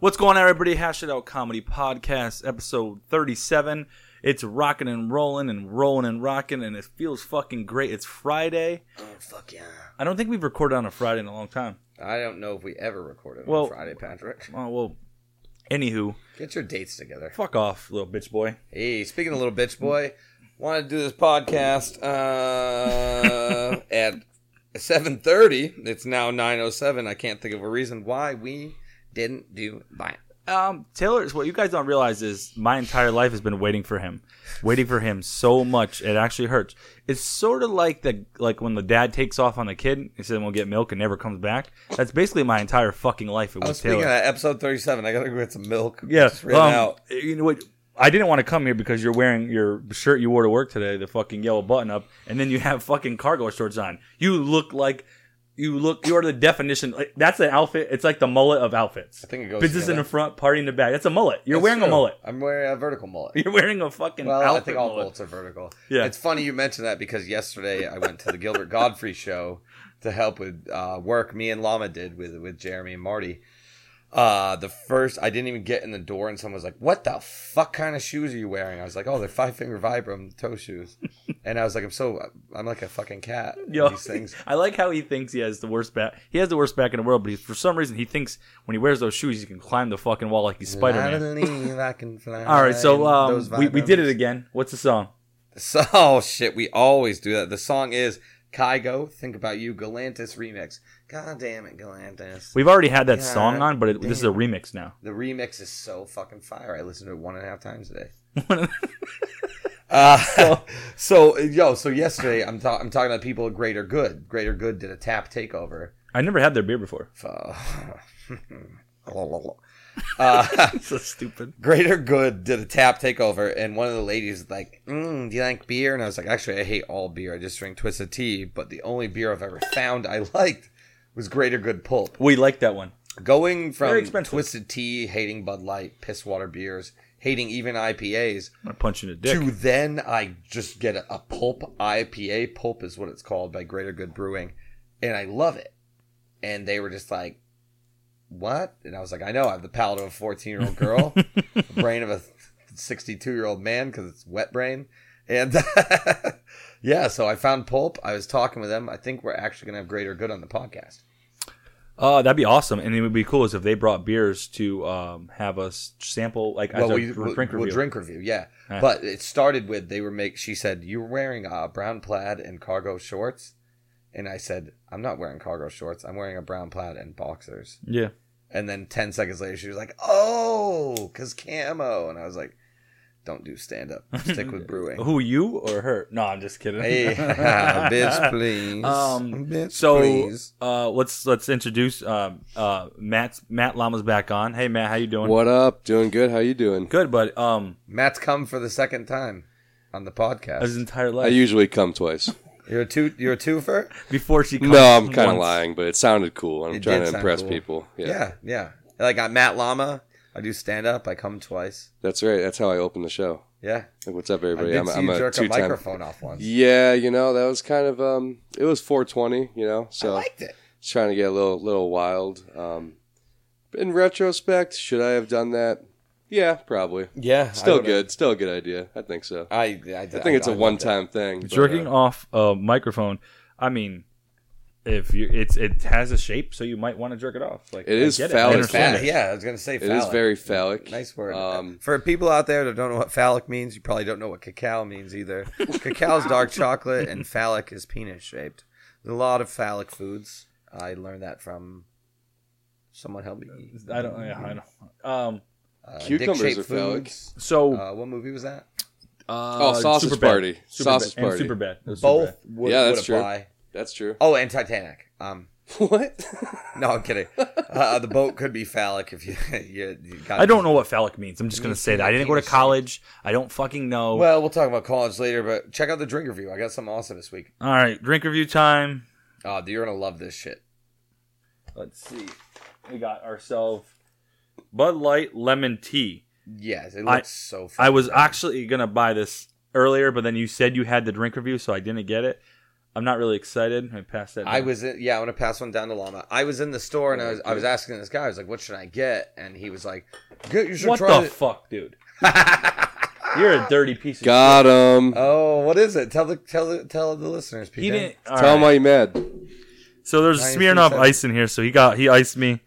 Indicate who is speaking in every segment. Speaker 1: What's going on, everybody? Hash It Out Comedy Podcast, episode 37. It's rocking and rolling and rolling and rocking, and it feels fucking great. It's Friday.
Speaker 2: Oh fuck yeah!
Speaker 1: I don't think we've recorded on a Friday in a long time.
Speaker 2: I don't know if we ever recorded
Speaker 1: Well-
Speaker 2: on Friday, Patrick.
Speaker 1: Oh, well, anywho,
Speaker 2: Get your dates together.
Speaker 1: fuck off, little bitch boy.
Speaker 2: Hey, speaking of little bitch boy,
Speaker 1: Mm.
Speaker 2: wanted to do this podcast uh, at seven thirty. It's now nine oh seven. I can't think of a reason why we didn't do that.
Speaker 1: Um, Taylor's what you guys don't realize is my entire life has been waiting for him, waiting for him so much it actually hurts. It's sort of like the like when the dad takes off on the kid and says we'll get milk and never comes back. That's basically my entire fucking life. It
Speaker 2: I
Speaker 1: was
Speaker 2: was Oh, speaking
Speaker 1: Taylor.
Speaker 2: of that, episode thirty seven. I gotta go get some milk.
Speaker 1: yeah,
Speaker 2: Just ran
Speaker 1: um,
Speaker 2: out.
Speaker 1: You know what? I didn't want to come here because you're wearing your shirt you wore to work today, the fucking yellow button up, and then you have fucking cargo shorts on. You look like you look. You're the definition. Like, that's an outfit. It's like the mullet of outfits.
Speaker 2: I think it goes
Speaker 1: Business in
Speaker 2: together.
Speaker 1: the front, party in the back. That's a mullet. You're
Speaker 2: That's
Speaker 1: wearing a
Speaker 2: true.
Speaker 1: mullet.
Speaker 2: uh, I'm wearing a vertical mullet.
Speaker 1: You're wearing a fucking
Speaker 2: Well, I
Speaker 1: outfit.
Speaker 2: think all
Speaker 1: mullet.
Speaker 2: bullets are vertical.
Speaker 1: Yeah.
Speaker 2: It's funny you mentioned that because yesterday I went to the Gilbert Godfrey show to help with uh, work me and Llama did with with Jeremy and Marty. Uh, the first I didn't even get in the door and someone was like, "What the fuck kind of shoes are you wearing?" I was like, "Oh, they're five finger Vibram toe shoes," and I was like, "I'm so I'm like a fucking cat." in
Speaker 1: Yo,
Speaker 2: These things.
Speaker 1: I like how he thinks he has the worst back. He has the worst back in the world, but he, for some reason he thinks when he wears those shoes, he can climb the fucking wall like he's Spider Man.
Speaker 2: Finally, I can fly
Speaker 1: All right,
Speaker 2: in
Speaker 1: so um,
Speaker 2: those
Speaker 1: we, we did
Speaker 2: Vibrams.
Speaker 1: it again. What's the song?
Speaker 2: So oh, shit, we always do that. The song is Kygo, Think About You, Galantis remix. God damn it, Galantis.
Speaker 1: We've already had that
Speaker 2: Yeah,
Speaker 1: song on, but it, this is a
Speaker 2: damn.
Speaker 1: remix now.
Speaker 2: the remix is so fucking fire. I listened to it one and a half times today.
Speaker 1: One
Speaker 2: Uh, so, so yo, so yesterday I'm ta- I'm talking about people at Greater Good. Greater Good did a tap takeover.
Speaker 1: I never had their beer before.
Speaker 2: Fu- uh,
Speaker 1: so stupid.
Speaker 2: Greater Good did a tap takeover, and one of the ladies was like, mm, "Do you like beer?" And I was like, "Actually, I hate all beer. I just drink Twisted Tea, but the only beer I've ever found I liked was Greater Good Pulp."
Speaker 1: We like that one.
Speaker 2: Going
Speaker 1: Very
Speaker 2: from
Speaker 1: expensive.
Speaker 2: Twisted Tea, hating Bud Light, piss water beers, hating even IPAs,
Speaker 1: I'm gonna punch you in the dick.
Speaker 2: to then I just get a, a pulp IPA. Pulp is what it's called by Greater Good Brewing, and I love it. And they were just like, "What?" And I was like, "I know. I have the palate of a fourteen-year-old girl, the brain of a sixty-two-year-old man because it's wet brain." And yeah, so I found Pulp. I was talking with them. I think we're actually gonna have Greater Good on the podcast.
Speaker 1: Oh, that'd be awesome, and it would be cool is if they brought beers to um, have us sample like as
Speaker 2: well,
Speaker 1: a
Speaker 2: we,
Speaker 1: drink review.
Speaker 2: will drink review, yeah.
Speaker 1: Alright.
Speaker 2: But it started with they were make. She said you were wearing a brown plaid and cargo shorts, and I said I'm not wearing cargo shorts. I'm wearing a brown plaid and boxers.
Speaker 1: Yeah,
Speaker 2: And then ten seconds later, she was like, "Oh, cause camo," and I was like, "Don't do stand up. Stick with brewing."
Speaker 1: who you or her? No, I'm just kidding.
Speaker 2: hey, bitch, please.
Speaker 1: Um,
Speaker 2: bitch,
Speaker 1: So
Speaker 2: please.
Speaker 1: uh, let's let's introduce um, uh, Matt. Matt Lama's back on. Hey Matt, how you doing?
Speaker 3: What up? Doing good. How you doing?
Speaker 1: Good, but um,
Speaker 2: Matt's come for the second time on the
Speaker 1: his
Speaker 2: podcast.
Speaker 1: entire
Speaker 3: I
Speaker 1: life
Speaker 3: usually come twice.
Speaker 2: You're a two. You're a twofer.
Speaker 1: before she. Comes
Speaker 3: No, I'm kind of
Speaker 1: once.
Speaker 3: lying, but it sounded cool. I'm
Speaker 2: It
Speaker 3: trying
Speaker 2: did
Speaker 3: to
Speaker 2: sound
Speaker 3: impress
Speaker 2: cool.
Speaker 3: people. Yeah.
Speaker 2: Yeah, yeah. Like I'm Matt Llama. I do stand up. I come twice.
Speaker 3: that's right. That's how I open the show.
Speaker 2: Yeah,
Speaker 3: Like, what's up,
Speaker 2: I
Speaker 3: everybody?
Speaker 2: did see you jerk a
Speaker 3: two-time-
Speaker 2: microphone off once.
Speaker 3: Yeah, you know that was kind of um, it was 420. You know, so
Speaker 2: I liked it.
Speaker 3: it's trying to get a little little wild. Um, in retrospect, should I have done that? Yeah, probably.
Speaker 2: Yeah,
Speaker 3: Still good. Still a good idea. I think so.
Speaker 2: I I,
Speaker 3: I think it's
Speaker 2: a
Speaker 3: a one time thing. but,
Speaker 1: jerking
Speaker 3: uh,
Speaker 1: off a microphone. I mean, if you it's it has a shape, so you might want to jerk it off. Like
Speaker 3: It
Speaker 1: I
Speaker 3: is
Speaker 1: get
Speaker 3: phallic.
Speaker 1: I understand
Speaker 2: Phallic.
Speaker 1: it.
Speaker 2: Yeah, I was gonna say
Speaker 3: It
Speaker 2: phallic.
Speaker 3: is very phallic.
Speaker 2: nice word.
Speaker 3: Um,
Speaker 2: For people out there that don't know what phallic means, you probably don't know what cacao means either. cacao is dark chocolate, and phallic is penis shaped. There's a lot of phallic foods. I learned that from someone helped me.
Speaker 1: I don't. Yeah, I don't. Um.
Speaker 2: Uh,
Speaker 3: Cucumbers
Speaker 2: dick-shaped
Speaker 3: are phallic.
Speaker 2: foods.
Speaker 1: So.
Speaker 2: Uh, what movie was that?
Speaker 1: uh,
Speaker 3: Oh, Sausage
Speaker 1: Superbad.
Speaker 3: Party.
Speaker 1: Superbad.
Speaker 3: Sausage
Speaker 1: And
Speaker 3: Party.
Speaker 1: Superbad. It was
Speaker 2: Both
Speaker 1: Superbad.
Speaker 2: would,
Speaker 3: Yeah,
Speaker 2: would
Speaker 3: that's true.
Speaker 2: apply.
Speaker 3: that's true.
Speaker 2: Oh, and Titanic. Um,
Speaker 3: What?
Speaker 2: No, I'm kidding. Uh, the boat could be phallic if you. you, you got
Speaker 1: I don't know what phallic means. I'm just gonna say that. I didn't go to
Speaker 2: Penis shape.
Speaker 1: college. I don't fucking know.
Speaker 2: Well, we'll talk about college later, but check out the drink review. I got something awesome this week.
Speaker 1: All right, drink review time.
Speaker 2: Uh, you're gonna love this shit.
Speaker 1: Let's see. We got ourselves Bud Light lemon tea.
Speaker 2: Yes, it
Speaker 1: I-
Speaker 2: looks so.
Speaker 1: I was
Speaker 2: fucking
Speaker 1: actually gonna buy this earlier, but then you said you had the drink review, so I didn't get it. I'm not really excited. I passed that.
Speaker 2: I
Speaker 1: down.
Speaker 2: was in, yeah, I'm gonna pass one down to Llama. I was in the store and I was I was asking this guy, I was like, "What should I get?" And he was like, "Good, you should
Speaker 1: What
Speaker 2: try
Speaker 1: the
Speaker 2: it."
Speaker 1: fuck, dude? You're a dirty piece of
Speaker 3: Got him.
Speaker 2: oh, what is it? Tell the tell the, tell the listeners. PJ.
Speaker 1: shit. He didn't. all
Speaker 3: Tell him
Speaker 1: right.
Speaker 3: why you mad.
Speaker 1: So there's
Speaker 2: Nine
Speaker 1: Smirnoff
Speaker 2: percent.
Speaker 1: ice in here. So he got he iced me.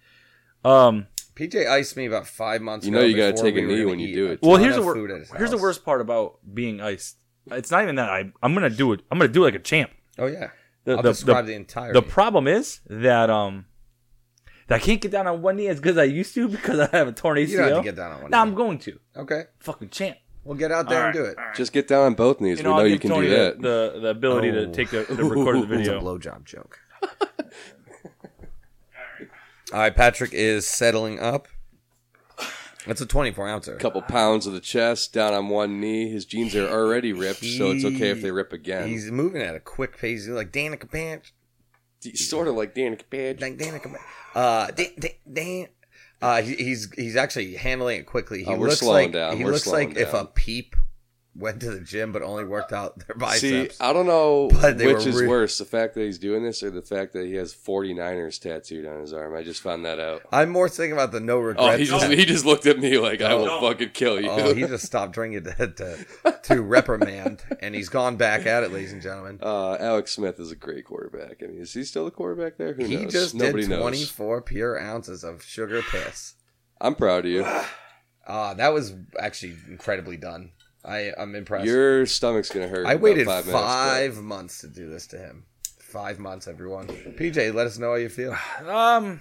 Speaker 1: Um.
Speaker 2: PJ iced me about five months.
Speaker 3: You know
Speaker 2: ago
Speaker 3: you gotta
Speaker 2: before
Speaker 3: take a
Speaker 2: we were
Speaker 3: knee
Speaker 2: gonna
Speaker 3: when you
Speaker 2: eat
Speaker 3: do
Speaker 2: a
Speaker 3: it.
Speaker 1: Well,
Speaker 2: ton
Speaker 1: here's the
Speaker 2: of
Speaker 1: wor-
Speaker 2: food at his
Speaker 1: here's the
Speaker 2: house.
Speaker 1: worst part about being iced. It's not even that I I'm gonna do it. I'm gonna do it like a champ.
Speaker 2: Oh yeah,
Speaker 1: The,
Speaker 2: I'll
Speaker 1: the,
Speaker 2: describe
Speaker 1: the,
Speaker 2: the, entire.
Speaker 1: the problem is that um that I can't get down on one knee as good as I used to because I have a torn ACL.
Speaker 2: you don't have to get down on one.
Speaker 1: Now I'm
Speaker 2: knee.
Speaker 1: going to
Speaker 2: okay.
Speaker 1: fucking champ.
Speaker 2: Well, get out there
Speaker 1: All
Speaker 2: and
Speaker 1: right,
Speaker 2: do it.
Speaker 3: Just get down on both knees.
Speaker 1: You
Speaker 3: we
Speaker 1: know,
Speaker 3: know
Speaker 1: I'll
Speaker 3: you
Speaker 1: give
Speaker 3: can
Speaker 1: Tony
Speaker 3: do
Speaker 1: the,
Speaker 3: that.
Speaker 1: the the ability to
Speaker 2: Oh.
Speaker 1: take the, the record the
Speaker 2: It's a
Speaker 1: video.
Speaker 2: blowjob joke. All right, Patrick is settling up. That's a 24 ouncer.
Speaker 3: couple pounds of the chest, down on one knee. His jeans are already ripped, so it's okay if they rip again. He's
Speaker 2: He's moving at a quick pace. He's like Danica Pants,
Speaker 3: sort of like Dan Page.
Speaker 2: like Danica Pants. Uh, Dan, Dan, Dan. Uh, he, he's he's actually handling it quickly. He
Speaker 3: Oh, we're
Speaker 2: looks
Speaker 3: slowing
Speaker 2: like
Speaker 3: down.
Speaker 2: he
Speaker 3: We're
Speaker 2: looks
Speaker 3: slowing
Speaker 2: like if a
Speaker 3: down.
Speaker 2: peep went to the gym but only worked out their
Speaker 3: See,
Speaker 2: biceps.
Speaker 3: I don't know
Speaker 2: But they
Speaker 3: which
Speaker 2: were
Speaker 3: is
Speaker 2: re-
Speaker 3: worse, the fact that he's doing this or the fact that he has 49ers tattooed on his arm. I just found that out.
Speaker 2: I, am more thinking about the no regrets.
Speaker 3: Oh, he just, he just looked at me like, I will fucking kill you.
Speaker 2: Oh, he just stopped drinking to, to, to reprimand, and he's gone back at it, ladies and gentlemen.
Speaker 3: Uh, Alex Smith is a great quarterback. I mean, is he still the quarterback there? Who
Speaker 2: He
Speaker 3: knows?
Speaker 2: just
Speaker 3: Nobody
Speaker 2: did
Speaker 3: knows.
Speaker 2: 24 pure ounces of sugar piss.
Speaker 3: I'm proud of you.
Speaker 2: Ah, that was actually incredibly done. I, I'm impressed.
Speaker 3: Your stomach's gonna hurt. in
Speaker 2: I
Speaker 3: about
Speaker 2: waited
Speaker 3: five
Speaker 2: five,
Speaker 3: minutes, but-
Speaker 2: months to do this to him. Five months, everyone. PJ, let us know how you feel.
Speaker 1: Um,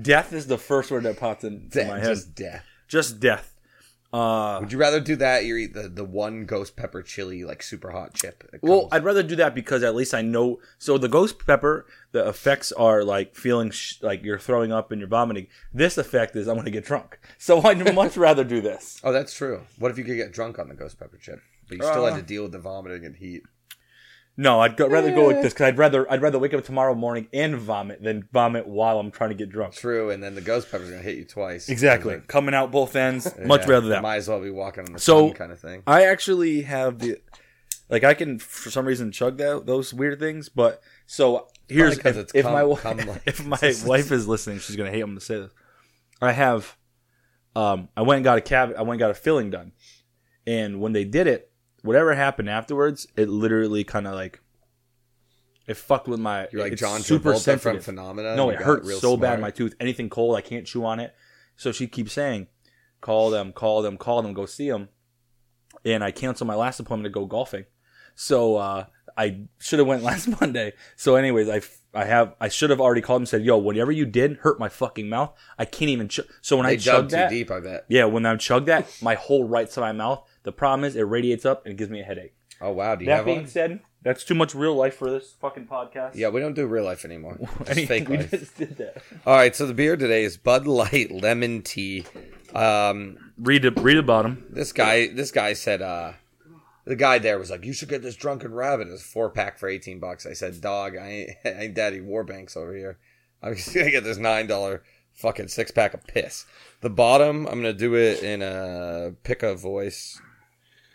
Speaker 1: death is the first word that popped into my head. Just,
Speaker 2: Just death.
Speaker 1: death. Uh,
Speaker 2: Would you rather do that? You eat the, the one ghost pepper chili, like super hot chip. that
Speaker 1: well,
Speaker 2: comes-
Speaker 1: I'd rather do that because at least I know. So the ghost pepper, the effects are like feeling sh- like you're throwing up and you're vomiting. This effect is I'm going to get drunk. So I'd much rather do this.
Speaker 2: oh, that's true. What if you could get drunk on the ghost pepper chip, but you
Speaker 3: Uh.
Speaker 2: still had to deal with the vomiting and heat?
Speaker 1: No, I'd go, rather go with this because I'd rather I'd rather wake up tomorrow morning and vomit than vomit while I'm trying to get drunk.
Speaker 2: True, and then the ghost pepper's gonna hit you twice.
Speaker 1: Exactly, coming out both ends. Much
Speaker 2: Yeah,
Speaker 1: rather that.
Speaker 2: Might as well be walking on the
Speaker 1: So-
Speaker 2: sun kind of thing.
Speaker 1: I actually have the like I can for some reason chug that those weird things, but so here's
Speaker 2: Probably 'cause
Speaker 1: if,
Speaker 2: it's
Speaker 1: if
Speaker 2: cum-
Speaker 1: my
Speaker 2: cum
Speaker 1: wife
Speaker 2: like-
Speaker 1: if my wife is listening, she's gonna hate I'm gonna say this. I have um I went and got a cab I went and got a filling done. And when they did it, whatever happened afterwards, it literally kinda like it fucked with my
Speaker 2: You're like
Speaker 1: it's
Speaker 2: John
Speaker 1: super
Speaker 2: Travolta
Speaker 1: sensitive.
Speaker 2: from Phenomena.
Speaker 1: No,
Speaker 2: You
Speaker 1: it
Speaker 2: got
Speaker 1: hurts
Speaker 2: Oh real
Speaker 1: so bad in my
Speaker 2: smart.
Speaker 1: tooth. Anything cold, I can't chew on it. So she keeps saying, call them, call them, call them, go see them. And I canceled my last appointment to go golfing. So uh, I should have went last Monday. So anyways, I, f- I have I should have already called them and said, yo, whatever you did hurt my fucking mouth. I can't even chug. So when
Speaker 2: They
Speaker 1: I
Speaker 2: dug
Speaker 1: chug
Speaker 2: too
Speaker 1: that,
Speaker 2: deep, I bet.
Speaker 1: yeah, when I chug that, my whole right side of my mouth. The problem is it radiates up and it gives me a headache.
Speaker 2: Oh wow, do you
Speaker 1: That
Speaker 2: have
Speaker 1: being
Speaker 2: one?
Speaker 1: said, that's too much real life for this fucking podcast.
Speaker 2: Yeah, we don't do real life anymore. Just
Speaker 1: Anything
Speaker 2: fake
Speaker 1: we
Speaker 2: life.
Speaker 1: just did that.
Speaker 2: All right, so the beer today is Bud Light Lemon Tea. Um,
Speaker 1: Read the read the bottom.
Speaker 2: this guy, this guy said, uh, the guy there was like, "You should get this Drunken Rabbit. It's a four pack for eighteen bucks." I said, "Dog, I ain't, I ain't Daddy Warbanks over here. I'm just gonna get this nine dollar fucking six pack of piss." The bottom, I'm gonna do it in a pick a voice.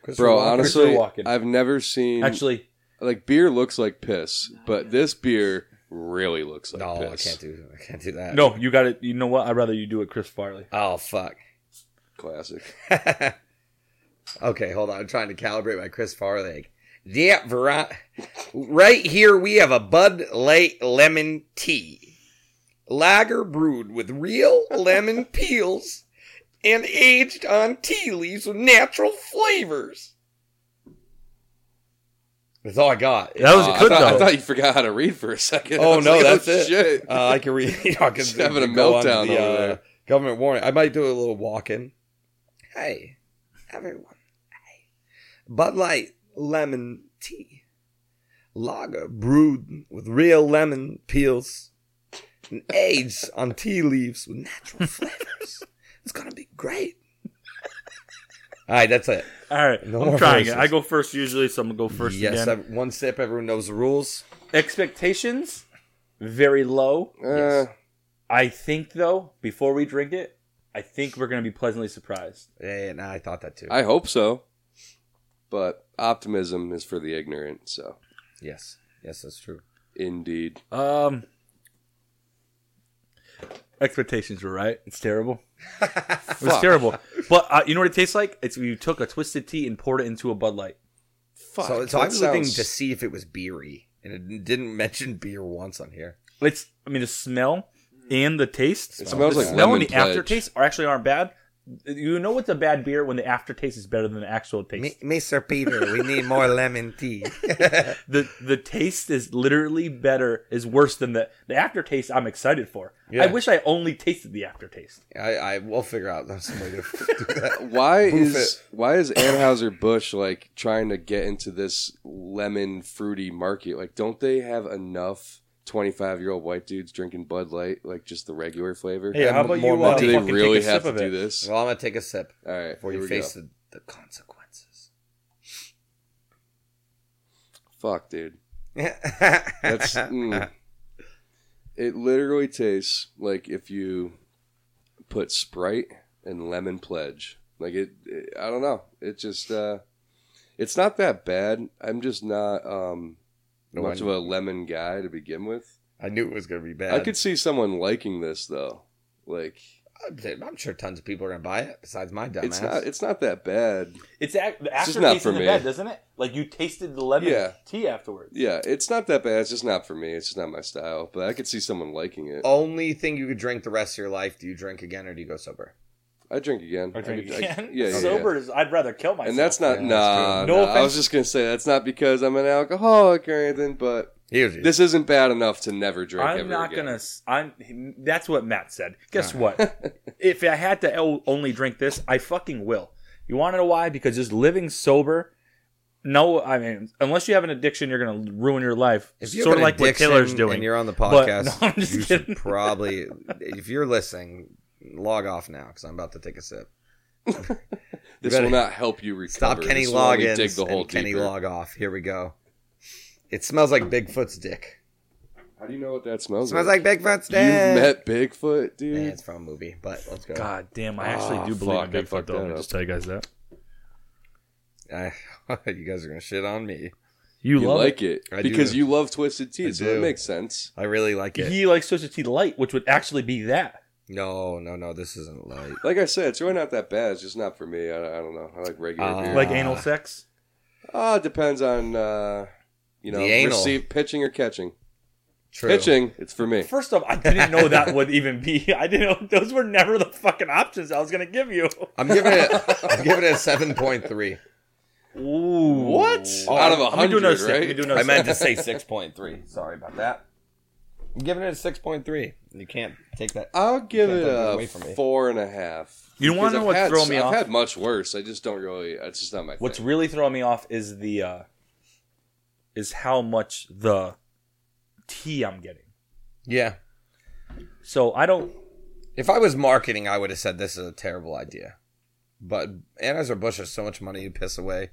Speaker 2: Christopher
Speaker 3: Bro,
Speaker 2: Walken.
Speaker 3: honestly,
Speaker 1: Walken.
Speaker 3: I've never seen
Speaker 1: Actually,
Speaker 3: like beer looks like piss, but this beer really looks like
Speaker 2: no, I
Speaker 3: piss.
Speaker 2: can't do, I can't do that.
Speaker 1: No, you got it. You know what? I'd rather you do it, Chris Farley.
Speaker 2: Oh fuck.
Speaker 3: Classic.
Speaker 2: okay, hold on. I'm trying to calibrate my Chris Farley. Yeah, Veron. Right here we have a Bud Light Lemon Tea. Lager brewed with real lemon peels and aged on tea leaves with natural flavors. That's all I got.
Speaker 1: That was
Speaker 3: Uh,
Speaker 1: good
Speaker 3: I, thought, I
Speaker 1: though.
Speaker 3: thought you forgot how to read for a second. I
Speaker 2: Oh
Speaker 3: was
Speaker 2: no,
Speaker 3: like,
Speaker 2: that's it.
Speaker 3: Shit.
Speaker 2: Uh, I can read. You know, I can
Speaker 3: Just having a
Speaker 2: go on to
Speaker 3: meltdown
Speaker 2: the, uh,
Speaker 3: over there.
Speaker 2: government warrant. I might do a little walk-in. Hey, everyone. Hey, Bud Light lemon tea lager brewed with real lemon peels and aged on tea leaves with natural flavors. It's gonna be great. All right, that's it.
Speaker 1: All right,
Speaker 2: No
Speaker 1: I'm
Speaker 2: more
Speaker 1: trying
Speaker 2: verses.
Speaker 1: it. I go first usually, so I'm gonna go first
Speaker 2: yes,
Speaker 1: again.
Speaker 2: ev- one sip. Everyone knows the rules.
Speaker 1: Expectations very low.
Speaker 3: Uh,
Speaker 1: I think though, before we drink it, I think we're gonna be pleasantly surprised.
Speaker 2: And I thought that too.
Speaker 3: I hope so. But optimism is for the ignorant. So
Speaker 2: Yes. Yes, that's true.
Speaker 3: indeed,
Speaker 1: Um, expectations were right. It's terrible. it was
Speaker 3: Fuck.
Speaker 1: terrible. But uh, you know what it tastes like? It's you took a twisted tea and poured it into a Bud Light.
Speaker 3: fuck.
Speaker 2: so so
Speaker 3: that
Speaker 2: I'm looking
Speaker 3: sounds-
Speaker 2: to see if it was beery, and it didn't mention beer once on here.
Speaker 1: It's I mean the smell and the taste.
Speaker 3: It smells
Speaker 1: the
Speaker 3: like
Speaker 1: smell and
Speaker 3: lemon
Speaker 1: the
Speaker 3: pledge.
Speaker 1: aftertaste are actually aren't bad. You know it's a bad beer when the aftertaste is better than the actual taste.
Speaker 2: Mr. Peter, we need more lemon tea.
Speaker 1: the the taste is literally better is worse than the the aftertaste I'm excited for.
Speaker 2: Yeah.
Speaker 1: I wish I only tasted the aftertaste.
Speaker 2: I, I will figure out some way to do that.
Speaker 3: Why
Speaker 2: Boof
Speaker 3: is why is Anheuser Busch like trying to get into this lemon fruity market? Like, don't they have enough twenty five year old white dudes drinking Bud Light, like just the regular flavor?
Speaker 1: Hey, how
Speaker 2: I'm
Speaker 1: about
Speaker 2: more
Speaker 1: you?
Speaker 2: Well,
Speaker 1: Uh,
Speaker 2: money.
Speaker 3: do they
Speaker 1: fucking
Speaker 3: really
Speaker 1: take a sip
Speaker 3: have to
Speaker 1: of
Speaker 3: do
Speaker 1: it?
Speaker 3: this?
Speaker 2: Well, I'm gonna take a sip
Speaker 3: All right,
Speaker 2: before
Speaker 3: here
Speaker 2: you
Speaker 3: we
Speaker 2: face
Speaker 3: go.
Speaker 2: the, the consequences.
Speaker 3: Fuck, dude. That's
Speaker 2: That's
Speaker 3: mm. it. Literally tastes like if you put Sprite and lemon pledge. Like it, it I don't know. It just uh, it's not that bad. I'm just not um,
Speaker 2: No
Speaker 3: much of
Speaker 2: one-
Speaker 3: a lemon guy to begin with.
Speaker 2: I knew it was gonna be bad.
Speaker 3: I could see someone liking this though. Like
Speaker 2: I'm, I'm sure tons of people are gonna buy it. Besides my dumbass.
Speaker 3: it's not it's not that bad.
Speaker 1: It's ac- the
Speaker 3: It's just not
Speaker 1: aftertaste
Speaker 3: for
Speaker 1: in the
Speaker 3: me.
Speaker 1: bed, doesn't it? Like you tasted the lemon
Speaker 3: Yeah.
Speaker 1: tea afterwards.
Speaker 3: Yeah, it's not that bad. It's just not for me. It's just not my style. But I could see someone liking
Speaker 1: Oh.
Speaker 3: it.
Speaker 2: Only thing you could drink the rest of your life. Do you drink again or do you go sober?
Speaker 3: I drink again.
Speaker 1: I drink
Speaker 3: I-
Speaker 1: again.
Speaker 3: yeah, yeah,
Speaker 1: Sober is I'd rather kill myself.
Speaker 3: And that's not
Speaker 2: Yeah,
Speaker 3: nah.
Speaker 2: that's
Speaker 1: true. No
Speaker 3: nah. I
Speaker 1: offense.
Speaker 3: was just gonna say that's not because I'm an alcoholic or anything, but
Speaker 2: Here's
Speaker 3: this isn't bad enough to never drink.
Speaker 1: I'm
Speaker 3: ever
Speaker 1: not
Speaker 3: again.
Speaker 1: gonna. s- I'm. That's what Matt said. Guess what? if I had to o- only drink this, I fucking will. You want to know why? Because just living sober. No, I mean, unless you have an addiction, you're gonna ruin your life.
Speaker 2: If you have
Speaker 1: Sort of
Speaker 2: an
Speaker 1: like what
Speaker 2: addiction
Speaker 1: Taylor's doing.
Speaker 2: and you're on the
Speaker 1: But-
Speaker 2: podcast,
Speaker 1: no, I'm just
Speaker 2: you should
Speaker 1: kidding.
Speaker 2: probably, if you're listening, log off now because I'm about to take a sip.
Speaker 3: This
Speaker 2: Ready.
Speaker 3: will not help you recover.
Speaker 2: Stop Kenny
Speaker 3: This will only
Speaker 2: Loggins
Speaker 3: Dig the hole
Speaker 2: and Kenny
Speaker 3: deeper.
Speaker 2: log off. Here we go. It smells like Bigfoot's dick.
Speaker 3: How do you know what that smells?
Speaker 2: smells like Bigfoot's dick.
Speaker 3: You met Bigfoot,
Speaker 2: Nah,
Speaker 3: dude.
Speaker 2: it's from a movie, but let's go.
Speaker 1: God damn! I actually
Speaker 3: Ah,
Speaker 1: do believe
Speaker 3: fuck, I
Speaker 1: in Bigfoot.
Speaker 3: fucked
Speaker 1: Though,
Speaker 3: that
Speaker 1: let me
Speaker 3: up.
Speaker 1: just tell you guys that.
Speaker 2: I, you guys are gonna shit on me.
Speaker 1: You,
Speaker 3: you
Speaker 1: love
Speaker 3: like it,
Speaker 2: I do.
Speaker 3: because you love Twisted Tea,
Speaker 2: I
Speaker 3: so
Speaker 2: do.
Speaker 3: that makes sense.
Speaker 2: I really like
Speaker 1: it.
Speaker 2: it.
Speaker 1: He likes Twisted Tea Light, which would actually be that.
Speaker 2: No, no, no. This isn't light.
Speaker 3: Like I said, it's really not that bad. It's just not for me. I, I don't know. I like regular
Speaker 2: Uh,
Speaker 3: beer.
Speaker 1: Like
Speaker 2: Ah.
Speaker 1: anal sex.
Speaker 3: Ah, it depends on uh, you know
Speaker 2: The anal.
Speaker 3: receive pitching or catching.
Speaker 2: True.
Speaker 3: Pitching, it's for me.
Speaker 1: First off, I didn't know that would even be. I didn't. know Those were never the fucking options I was gonna give you.
Speaker 2: I'm giving it. I'm giving it a seven point three.
Speaker 1: Ooh.
Speaker 3: What? Out of a
Speaker 1: Let me do another
Speaker 3: hundred,
Speaker 1: sip. Let me
Speaker 3: right?
Speaker 1: do another
Speaker 2: I meant
Speaker 1: sip.
Speaker 2: to say six point three. Sorry about that. I'm giving it a six point three. You can't take that.
Speaker 3: I'll give
Speaker 2: You
Speaker 3: it
Speaker 2: can't take that away
Speaker 3: a
Speaker 2: from me.
Speaker 3: four and a half.
Speaker 1: You
Speaker 3: Because
Speaker 1: wanna know
Speaker 3: I've
Speaker 1: what's
Speaker 3: had-
Speaker 1: throwing me
Speaker 3: I've
Speaker 1: off?
Speaker 3: had much worse. I just don't really. It's just not my.
Speaker 1: What's
Speaker 3: thing.
Speaker 1: really throwing me off is the uh is how much the tea I'm getting.
Speaker 2: Yeah.
Speaker 1: So I don't.
Speaker 2: If I was marketing, I would have said this is a terrible idea. But Anheuser Busch has so much money you piss away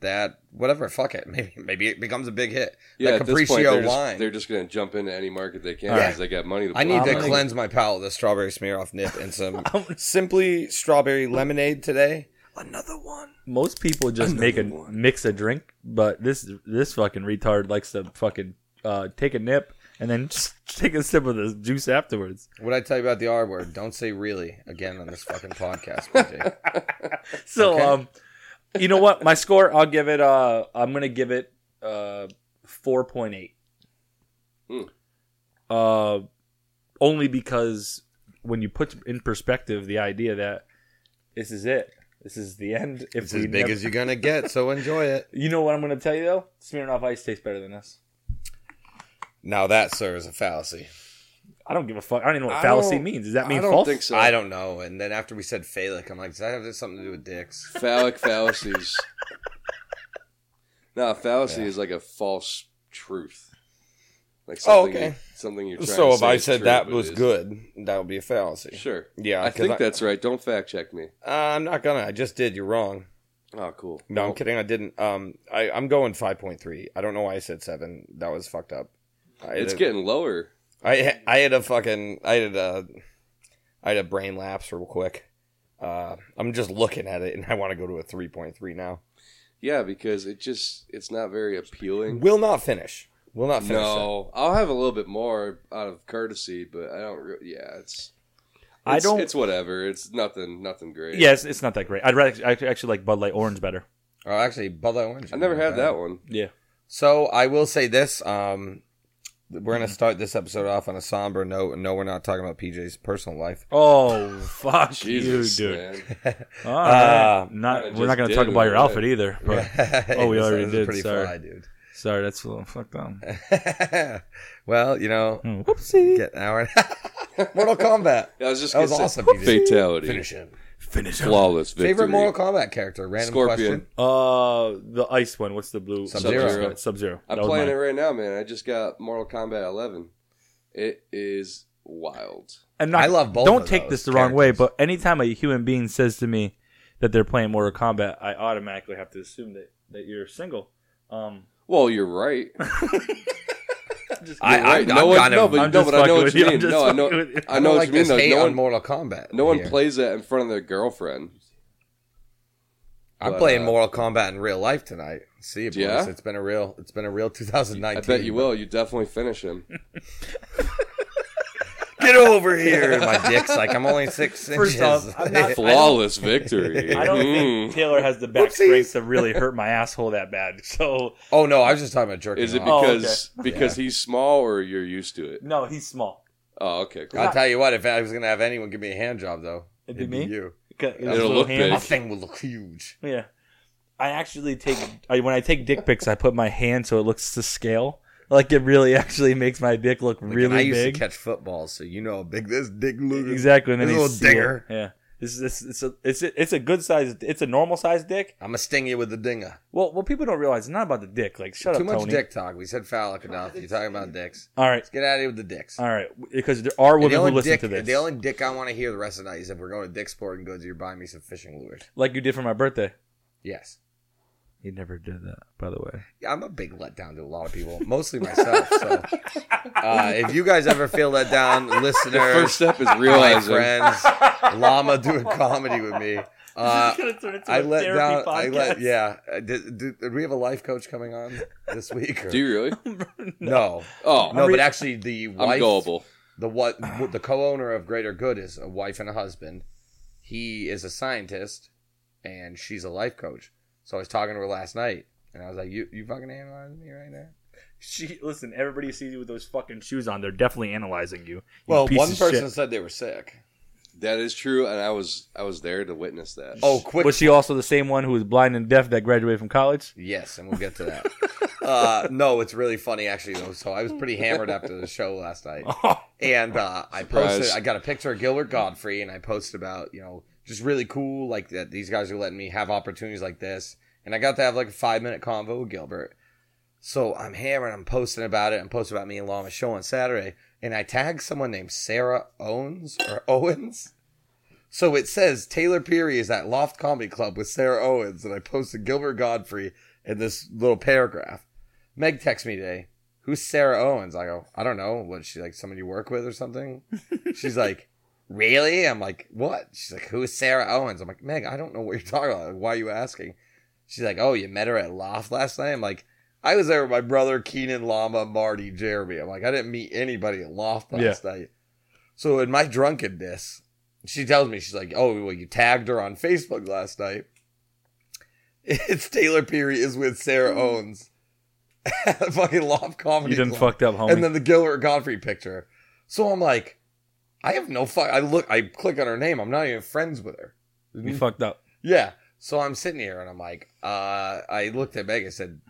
Speaker 2: that whatever. Fuck it. Maybe maybe it becomes a big hit.
Speaker 3: yeah,
Speaker 2: that
Speaker 3: at this point, they're
Speaker 2: Capriccio
Speaker 3: just, they're
Speaker 2: line.
Speaker 3: just going to jump into any market they can
Speaker 1: All right.
Speaker 3: because they got money to.
Speaker 2: I
Speaker 3: blow.
Speaker 2: need to
Speaker 1: I'm gonna-
Speaker 2: cleanse my palate with a strawberry smear off nip and some simply strawberry lemonade today. Another one.
Speaker 1: Most people just
Speaker 3: Another
Speaker 1: make a
Speaker 3: one.
Speaker 1: mix a drink, but this this fucking retard likes to fucking uh, take a nip and then take a sip of the juice afterwards.
Speaker 2: What I tell you about the R word? Don't say really again on this fucking podcast. PJ.
Speaker 1: So
Speaker 2: Okay.
Speaker 1: um, you know what? My score, I'll give it. Uh, I'm gonna give it uh four point eight.
Speaker 3: Hmm.
Speaker 1: Uh, only because when you put in perspective the idea that this is it, this is the end. If
Speaker 2: It's
Speaker 1: we
Speaker 2: as big
Speaker 1: never-
Speaker 2: as you're gonna get, so enjoy it.
Speaker 1: you know what I'm gonna tell you though, Smirnoff Ice tastes better than this.
Speaker 2: Now that, sir, is a fallacy.
Speaker 1: I don't give a fuck. I don't even know what
Speaker 3: I
Speaker 1: fallacy
Speaker 3: don't-
Speaker 1: means. Does that mean
Speaker 3: I don't
Speaker 1: false?
Speaker 3: think so.
Speaker 2: I don't know. And then after we said phallic, I'm like, does that have something to do with dicks?
Speaker 3: phallic fallacies. No, fallacy
Speaker 2: Yeah.
Speaker 3: is like a false truth. Like
Speaker 2: Oh,
Speaker 3: something,
Speaker 2: okay.
Speaker 3: something you're trying
Speaker 2: So
Speaker 3: to
Speaker 2: if
Speaker 3: say
Speaker 2: I
Speaker 3: is
Speaker 2: said
Speaker 3: true,
Speaker 2: that
Speaker 3: but
Speaker 2: was
Speaker 3: it
Speaker 2: good, that would be a fallacy.
Speaker 3: isn't. Sure.
Speaker 2: Yeah,
Speaker 3: I
Speaker 2: 'cause
Speaker 3: think
Speaker 2: I-
Speaker 3: that's right. Don't fact check me.
Speaker 2: Uh, I'm not gonna. I just did. You're wrong.
Speaker 3: Oh, cool.
Speaker 2: No, I'm kidding. I didn't. Um, I, I'm going 5.3. I don't know why I said seven. That was fucked up. I
Speaker 3: It's
Speaker 2: had a-
Speaker 3: getting lower.
Speaker 2: I I had a fucking I had a I had a brain lapse real quick. Uh, I'm just looking at it and I want to go to a 3.3 now.
Speaker 3: Yeah, because it just it's not very appealing.
Speaker 2: Will not finish. Will not finish.
Speaker 3: No, I'll have a little bit more out of courtesy, but I don't. Re- yeah, it's,
Speaker 1: I
Speaker 3: it's-
Speaker 1: don't-
Speaker 3: It's whatever. It's nothing. Nothing great.
Speaker 1: Yeah, it's, it's not that great. I'd rather I actually like Bud Light Orange better.
Speaker 2: that. Oh, actually, Bud Light Orange.
Speaker 3: I never had that one.
Speaker 1: Yeah.
Speaker 2: So I will say this: um, we're gonna start this episode off on a somber note. and No, we're not talking about PJ's personal life.
Speaker 1: Oh fuck
Speaker 3: Jesus,
Speaker 1: you, dude.
Speaker 3: man.
Speaker 1: All right.
Speaker 2: Uh,
Speaker 1: not
Speaker 3: Oh, kinda
Speaker 1: we're not going
Speaker 3: just
Speaker 1: to
Speaker 3: did
Speaker 1: talk about
Speaker 3: it,
Speaker 1: your
Speaker 3: right?
Speaker 1: outfit either. But Oh, we
Speaker 2: This
Speaker 1: already
Speaker 2: is
Speaker 1: did,
Speaker 2: Pretty
Speaker 1: sorry.
Speaker 2: fly, dude.
Speaker 1: sorry, that's a little fucked up.
Speaker 2: well, you know,
Speaker 1: Hmm, Whoopsie.
Speaker 2: get an hour. Mortal Kombat.
Speaker 3: Yeah, I was just
Speaker 2: That
Speaker 3: gonna
Speaker 2: was
Speaker 3: say,
Speaker 2: awesome, PJ.
Speaker 3: Fatality.
Speaker 2: Finish him.
Speaker 1: Finish him.
Speaker 3: Flawless victory.
Speaker 2: Favorite Mortal Kombat character? Random question.
Speaker 3: Scorpion.
Speaker 1: Uh, the ice one. What's the blue?
Speaker 2: Sub-Zero.
Speaker 1: Sub Zero.
Speaker 3: I'm playing it right now, man. I just got Mortal Kombat 11. It is wild.
Speaker 1: And not,
Speaker 2: I love both
Speaker 1: Don't
Speaker 2: of
Speaker 1: take
Speaker 2: those
Speaker 1: this the wrong way,
Speaker 2: characters.
Speaker 1: but anytime a human being says to me that they're playing Mortal Kombat, I automatically have to assume that, that you're single. Um,
Speaker 3: Well, you're right.
Speaker 2: I,
Speaker 3: You're right. no
Speaker 2: I'm
Speaker 3: one,
Speaker 2: kind
Speaker 3: no,
Speaker 2: of-
Speaker 3: but,
Speaker 1: I'm
Speaker 3: no,
Speaker 1: just
Speaker 3: but I know
Speaker 1: fucking
Speaker 3: what
Speaker 1: with
Speaker 3: you
Speaker 1: you. I'm
Speaker 3: mean.
Speaker 1: just
Speaker 3: No, I know,
Speaker 1: fucking with you.
Speaker 3: I know
Speaker 2: don't
Speaker 3: what
Speaker 2: like
Speaker 3: you mean.
Speaker 2: this
Speaker 3: Though.
Speaker 2: hate
Speaker 3: No
Speaker 2: on
Speaker 3: one,
Speaker 2: Mortal Kombat.
Speaker 3: no one
Speaker 2: here.
Speaker 3: plays that in front of their girlfriend.
Speaker 2: I'm
Speaker 3: but,
Speaker 2: playing
Speaker 3: uh,
Speaker 2: Mortal Kombat in real life tonight. See you, boys.
Speaker 3: Yeah?
Speaker 2: It's been a real. It's been a real 2019.
Speaker 3: I bet you will. You definitely finish him.
Speaker 2: Get over here. And my dick's like I'm only six
Speaker 1: First
Speaker 2: inches.
Speaker 1: off, I'm not-
Speaker 3: Flawless victory.
Speaker 1: I don't
Speaker 3: Mm.
Speaker 1: think Taylor has the back
Speaker 2: Whoopsies.
Speaker 1: strength to really hurt my asshole that bad. So
Speaker 2: oh no, I was just talking about jerking.
Speaker 3: Is it
Speaker 2: off.
Speaker 1: Oh, okay.
Speaker 3: because because he's small or you're used to it?
Speaker 1: no, he's small.
Speaker 3: Oh, okay, cool.
Speaker 2: I'll tell you what. If I was gonna have anyone give me a hand job though,
Speaker 1: It'd be me?
Speaker 2: you.
Speaker 1: It'll
Speaker 3: look big.
Speaker 2: My thing will look huge.
Speaker 1: Yeah, I actually take I, when I take dick pics, I put my hand so it looks to scale. Like it really actually makes my dick look
Speaker 2: Like, and I
Speaker 1: really
Speaker 2: used
Speaker 1: big.
Speaker 2: to catch footballs, so you know how big this dick looks.
Speaker 1: Exactly, and then
Speaker 2: This
Speaker 1: you
Speaker 2: little
Speaker 1: see it.
Speaker 2: dinger.
Speaker 1: Yeah, this this it's a it's a, it's a good size. It's a normal size dick.
Speaker 2: I'm gonna sting you with the dinger.
Speaker 1: Well, what people don't realize it's not about the dick. Like shut
Speaker 2: Too
Speaker 1: up,
Speaker 2: much
Speaker 1: Tony.
Speaker 2: dick talk. We said phallic enough. You're talking about dicks.
Speaker 1: All right,
Speaker 2: Let's get out of here with the dicks.
Speaker 1: all right, because there are
Speaker 2: And
Speaker 1: women who
Speaker 2: only
Speaker 1: listen
Speaker 2: dick,
Speaker 1: to this,
Speaker 2: the only dick I want to hear the rest of the night is if we're going to Dick's Sport and goes, you're buying me some fishing lures.
Speaker 1: like you did for my birthday.
Speaker 2: Yes.
Speaker 1: You never did that, by the way.
Speaker 2: Yeah, I'm a big letdown to a lot of people, mostly myself. So, uh, if you guys ever feel let down,
Speaker 3: The first
Speaker 2: listeners,
Speaker 3: step is
Speaker 2: my
Speaker 3: realizing.
Speaker 2: friends, Llama doing comedy with me. Uh, I let down. I let. Yeah. Uh, Did, did, did we have a life coach coming on this week? Or?
Speaker 3: Do you really?
Speaker 2: no.
Speaker 3: Oh,
Speaker 2: No,
Speaker 1: re-
Speaker 2: but actually, the
Speaker 3: I'm
Speaker 2: wife.
Speaker 3: gullible.
Speaker 2: the what the co-owner of Greater Good is a wife and a husband. He is a scientist, and she's a life coach. So I was talking to her last night, and I was like, "You you fucking analyzing me right now?"
Speaker 1: She listen. Everybody sees you with those fucking shoes on. They're definitely analyzing you. you
Speaker 2: Well,
Speaker 1: piece
Speaker 2: one
Speaker 1: of
Speaker 2: person
Speaker 1: shit.
Speaker 2: said they were sick.
Speaker 3: That is true, and I was I was there to witness that.
Speaker 2: Oh, quick.
Speaker 1: Was she also the same one who was blind and deaf that graduated from college?
Speaker 2: Yes, and we'll get to that. uh, no, it's really funny actually though. So I was pretty hammered after the show last night. and uh, I
Speaker 3: Surprise.
Speaker 2: posted. I got a picture of Gilbert Godfrey, and I posted about you know just really cool like that. These guys are letting me have opportunities like this, and I got to have like a five minute convo with Gilbert. So I'm hammering. I'm posting about it. I'm posting about me and Lama's show on Saturday, and I tagged someone named Sarah Owens or Owens. So it says Taylor Peary is at Loft Comedy Club with Sarah Owens, and I posted Gilbert Godfrey in this little paragraph. Meg texts me today. Who's Sarah Owens? I go, I don't know. What she like someone you work with or something? She's like, Really? I'm like, what? She's like, Who's Sarah Owens? I'm like, Meg, I don't know what you're talking about. Like, Why are you asking? She's like, Oh, you met her at Loft last night? I'm like, I was there with my brother Keenan Llama, Marty, Jeremy. I'm like, I didn't meet anybody at Loft last night. So in my drunkenness, she tells me, she's like, Oh, well, you tagged her on Facebook last night. It's Taylor Peary is with Sarah Owens. at the fucking Loft
Speaker 1: you
Speaker 2: Comedy
Speaker 1: done
Speaker 2: Club
Speaker 1: fucked up, homie.
Speaker 2: and then the Gilbert Godfrey picture. So I'm like, I have no fuck. I look, I click on her name. I'm not even friends with her.
Speaker 1: you fucked up.
Speaker 2: Yeah. So I'm sitting here and I'm like, uh, I looked at Meg and said,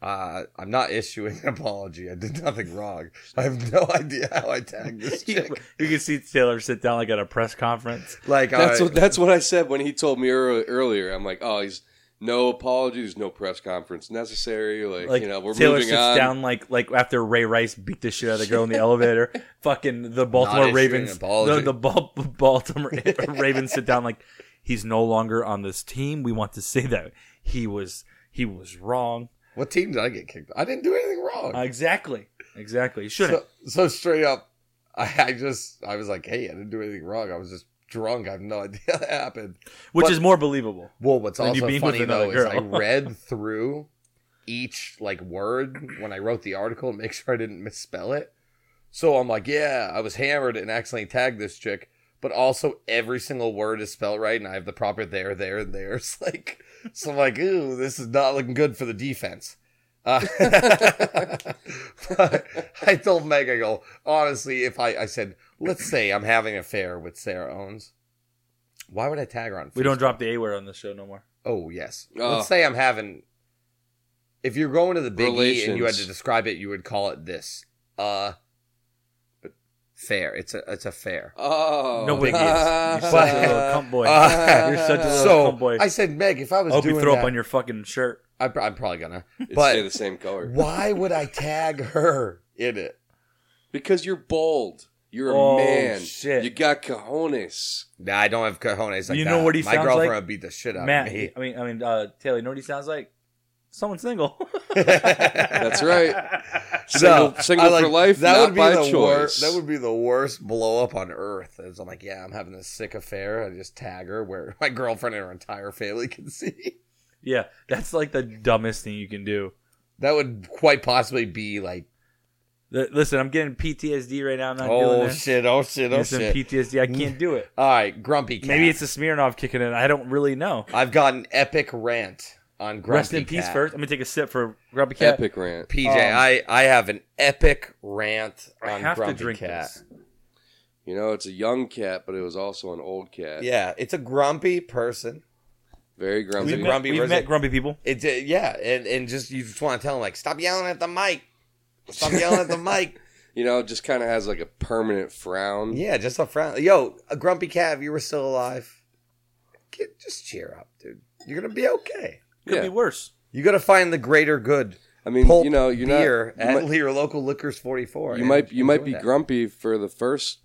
Speaker 2: uh, I'm not issuing an apology. I did nothing wrong. I have no idea how I tagged this
Speaker 1: you
Speaker 2: chick.
Speaker 1: can see Taylor sit down like at a press conference.
Speaker 2: Like,
Speaker 3: That's
Speaker 2: I,
Speaker 3: what that's what I said when he told me ear- earlier. I'm like, oh, he's no apologies, no press conference necessary. Like,
Speaker 1: Like
Speaker 3: you know, we're
Speaker 1: Taylor
Speaker 3: moving
Speaker 1: sits
Speaker 3: on.
Speaker 1: down like like after Ray Rice beat the shit out of the girl in the elevator. Fucking the Baltimore
Speaker 2: issuing
Speaker 1: Ravens.
Speaker 2: an apology.
Speaker 1: The, the Bal- Baltimore Ravens sit down like he's no longer on this team. We want to say that he was he was wrong.
Speaker 2: what team did I get kicked? I didn't do anything wrong.
Speaker 1: Uh, exactly. Exactly. You shouldn't.
Speaker 2: so, so straight up, I, I just, I was like, hey, I didn't do anything wrong. I was just drunk. I have no idea that happened.
Speaker 1: which
Speaker 2: But-
Speaker 1: is more believable.
Speaker 2: Well, what's
Speaker 1: Then you
Speaker 2: also
Speaker 1: beamed
Speaker 2: funny
Speaker 1: with
Speaker 2: though
Speaker 1: another
Speaker 2: is I
Speaker 1: girl.
Speaker 2: read through each like word when I wrote the article and make sure I didn't misspell it. So I'm like, yeah, I was hammered and accidentally tagged this chick, but also every single word is spelled right, and I have the proper there, there, and there's like, so I'm like, ooh, this is not looking good for the defense. Uh, but I told Meg, I go, honestly, if I, I said, let's say I'm having an affair with Sarah Owens, why would I tag her on?
Speaker 1: We don't
Speaker 2: Facebook?
Speaker 1: drop the A word on this show no more.
Speaker 2: Oh yes.
Speaker 3: Oh.
Speaker 2: Let's say I'm having. If you're going to the big E and you had to
Speaker 3: Relations.
Speaker 2: describe it, you would call it this. Uh, fair. It's a it's a fair.
Speaker 3: Oh,
Speaker 1: No biggie. You're such a little
Speaker 3: But-
Speaker 1: cum boy.
Speaker 2: Uh,
Speaker 1: You're such a little
Speaker 2: so
Speaker 1: cowboy.
Speaker 2: I said, Meg, if I
Speaker 1: I
Speaker 2: was
Speaker 1: hope
Speaker 2: doing
Speaker 1: you throw
Speaker 2: that,
Speaker 1: up on your fucking shirt.
Speaker 2: I, pr- I'm probably gonna.
Speaker 3: It'd
Speaker 2: But-
Speaker 3: stay the same color
Speaker 2: Why would I tag her in it?
Speaker 3: because you're bold. You're a
Speaker 1: Oh,
Speaker 3: man.
Speaker 1: shit.
Speaker 3: You got cojones.
Speaker 2: Nah, I don't have cojones like
Speaker 1: You
Speaker 2: that.
Speaker 1: know what he
Speaker 2: My
Speaker 1: sounds
Speaker 2: girlfriend
Speaker 1: like?
Speaker 2: would beat the shit out
Speaker 1: Matt,
Speaker 2: of me.
Speaker 1: I mean, I mean, uh, Taylor, you know what he sounds like? Someone single.
Speaker 2: That's
Speaker 3: right.
Speaker 2: So,
Speaker 3: Single- single
Speaker 2: I,
Speaker 3: for life, not by
Speaker 2: the
Speaker 3: choice.
Speaker 2: that would be the worst blow up on earth. As I'm like, yeah, I'm having this sick affair. I just tag her where my girlfriend and her entire family can see.
Speaker 1: Yeah, that's like the dumbest thing you can do.
Speaker 2: That would quite possibly be like,
Speaker 1: Th- Listen, I'm getting PTSD right now. Not doing
Speaker 2: oh
Speaker 1: this.
Speaker 2: shit, oh shit, oh
Speaker 1: It's in
Speaker 2: shit.
Speaker 1: PTSD. I can't do it.
Speaker 2: All right, Grumpy Cat.
Speaker 1: Maybe it's the Smirnoff kicking in. I don't really know.
Speaker 2: I've got an epic rant on Grumpy
Speaker 1: Rest in peace
Speaker 2: Cat.
Speaker 1: first. I'm gonna take a sip for Grumpy Cat.
Speaker 3: Epic rant.
Speaker 2: PJ,
Speaker 1: Um,
Speaker 2: I I have an epic rant on
Speaker 1: I have
Speaker 2: Grumpy
Speaker 1: to drink
Speaker 2: Cat.
Speaker 1: this.
Speaker 3: You know, it's a young cat, but it was also an old cat.
Speaker 2: Yeah, it's a grumpy person.
Speaker 3: Very grumpy.
Speaker 1: We've,
Speaker 2: it
Speaker 1: met,
Speaker 2: grumpy
Speaker 1: we've
Speaker 2: version?
Speaker 1: met grumpy people.
Speaker 2: It's a, yeah, and and just you just want to tell him like, stop yelling at the mic, stop yelling at the mic.
Speaker 3: You know, it just kind of has like a permanent frown.
Speaker 2: Yeah, just a frown. Yo, a grumpy cat. If you were still alive, get, just cheer up, dude. You're gonna be okay.
Speaker 1: Could
Speaker 3: Yeah.
Speaker 1: be worse.
Speaker 2: You gotta find the greater good.
Speaker 3: I mean,
Speaker 2: Pulp
Speaker 3: you know, you're
Speaker 2: beer
Speaker 3: not. you
Speaker 2: at
Speaker 3: might-
Speaker 2: your local liquors 44.
Speaker 3: you
Speaker 2: and
Speaker 3: might you might
Speaker 2: enjoy
Speaker 3: be
Speaker 2: that.
Speaker 3: grumpy for the first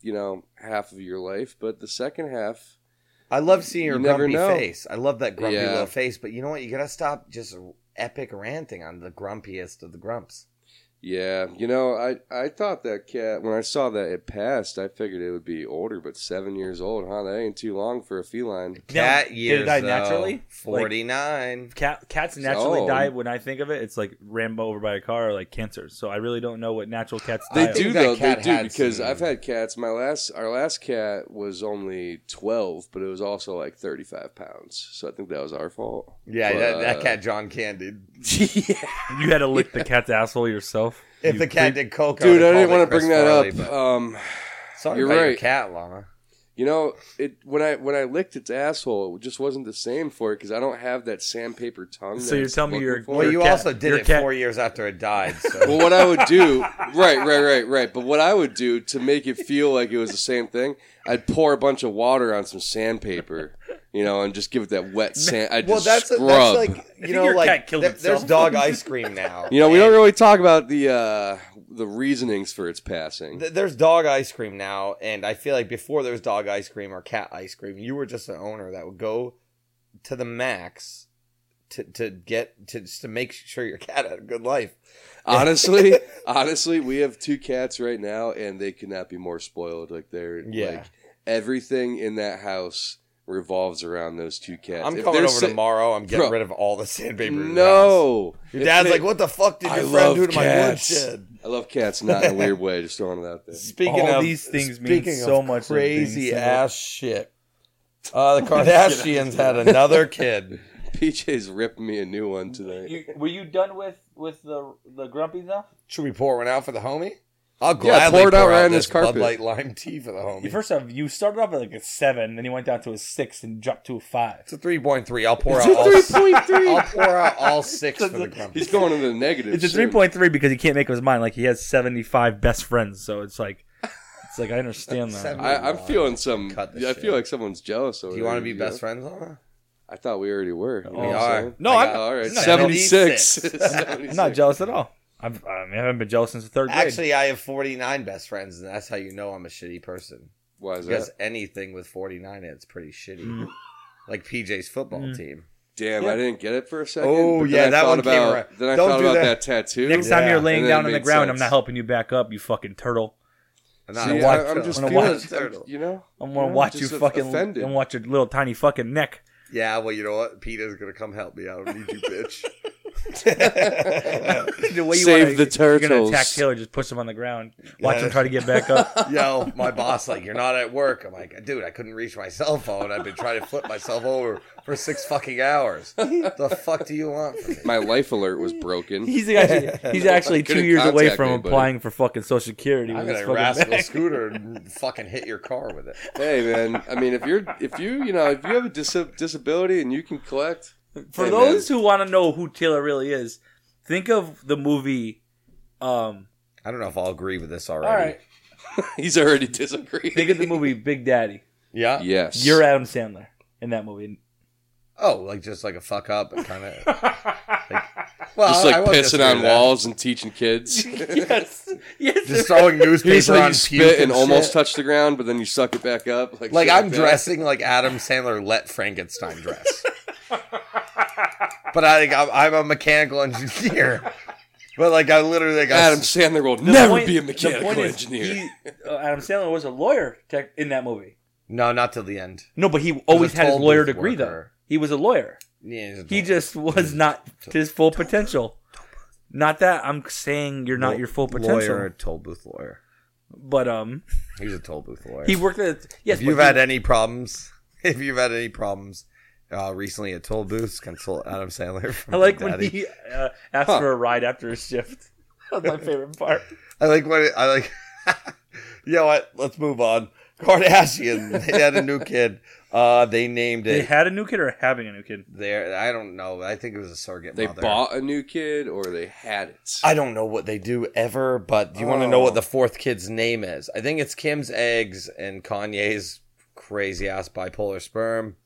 Speaker 3: you know half of your life but the second half
Speaker 2: I love seeing your
Speaker 3: You never
Speaker 2: grumpy
Speaker 3: know.
Speaker 2: face. I love that grumpy
Speaker 3: Yeah.
Speaker 2: little face. But you know what? You gotta stop just epic ranting on the grumpiest of the grumps.
Speaker 3: yeah you know i i thought that cat when i saw that it passed i figured it would be older but seven years old huh that ain't too long for a feline
Speaker 1: Now,
Speaker 2: Cat
Speaker 1: did it
Speaker 2: years. uh,
Speaker 1: die
Speaker 2: though,
Speaker 1: naturally? Like-
Speaker 2: 49.
Speaker 1: Cat cats naturally
Speaker 3: Oh.
Speaker 1: die. When I think of it, it's like ran over by a car or like cancer. So I really don't know what natural cats die.
Speaker 2: They
Speaker 3: they
Speaker 1: of.
Speaker 2: think
Speaker 3: do
Speaker 2: that
Speaker 3: though they
Speaker 2: cat
Speaker 3: do
Speaker 2: had
Speaker 3: because
Speaker 2: some-
Speaker 3: i've had cats my last our last cat was only 12 but it was also like 35 pounds so i think that was our fault
Speaker 2: yeah,
Speaker 3: But,
Speaker 2: that, that
Speaker 3: uh,
Speaker 2: cat John Candy.
Speaker 1: You had to lick the cat's asshole yourself.
Speaker 2: If
Speaker 1: You
Speaker 2: the cat
Speaker 1: creep.
Speaker 2: did coke,
Speaker 3: dude i
Speaker 2: would've
Speaker 3: didn't
Speaker 2: called it
Speaker 3: want to
Speaker 2: Chris
Speaker 3: bring that
Speaker 2: Farley,
Speaker 3: up
Speaker 2: but
Speaker 3: um
Speaker 2: Sorry
Speaker 3: You're
Speaker 2: about your
Speaker 3: right.
Speaker 2: cat, Lana.
Speaker 3: You know, it when I when I licked its asshole, it just wasn't the same for it because I don't have that sandpaper tongue.
Speaker 1: So
Speaker 3: that
Speaker 1: you're
Speaker 3: it's
Speaker 1: telling me
Speaker 3: looking
Speaker 1: you're-
Speaker 3: for.
Speaker 2: Well,
Speaker 1: Your
Speaker 2: you
Speaker 1: cat-
Speaker 2: also did
Speaker 1: your
Speaker 2: it
Speaker 1: cat-
Speaker 2: four years after it died. So
Speaker 3: Well, what I would do, right, right, right, right. But what I would do to make it feel like it was the same thing, I'd pour a bunch of water on some sandpaper, you know, and just give it that wet sand. I
Speaker 2: well,
Speaker 3: just
Speaker 2: that's, a,
Speaker 3: scrub.
Speaker 2: that's like you
Speaker 1: think
Speaker 2: know,
Speaker 1: your
Speaker 2: like
Speaker 1: cat killed
Speaker 2: there- there's
Speaker 1: itself.
Speaker 2: dog ice cream now.
Speaker 3: you know, we don't
Speaker 2: and
Speaker 3: really talk about the uh, the reasonings for its passing.
Speaker 2: th- there's dog ice cream now, and I feel like before there was dog ice cream or cat ice cream, you were just an owner that would go to the max to to get to just to make sure your cat had a good life.
Speaker 3: honestly, honestly, we have two cats right now, and they could not be more spoiled. Like they're
Speaker 2: Yeah.
Speaker 3: like everything in that house revolves around those two cats.
Speaker 2: I'm
Speaker 3: If
Speaker 2: coming
Speaker 3: they're
Speaker 2: over
Speaker 3: sa-
Speaker 2: tomorrow. I'm getting
Speaker 3: Bro.
Speaker 2: rid of all the sandpaper. in the house.
Speaker 3: No,
Speaker 2: your dad's
Speaker 3: If
Speaker 2: like, "What the fuck did
Speaker 3: I
Speaker 2: your friend
Speaker 3: love
Speaker 2: do to my
Speaker 3: cats.
Speaker 2: woodshed?"
Speaker 3: they- I love cats, not in a weird way. Just throwing it out there.
Speaker 2: Speaking
Speaker 1: All
Speaker 2: of
Speaker 1: these things mean
Speaker 2: speaking
Speaker 1: so
Speaker 2: of
Speaker 1: much of being
Speaker 2: crazy
Speaker 1: single.
Speaker 2: ass shit. Uh, the Kardashians had another kid.
Speaker 3: PJ's ripped me a new one tonight.
Speaker 1: You- were you done with with the the grumpy stuff?
Speaker 2: Should we pour one out for the homie? I'll
Speaker 3: Yeah,
Speaker 2: gladly
Speaker 3: pour it out right on
Speaker 2: this
Speaker 3: this carpet.
Speaker 2: Bud Light lime tea for the homie.
Speaker 1: First off, you started off at like a seven, then you went down to a six and dropped to a five.
Speaker 2: it's a three point three. I'll pour out all.
Speaker 3: point
Speaker 2: I'll pour out all six for the
Speaker 3: He's
Speaker 2: grumpy.
Speaker 3: going into the negative.
Speaker 1: It's a three
Speaker 3: soon.
Speaker 1: point three because he can't make up his mind. Like he has seventy five best friends, so it's like it's like I understand that.
Speaker 2: Seven-
Speaker 3: I, I'm feeling some.
Speaker 2: Cut this
Speaker 3: I
Speaker 2: shit.
Speaker 3: feel like someone's jealous. Over
Speaker 2: Do you want to
Speaker 3: there,
Speaker 2: be
Speaker 3: know?
Speaker 2: best friends, Lana?
Speaker 3: I thought we already were. You know
Speaker 1: We
Speaker 3: what I'm
Speaker 2: are.
Speaker 3: saying?
Speaker 1: No,
Speaker 3: I
Speaker 1: I'm-
Speaker 3: got- all right.
Speaker 1: no,
Speaker 3: 76.
Speaker 2: 76.
Speaker 1: I'm not jealous at all. I've, I, mean, I haven't been jealous since the third grade.
Speaker 2: Actually, I have forty nine best friends, and that's how you know I'm a shitty person.
Speaker 3: Why is
Speaker 2: Because
Speaker 3: that?
Speaker 2: anything with forty nine, it's pretty shitty.
Speaker 1: Mm.
Speaker 2: Like PJ's football
Speaker 1: Mm.
Speaker 2: team.
Speaker 3: Damn, I didn't get it for a second.
Speaker 2: Oh,
Speaker 3: but then
Speaker 2: yeah,
Speaker 3: I
Speaker 2: that
Speaker 3: thought
Speaker 2: one came
Speaker 3: about,
Speaker 2: around.
Speaker 3: Then I
Speaker 2: Don't
Speaker 3: thought
Speaker 2: do
Speaker 3: about
Speaker 2: that.
Speaker 3: that, tattoo.
Speaker 1: next
Speaker 2: Yeah.
Speaker 1: time you're
Speaker 3: And
Speaker 1: laying
Speaker 3: then
Speaker 1: down
Speaker 3: it
Speaker 1: on the
Speaker 3: made
Speaker 1: ground, I'm
Speaker 3: sense.
Speaker 1: not helping you back up. You fucking turtle.
Speaker 2: not
Speaker 3: See,
Speaker 2: a
Speaker 1: watch-
Speaker 2: white
Speaker 3: I, am
Speaker 2: turtle.
Speaker 3: just
Speaker 1: I'm gonna
Speaker 3: feeling,
Speaker 1: watch
Speaker 2: a turtle.
Speaker 3: you know,
Speaker 1: I'm gonna
Speaker 3: Yeah,
Speaker 1: watch you
Speaker 3: just
Speaker 1: fucking
Speaker 3: offended.
Speaker 1: and watch your little tiny fucking neck.
Speaker 2: Yeah, well, you know what? Peter's gonna come help me. I don't need you, bitch.
Speaker 1: the way
Speaker 3: Save the
Speaker 1: You're gonna
Speaker 3: turtles.
Speaker 1: attack Taylor. Just push him on the ground. Watch him try to get back up.
Speaker 2: Yo, my boss, like, you're not at work. I'm like, dude, I couldn't reach my cell phone. I've been trying to flip myself over for six fucking hours. The fuck do you want from me?
Speaker 3: my life alert was broken.
Speaker 1: He's actually he's actually two
Speaker 3: Couldn't
Speaker 1: years away
Speaker 3: contact
Speaker 1: from
Speaker 3: me, buddy.
Speaker 1: applying for fucking Social Security.
Speaker 2: I'm
Speaker 1: with his
Speaker 2: gonna
Speaker 1: fucking
Speaker 2: rascal
Speaker 1: back.
Speaker 2: scooter and fucking hit your car with it.
Speaker 3: hey, man. I mean, if you're if you you know if you have a dis- disability and you can collect,
Speaker 1: For
Speaker 3: Hey,
Speaker 1: those who want to know who Taylor really is, think of the movie. Um,
Speaker 2: I don't know if I'll agree with this already.
Speaker 1: all right,
Speaker 3: he's already disagreeing.
Speaker 1: think of the movie Big Daddy.
Speaker 2: Yeah.
Speaker 3: Yes,
Speaker 1: You're Adam Sandler in that movie.
Speaker 2: Oh, like just like a fuck up and kind of. Like, well,
Speaker 3: just
Speaker 2: I
Speaker 3: like
Speaker 2: won't
Speaker 3: pissing
Speaker 2: disagree
Speaker 3: on
Speaker 2: with that.
Speaker 3: walls and teaching kids.
Speaker 1: yes, yes.
Speaker 2: just throwing newspaper
Speaker 3: He's like
Speaker 2: on
Speaker 3: you
Speaker 2: puke
Speaker 3: spit and almost
Speaker 2: shit.
Speaker 3: touch the ground, but then you suck it back up. Like,
Speaker 2: Like
Speaker 3: shit
Speaker 2: I'm
Speaker 3: that.
Speaker 2: dressing like Adam Sandler let Frankenstein dress. but I think I'm, I'm a mechanical engineer. But like I literally like I
Speaker 3: Adam
Speaker 2: s-
Speaker 3: Sandler will
Speaker 1: The
Speaker 3: never
Speaker 1: point-
Speaker 3: be a
Speaker 1: the
Speaker 3: mechanical
Speaker 1: point is
Speaker 3: engineer.
Speaker 1: he- uh, Adam Sandler was a lawyer tech, in that movie.
Speaker 2: no, not till the end.
Speaker 1: No, but he always
Speaker 2: a
Speaker 1: had his
Speaker 2: toll
Speaker 1: lawyer
Speaker 2: booth
Speaker 1: degree
Speaker 2: worker.
Speaker 1: though. He was a lawyer.
Speaker 2: Yeah, he's a
Speaker 1: He
Speaker 2: dog.
Speaker 1: just was not his full potential. Not that I'm saying you're not your full potential,
Speaker 2: Lawyer, toll booth lawyer.
Speaker 1: but um,
Speaker 2: He's a toll booth lawyer.
Speaker 1: he worked at yes.
Speaker 2: if you've
Speaker 1: but
Speaker 2: had
Speaker 1: he-
Speaker 2: any problems, if you've had any problems uh, recently at toll booths, consult Adam Sandler. From
Speaker 1: I like
Speaker 2: Big
Speaker 1: when
Speaker 2: Daddy.
Speaker 1: he uh, asked
Speaker 3: Huh.
Speaker 1: for a ride after his shift. That's my favorite part.
Speaker 2: I like when it, I like. you know what? Let's move on. Kardashian. They had a new kid. Uh, they named
Speaker 1: They
Speaker 2: it.
Speaker 1: had a new kid or are having a new kid.
Speaker 2: there, I don't know. I think it was a surrogate
Speaker 3: they
Speaker 2: mother.
Speaker 3: bought a new kid or they had it.
Speaker 2: I don't know what they do ever, but do you want to know
Speaker 3: Oh.
Speaker 2: what the fourth kid's name is? I think it's Kim's eggs and Kanye's crazy ass bipolar sperm.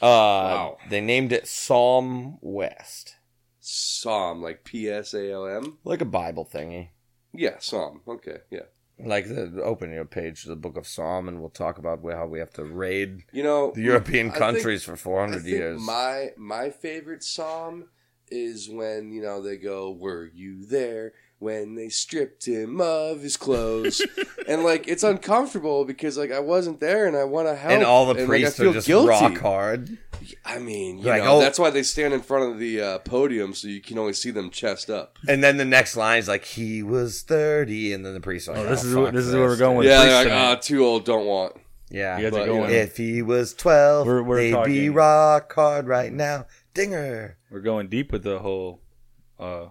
Speaker 2: Uh,
Speaker 3: Wow.
Speaker 2: They named it Psalm West,
Speaker 3: Psalm, like P S A L M.
Speaker 2: like a Bible thingy,
Speaker 3: Yeah, Psalm. Okay, yeah.
Speaker 2: like the opening page of the Book of Psalm, and we'll talk about how we have to raid
Speaker 3: You know,
Speaker 2: the European
Speaker 3: Hmm. I think-
Speaker 2: countries for
Speaker 3: I
Speaker 2: 400
Speaker 3: think
Speaker 2: years.
Speaker 3: my my favorite Psalm is when you know they go, "Were you there?" When they stripped him of his clothes, and like it's uncomfortable because like I wasn't there and I want to help,
Speaker 2: and all the
Speaker 3: like, I
Speaker 2: priests
Speaker 3: feel
Speaker 2: are just
Speaker 3: guilty.
Speaker 2: rock hard.
Speaker 3: I mean, you
Speaker 2: Like,
Speaker 3: know,
Speaker 2: oh-
Speaker 3: that's why they stand in front of the uh, podium so you can only see them chest up.
Speaker 2: And then the next line is like, he was 30. And then the priest like,
Speaker 1: Oh,
Speaker 2: oh,
Speaker 1: this is
Speaker 2: fuck
Speaker 1: what- this is where we're going with-
Speaker 3: yeah,
Speaker 1: priests
Speaker 3: they're like,
Speaker 1: tonight.
Speaker 3: ah, too old, don't want.
Speaker 2: Yeah.
Speaker 1: You guys
Speaker 3: but,
Speaker 1: are
Speaker 3: you
Speaker 1: going.
Speaker 3: know.
Speaker 2: If he was 12,
Speaker 1: We're- we're
Speaker 2: they'd be
Speaker 1: talking.
Speaker 2: rock hard right now. Dinger.
Speaker 1: We're going deep with the whole. Uh,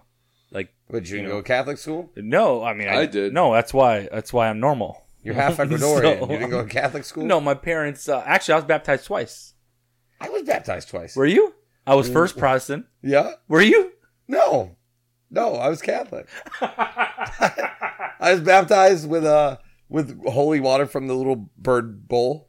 Speaker 1: like
Speaker 2: Would you,
Speaker 1: You know.
Speaker 2: go to Catholic school?
Speaker 1: no, I mean I,
Speaker 3: I did.
Speaker 1: No, that's why that's why I'm normal.
Speaker 2: You're half Ecuadorian. you didn't go to Catholic school?
Speaker 1: No, my parents. Uh, actually, I was baptized twice.
Speaker 2: I was baptized twice.
Speaker 1: Were you? I was first Protestant.
Speaker 2: yeah?
Speaker 1: Were you?
Speaker 2: No. No, I was Catholic. I was baptized with uh, with holy water from the little bird bowl.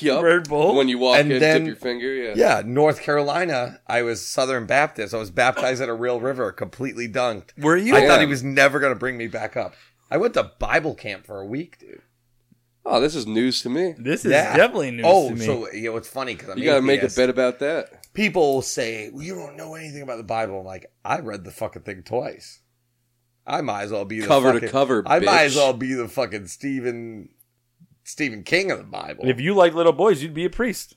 Speaker 3: Yup.
Speaker 1: Bird Bowl.
Speaker 3: When you walk
Speaker 2: And
Speaker 3: in,
Speaker 2: then-
Speaker 3: dip your finger. Yeah.
Speaker 2: Yeah, North Carolina. I was Southern Baptist. I was baptized at a real river, completely dunked.
Speaker 1: Were you?
Speaker 2: I thought he
Speaker 3: Yeah.
Speaker 2: was never going to bring me back up. I went to Bible camp for a week, dude.
Speaker 3: Oh, this is news to me.
Speaker 1: this is
Speaker 2: Yeah.
Speaker 1: definitely news
Speaker 2: oh,
Speaker 1: to me.
Speaker 2: so you know it's funny because
Speaker 3: You got to make a bet about that.
Speaker 2: People will say well, you don't know anything about the Bible. I'm like, I read the fucking thing twice. I might as well be the
Speaker 3: Cover to
Speaker 2: fucking-
Speaker 3: cover,
Speaker 2: I might
Speaker 3: bitch.
Speaker 2: as well be the fucking Stephen Stephen King of the Bible.
Speaker 1: if you like little boys, you'd be a priest.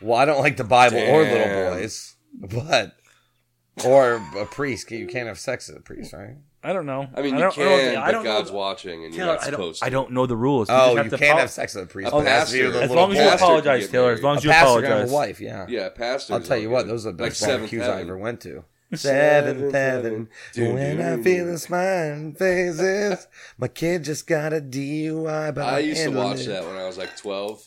Speaker 2: well, I don't like the Bible or little
Speaker 3: Damn.
Speaker 2: boys, but or a priest. You can't have sex as a priest, right?
Speaker 1: I don't know.
Speaker 3: I mean,
Speaker 1: I don't, I
Speaker 3: you
Speaker 1: don't
Speaker 3: can,
Speaker 1: think- I
Speaker 3: but
Speaker 1: don't know
Speaker 3: God's
Speaker 1: the-
Speaker 3: watching, and you're
Speaker 1: Taylor,
Speaker 3: not
Speaker 1: I
Speaker 3: supposed
Speaker 1: don't.
Speaker 3: to.
Speaker 1: I don't know the rules.
Speaker 2: oh,
Speaker 1: just have
Speaker 2: you can't
Speaker 1: to follow-
Speaker 2: have sex as a priest.
Speaker 3: A
Speaker 2: but it has to be
Speaker 3: pastor.
Speaker 2: with a
Speaker 1: As
Speaker 2: little
Speaker 1: long as you
Speaker 2: boy.
Speaker 3: pastor can
Speaker 1: apologize,
Speaker 3: get
Speaker 1: Taylor.
Speaker 3: married.
Speaker 1: As long
Speaker 2: a
Speaker 1: as you
Speaker 2: pastor can have
Speaker 1: apologize.
Speaker 2: a wife. Yeah.
Speaker 3: Yeah, pastors.
Speaker 2: I'll tell you
Speaker 3: don't
Speaker 2: what,
Speaker 3: get it.
Speaker 2: those are the
Speaker 3: Like
Speaker 2: best
Speaker 3: Seventh
Speaker 2: barbecues I
Speaker 3: Heaven.
Speaker 2: ever went to.
Speaker 3: Seventh
Speaker 2: Seventh heaven.
Speaker 3: Heaven.
Speaker 2: When I
Speaker 3: Doo-doo.
Speaker 2: feel the smiling faces, my kid just got a DUI. But
Speaker 3: I
Speaker 2: I'm
Speaker 3: used to
Speaker 2: handling
Speaker 3: watch
Speaker 2: it.
Speaker 3: that when I was like 12.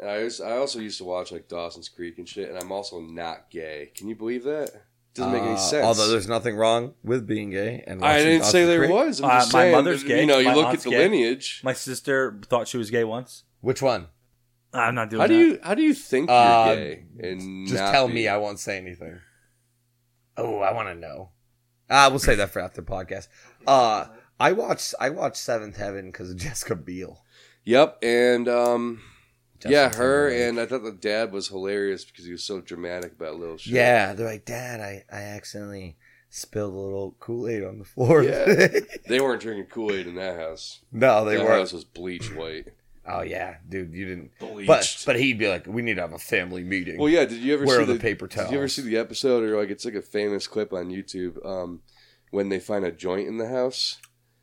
Speaker 3: And I, used, I also used to watch like Dawson's Creek and shit, and I'm also not gay. Can you believe that? Doesn't make
Speaker 2: Uh,
Speaker 3: any sense.
Speaker 2: Although there's nothing wrong with being gay. And
Speaker 3: I
Speaker 2: watching
Speaker 3: didn't say
Speaker 2: Dawson's
Speaker 3: there
Speaker 2: Creek.
Speaker 3: was. I'm
Speaker 1: Uh,
Speaker 3: just
Speaker 1: my
Speaker 3: saying,
Speaker 1: mother's
Speaker 3: that,
Speaker 1: gay,
Speaker 3: You know,
Speaker 1: my
Speaker 3: you look at
Speaker 1: aunt's
Speaker 3: the
Speaker 1: gay.
Speaker 3: lineage.
Speaker 1: My sister thought she was gay once.
Speaker 2: Which one?
Speaker 1: I'm not doing
Speaker 3: How do
Speaker 1: that.
Speaker 3: you how do you think
Speaker 2: Uh,
Speaker 3: you're gay? And
Speaker 2: Just
Speaker 3: not
Speaker 2: tell
Speaker 3: be?
Speaker 2: me. I won't say anything. Oh, I want to know. Uh, we'll say that for after podcast. Uh, I watched I watched Seventh Heaven because of Jessica Biel.
Speaker 3: Yep, and um,
Speaker 2: Justin
Speaker 3: yeah, her
Speaker 2: Timberlake.
Speaker 3: and I thought the dad was hilarious because he was so dramatic about little shit.
Speaker 2: Yeah, they're like, Dad, I, I accidentally spilled a little Kool Aid on the floor.
Speaker 3: Yeah. They weren't drinking Kool Aid in that house.
Speaker 2: no, they
Speaker 3: that
Speaker 2: weren't.
Speaker 3: house was bleach white.
Speaker 2: Oh yeah, dude, you didn't.
Speaker 3: Bleached.
Speaker 2: But but he'd be like, we need to have a family meeting.
Speaker 3: well, yeah. Did you ever
Speaker 2: Where
Speaker 3: see
Speaker 2: are the paper
Speaker 3: Did you ever
Speaker 2: towels?
Speaker 3: see the episode or like it's like a famous clip on YouTube? Um, when they find a joint in the house.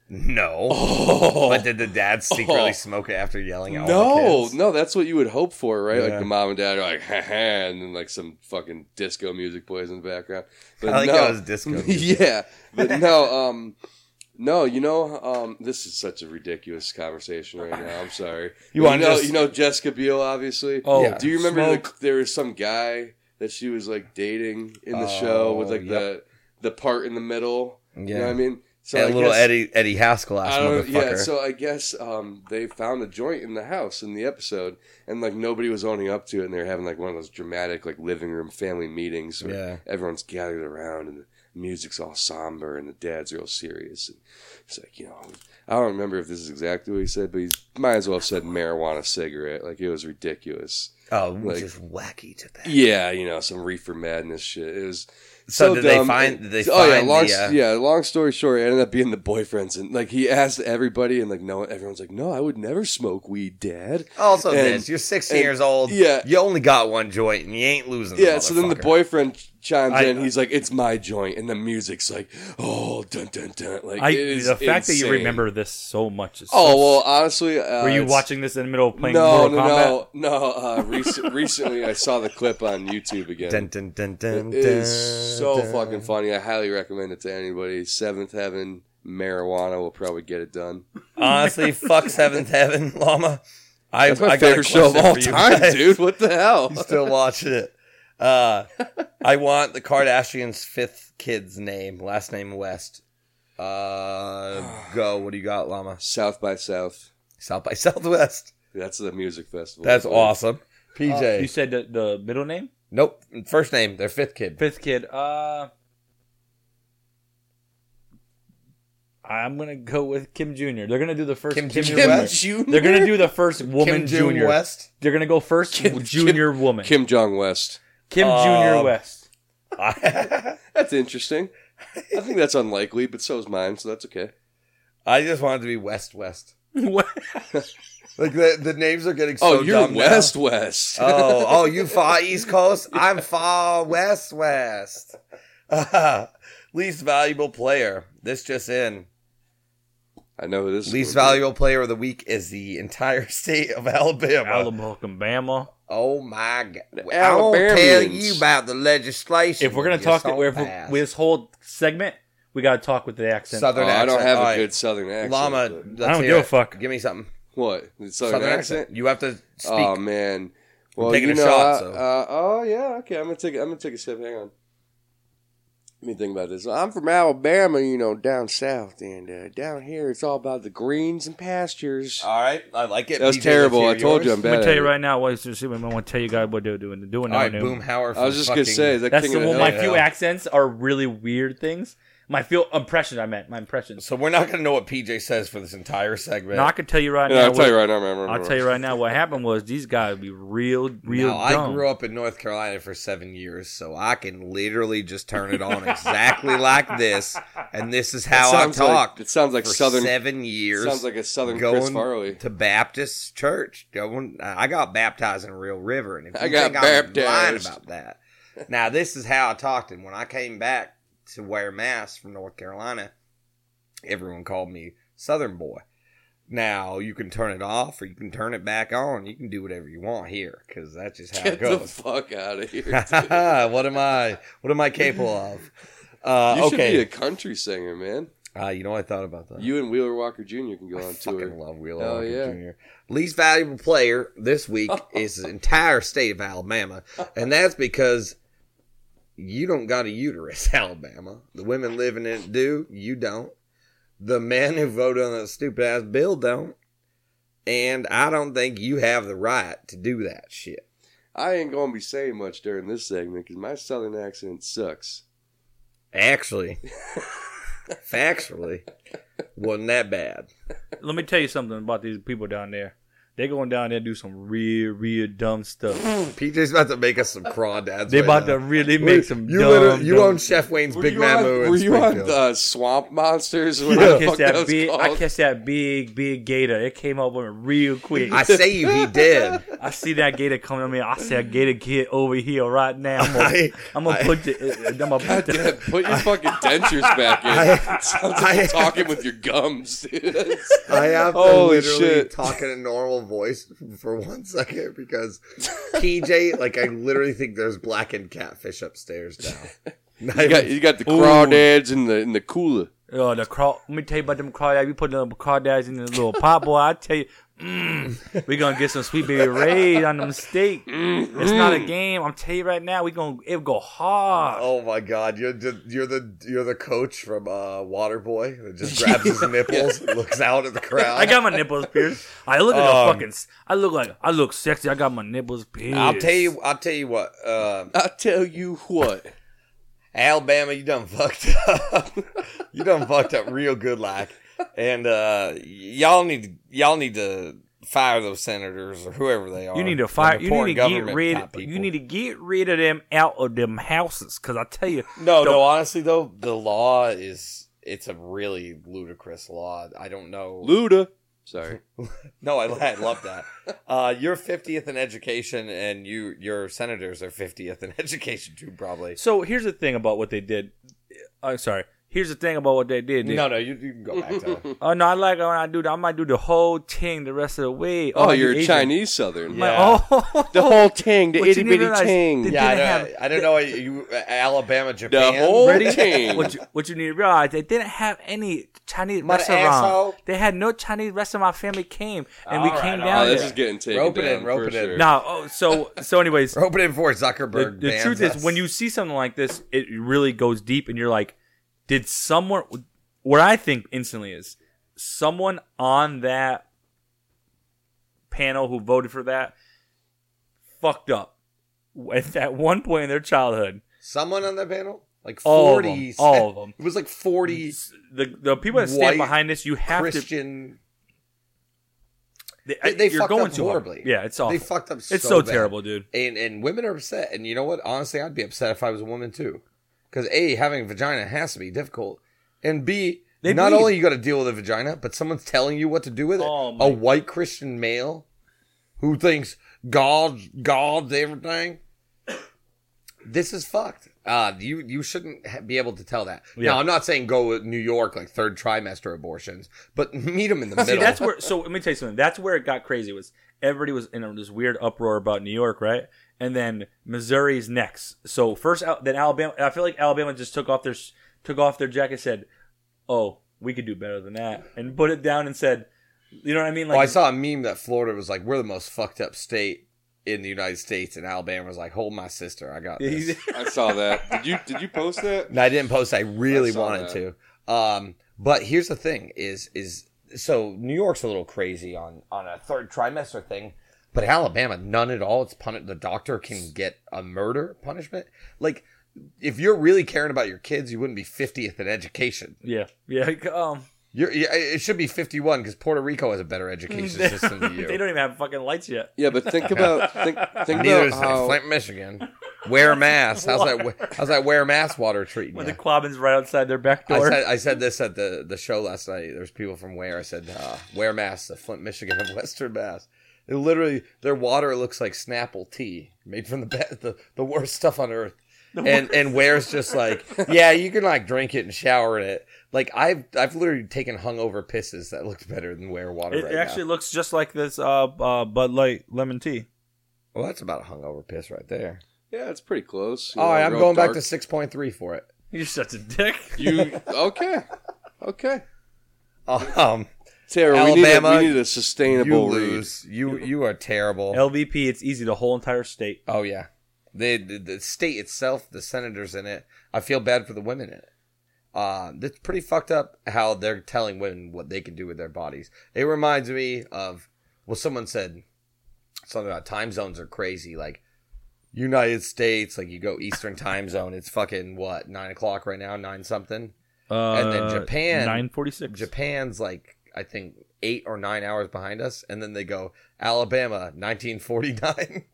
Speaker 2: No.
Speaker 3: Oh,
Speaker 2: But did the dad secretly
Speaker 3: Oh.
Speaker 2: smoke it after yelling at all the
Speaker 3: No,
Speaker 2: kids?
Speaker 3: no, that's what you would hope for, right? Like
Speaker 2: Yeah.
Speaker 3: the mom and dad are like, ha ha, and then like some fucking disco music plays in the background. But
Speaker 2: I like
Speaker 3: no,
Speaker 2: how it was disco music.
Speaker 3: yeah, but no, um, no, you know, um, this is such a ridiculous conversation right now. I'm sorry.
Speaker 2: You
Speaker 3: But
Speaker 2: wanna
Speaker 3: know,
Speaker 2: just-
Speaker 3: you know Jessica Biel, obviously.
Speaker 1: Oh,
Speaker 2: Yeah.
Speaker 3: Do you remember
Speaker 1: smoke.
Speaker 3: the, there was some guy that she was like dating in the
Speaker 2: Oh,
Speaker 3: show with like the the part in the middle? You know what I mean? So
Speaker 2: and
Speaker 3: I
Speaker 2: little
Speaker 3: guess-
Speaker 2: Eddie Eddie Haskell ass
Speaker 3: I don't.
Speaker 2: motherfucker.
Speaker 3: Yeah. So I guess um, they found a joint in the house in the episode, and like nobody was owning up to it, and they were having like one of those dramatic like living room family meetings where
Speaker 2: Yeah.
Speaker 3: everyone's gathered around and the music's all somber and the dad's real serious. And it's like you know, I don't remember if this is exactly what he said, but he might as well have said marijuana cigarette. Like it was ridiculous.
Speaker 2: oh,
Speaker 3: like-
Speaker 2: just wacky to that.
Speaker 3: Yeah, you know, some reefer madness shit. It was
Speaker 2: So
Speaker 3: so,
Speaker 2: did they
Speaker 3: dumb.
Speaker 2: find- did they
Speaker 3: oh yeah,
Speaker 2: find
Speaker 3: long
Speaker 2: the, uh,
Speaker 3: yeah. Long story short, it ended up being the boyfriends, and like he asked everybody, and like no, everyone's like, no, I would never smoke weed, Dad.
Speaker 2: Also,
Speaker 3: And-
Speaker 2: this Oh, you're 16
Speaker 3: and-
Speaker 2: years old.
Speaker 3: yeah.
Speaker 2: you only got one joint, and you ain't losing.
Speaker 3: Yeah, so then the boyfriend chimes
Speaker 1: I-
Speaker 3: in. He's like, "It's my joint," and the music's like, "Oh, dun dun dun!" Like
Speaker 1: I,
Speaker 3: it is
Speaker 1: the fact that you
Speaker 3: insane.
Speaker 1: remember this so much is so
Speaker 3: Oh well, honestly, uh,
Speaker 1: Were you
Speaker 3: it's-
Speaker 1: watching this in the middle of playing
Speaker 3: No,
Speaker 1: Mortal
Speaker 3: no,
Speaker 1: Kombat?
Speaker 3: no, no. Uh, rec- recently, I saw the clip on YouTube again.
Speaker 2: Dun, dun, dun, dun,
Speaker 3: It is
Speaker 2: dun,
Speaker 3: so
Speaker 2: dun.
Speaker 3: fucking funny. I highly recommend it to anybody. Seventh Heaven marijuana will probably get it done.
Speaker 2: Honestly, fuck Seventh Heaven, Llama. I,
Speaker 3: That's my
Speaker 2: I got a
Speaker 3: favorite show of
Speaker 2: question
Speaker 3: all
Speaker 2: for you
Speaker 3: time,
Speaker 2: guys.
Speaker 3: dude. What the hell?
Speaker 2: I'm still watching it. Uh, I want the Kardashians' fifth kid's name, last name West. Uh, go. What do you got, Llama?
Speaker 3: South by South.
Speaker 2: South by Southwest.
Speaker 3: That's the music festival.
Speaker 2: That's awesome.
Speaker 1: Uh, you
Speaker 2: PJ.
Speaker 1: said the, the middle name,
Speaker 2: nope. First name. Their fifth kid.
Speaker 1: fifth kid. Uh, I'm gonna go with Kim Jr. They're gonna do the first
Speaker 2: Kim
Speaker 1: Kim,
Speaker 2: Jr.
Speaker 1: Jr.
Speaker 2: West?
Speaker 1: They're gonna do the first woman
Speaker 2: Jong
Speaker 1: Jr.
Speaker 2: West.
Speaker 1: They're gonna go first
Speaker 3: Kim-
Speaker 1: junior woman. Kim,
Speaker 3: Kim Jong West.
Speaker 1: Jr.
Speaker 2: Um,
Speaker 1: West.
Speaker 2: I,
Speaker 3: That's interesting. I think that's unlikely, but so is mine, so that's okay.
Speaker 2: I just wanted to be West West.
Speaker 1: What?
Speaker 2: Like the, the names are getting so
Speaker 3: Oh, you're
Speaker 2: dumb now.
Speaker 3: West West.
Speaker 2: oh, oh, you far East Coast? I'm far West West. Uh, least valuable player. This just in.
Speaker 3: I know who this is. Oh,
Speaker 2: Least
Speaker 3: gonna be.
Speaker 2: valuable player of the week is the entire state of Alabama.
Speaker 1: Alabama, Alabama.
Speaker 2: Oh my god!
Speaker 3: The
Speaker 2: I don't tell
Speaker 3: Alabamians.
Speaker 2: you about the legislation.
Speaker 1: If we're gonna
Speaker 2: You're
Speaker 1: talk,
Speaker 2: so
Speaker 1: that, if
Speaker 2: fast.
Speaker 1: we're, with this whole segment, we gotta talk with the accent.
Speaker 2: Southern
Speaker 3: Oh, I don't
Speaker 2: accent.
Speaker 3: have
Speaker 2: All right.
Speaker 3: a good Southern accent.
Speaker 2: llama.
Speaker 3: but-
Speaker 2: let's
Speaker 1: I don't
Speaker 2: hear
Speaker 1: give a
Speaker 2: it.
Speaker 1: fuck.
Speaker 2: Give me something.
Speaker 3: What? Southern,
Speaker 2: Southern
Speaker 3: accent?
Speaker 2: accent. You have to speak.
Speaker 3: Oh man. Well,
Speaker 2: taking
Speaker 3: you
Speaker 2: a
Speaker 3: know,
Speaker 2: shot,
Speaker 3: I-
Speaker 2: so.
Speaker 3: uh, oh yeah, okay. I'm gonna take. I'm gonna take a sip. Hang on. Let me think about this. I'm from Alabama, you know, down south, and uh, down here it's all about the greens and pastures.
Speaker 2: All right, I like it.
Speaker 3: that was
Speaker 2: PJ, let's
Speaker 3: terrible.
Speaker 2: hear
Speaker 3: I told
Speaker 2: yours.
Speaker 3: you, I'm
Speaker 1: I'm
Speaker 3: bad.
Speaker 1: gonna
Speaker 3: at
Speaker 1: tell you
Speaker 3: it.
Speaker 1: right now. What, see, I'm gonna tell you guys what they're doing. Doing
Speaker 2: All right,
Speaker 1: now.
Speaker 2: Boomhauer.
Speaker 3: I
Speaker 2: from
Speaker 3: was just gonna
Speaker 2: fucking-
Speaker 3: say is that
Speaker 1: That's
Speaker 3: King
Speaker 1: the,
Speaker 3: of the
Speaker 1: well, my
Speaker 3: Hill?
Speaker 1: few
Speaker 2: Yeah.
Speaker 1: accents are really weird things. My few impressions, I meant my impressions.
Speaker 2: So we're not gonna know what PJ says for this entire segment.
Speaker 1: Now I can tell you right
Speaker 3: Yeah,
Speaker 1: now.
Speaker 3: I'll
Speaker 1: what-
Speaker 3: tell you right now. man, man,
Speaker 1: I'll
Speaker 3: man.
Speaker 1: tell you right now what happened was these guys be real, real
Speaker 2: now,
Speaker 1: dumb.
Speaker 2: I grew up in North Carolina for seven years, so I can literally just turn it on exactly like this, and this is
Speaker 3: It
Speaker 2: how I
Speaker 3: sounds like-
Speaker 2: talked
Speaker 3: it sounds like
Speaker 2: for
Speaker 3: southern.
Speaker 2: seven years.
Speaker 3: Sounds like a southern
Speaker 2: going
Speaker 3: Chris Farley.
Speaker 2: to Baptist church. Going, I got baptized in Real River, and if you
Speaker 3: I got
Speaker 2: think I'm lying
Speaker 3: baptized.
Speaker 2: about that, now this is how I talked. And when I came back to wear masks from North Carolina, everyone called me Southern boy. Now you can turn it off, or you can turn it back on. You can do whatever you want here, because that's just how it
Speaker 3: Get the
Speaker 2: goes.
Speaker 3: fuck out of here. dude.
Speaker 2: what am I? What am I capable of? Uh,
Speaker 3: you should be a
Speaker 2: okay,
Speaker 3: country singer, man.
Speaker 2: uh, you know I thought about that.
Speaker 3: You and Wheeler Walker Jr. can go
Speaker 2: I
Speaker 3: on
Speaker 2: fucking
Speaker 3: tour.
Speaker 2: love Wheeler
Speaker 3: Hell
Speaker 2: Walker
Speaker 3: yeah.
Speaker 2: Jr. Least valuable player this week is the entire state of Alabama, and that's because you don't got a uterus, Alabama. The women living in it do. You don't. The men who voted on that stupid ass bill don't. And I don't think you have the right to do that shit.
Speaker 3: I ain't gonna be saying much during this segment because my southern accent sucks.
Speaker 2: Actually, factually, wasn't that bad.
Speaker 1: Let me tell you something about these people down there. They going down there and do some real, real dumb stuff.
Speaker 2: PJ's about to make us some crawdads.
Speaker 1: They
Speaker 2: right
Speaker 1: about
Speaker 2: now.
Speaker 1: to really
Speaker 2: Wait,
Speaker 1: make some
Speaker 2: you
Speaker 1: dumb.
Speaker 2: literally- you
Speaker 1: dumb-
Speaker 2: own Chef Wayne's Big
Speaker 3: you
Speaker 2: Mamu.
Speaker 3: on,
Speaker 2: in
Speaker 3: were you on
Speaker 2: Springfield.
Speaker 3: the Swamp Monsters? or
Speaker 1: I
Speaker 3: whatever the
Speaker 1: catch
Speaker 3: fuck
Speaker 1: that,
Speaker 3: was
Speaker 1: big. I
Speaker 3: called?
Speaker 1: catch that big, big gator. It came up on me real quick.
Speaker 2: I
Speaker 1: I,
Speaker 2: say you, he did.
Speaker 1: see that gator coming on me. I see that gator kid over here right now. I'm gonna,
Speaker 2: I-
Speaker 1: I'm gonna put the. I'm gonna put
Speaker 3: Yeah,
Speaker 1: the.
Speaker 3: put your fucking dentures back in.
Speaker 2: I-
Speaker 3: Sounds
Speaker 2: I-
Speaker 3: like you're talking with your gums, dude.
Speaker 2: I have to
Speaker 3: Holy
Speaker 2: literally
Speaker 3: shit.
Speaker 2: talk in a normal voice for one second because PJ, like, I literally think there's blackened catfish upstairs now.
Speaker 3: You got, you got the crawdads and the in the cooler.
Speaker 1: Oh, the craw. Let me tell you about them crawdads. We put them crawdads in the little pot boy. I tell you, mm, we gonna get some sweet baby raid on them steak. It's not a game. I'm telling you right now. We gonna it go hard.
Speaker 2: oh my god, you're the, you're the you're the coach from uh, Waterboy that just grabs his nipples, and looks out at the crowd.
Speaker 1: I got my nipples pierced. I look like
Speaker 2: Um,
Speaker 1: a fucking. s- I look like I look sexy. I got my nipples pierced.
Speaker 2: I'll tell you. I'll tell you what. Uh,
Speaker 3: I tell you what,
Speaker 2: Alabama, you done fucked up. you done fucked up real good, like. And uh, y- y'all need to, y'all need to fire those senators or whoever they are.
Speaker 1: You need to
Speaker 2: and
Speaker 1: fire.
Speaker 2: um, the
Speaker 1: You
Speaker 2: poor
Speaker 1: need to get
Speaker 2: government
Speaker 1: rid.
Speaker 2: type people.
Speaker 1: You need to get rid of them out of them houses. Cause I tell you,
Speaker 2: No,
Speaker 1: Don't-
Speaker 2: no. Honestly, though, the law is it's a really ludicrous law. I don't know.
Speaker 3: Luda. Sorry,
Speaker 2: no, I, I love that. Uh, you're fiftieth in education, and you your senators are fiftieth in education too, probably.
Speaker 1: So here's the thing about what they did. I'm sorry. Here's the thing about what they did.
Speaker 2: No, no. You, you can go back to it.
Speaker 1: Oh no, I like when I do that. I might do the whole thing the rest of the way.
Speaker 3: Oh,
Speaker 1: I do
Speaker 3: you're a
Speaker 1: Asian.
Speaker 3: Chinese Southern.
Speaker 1: My-
Speaker 2: Yeah.
Speaker 1: Oh,
Speaker 3: The whole tang, the
Speaker 1: What you
Speaker 3: itty bitty
Speaker 1: didn't realize-
Speaker 3: tang.
Speaker 1: did-
Speaker 2: Yeah, I
Speaker 1: didn't
Speaker 2: don't,
Speaker 1: have-
Speaker 2: I don't know. why You, Alabama, Japan,
Speaker 3: The whole
Speaker 1: Ready?
Speaker 3: tang.
Speaker 1: what you, what you need to realize, they didn't have any Chinese
Speaker 2: My
Speaker 1: restaurant.
Speaker 2: asshole.
Speaker 1: They had no Chinese restaurant. My family came and we
Speaker 2: All right,
Speaker 1: came down.
Speaker 2: all
Speaker 3: oh,
Speaker 2: right.
Speaker 1: there.
Speaker 3: this is getting taken
Speaker 2: Rope it
Speaker 3: down.
Speaker 2: in, rope
Speaker 3: for
Speaker 2: it in.
Speaker 3: sure.
Speaker 1: No, oh, so so anyways,
Speaker 2: We're opening for
Speaker 1: the,
Speaker 2: Zuckerberg.
Speaker 1: the
Speaker 2: bans
Speaker 1: truth
Speaker 2: us.
Speaker 1: is when you see something like this, it really goes deep, and you're like, did someone? What I think instantly is someone on that panel who voted for that fucked up at that one point in their childhood.
Speaker 2: someone on that panel, like
Speaker 1: All of
Speaker 2: forty,
Speaker 1: them. All of them.
Speaker 2: It was like forty
Speaker 1: The the people that stand
Speaker 2: White
Speaker 1: behind this, you have
Speaker 2: Christian.
Speaker 1: to.
Speaker 2: They- they
Speaker 1: you're
Speaker 2: fucked
Speaker 1: going
Speaker 2: up
Speaker 1: too hard.
Speaker 2: horribly.
Speaker 1: Yeah, it's awful.
Speaker 2: They fucked up.
Speaker 1: it's so
Speaker 2: bad.
Speaker 1: terrible, dude.
Speaker 2: and and women are upset. And you know what? Honestly, I'd be upset if I was a woman too, because a having a vagina has to be difficult, and b
Speaker 1: They
Speaker 2: not
Speaker 1: bleed.
Speaker 2: only you got to deal with a vagina, but someone's telling you what to do with it.
Speaker 1: Oh, my-
Speaker 2: a white Christian male who thinks God God's everything. This is fucked. Uh, you you shouldn't ha- be able to tell that.
Speaker 1: Yeah.
Speaker 2: Now I'm not saying go with New York like third trimester abortions, but meet them in the middle.
Speaker 1: See, that's where. So let me tell you something. That's where it got crazy. Was everybody was in this weird uproar about New York, right? And then Missouri's next. So first, Al- then Alabama. I feel like Alabama just took off their s- took off their jacket, said, "Oh, we could do better than that," and put it down and said, "You know what I mean?" Like,
Speaker 2: Well, Oh, I saw a meme that Florida was like, "We're the most fucked up state in the United States," and Alabama was like, "Hold my sister, I got this."
Speaker 3: I saw that. Did you did you post that?
Speaker 2: and I didn't post. I really
Speaker 3: I saw
Speaker 2: wanted
Speaker 3: that.
Speaker 2: to. Um, but here's the thing: is is so New York's a little crazy on on a third trimester thing, but Alabama, none at all. It's pun- the doctor can get a murder punishment. Like, if you're really caring about your kids, you wouldn't be 50th in education.
Speaker 1: yeah, yeah. like, Um,
Speaker 2: You're, yeah, it should be 51 because Puerto Rico has a better education system than you.
Speaker 1: they don't even have fucking lights yet.
Speaker 3: Yeah, but think about think think
Speaker 2: Neither
Speaker 3: about
Speaker 2: is
Speaker 3: how
Speaker 2: Flint, Michigan. Wear a mask. How's that? How's that? Wear a mask. Water
Speaker 1: When
Speaker 2: treatment.
Speaker 1: the quabbins right outside their back
Speaker 2: I
Speaker 1: door.
Speaker 2: said I said this at the the show last night. There's people from where I said uh, wear masks. The Flint, Michigan of Western Mass. It literally their water looks like Snapple tea made from the be- the, the worst stuff on earth. And and where's just like yeah you can like drink it and shower in it. Like I've I've literally taken hungover pisses that looked better than wear water.
Speaker 1: it
Speaker 2: right
Speaker 1: it actually looks just like this uh, uh, Bud Light lemon tea.
Speaker 2: now. well that's about a hungover piss right there.
Speaker 3: yeah, it's pretty close. You
Speaker 2: All right,
Speaker 3: know,
Speaker 2: I'm
Speaker 3: real
Speaker 2: going back
Speaker 3: dark.
Speaker 2: to six point three for it.
Speaker 1: You're such a dick.
Speaker 3: you. Okay, okay.
Speaker 2: Um,
Speaker 3: Tara, we
Speaker 2: Alabama,
Speaker 3: need a, we need a sustainable
Speaker 2: you
Speaker 3: read.
Speaker 2: lose. You you are terrible.
Speaker 1: LVP. It's easy. The whole entire state.
Speaker 2: oh yeah, the, the the state itself, the senators in it. I feel bad for the women in it. Uh, it's pretty fucked up how they're telling women what they can do with their bodies. It reminds me of well, someone said something about time zones are crazy. Like United States, like you go Eastern time zone, it's fucking what nine o'clock right now, nine something.
Speaker 1: Uh,
Speaker 2: then Japan-
Speaker 1: nine forty six.
Speaker 2: Japan's like I think eight or nine hours behind us, and then they go Alabama, 1949.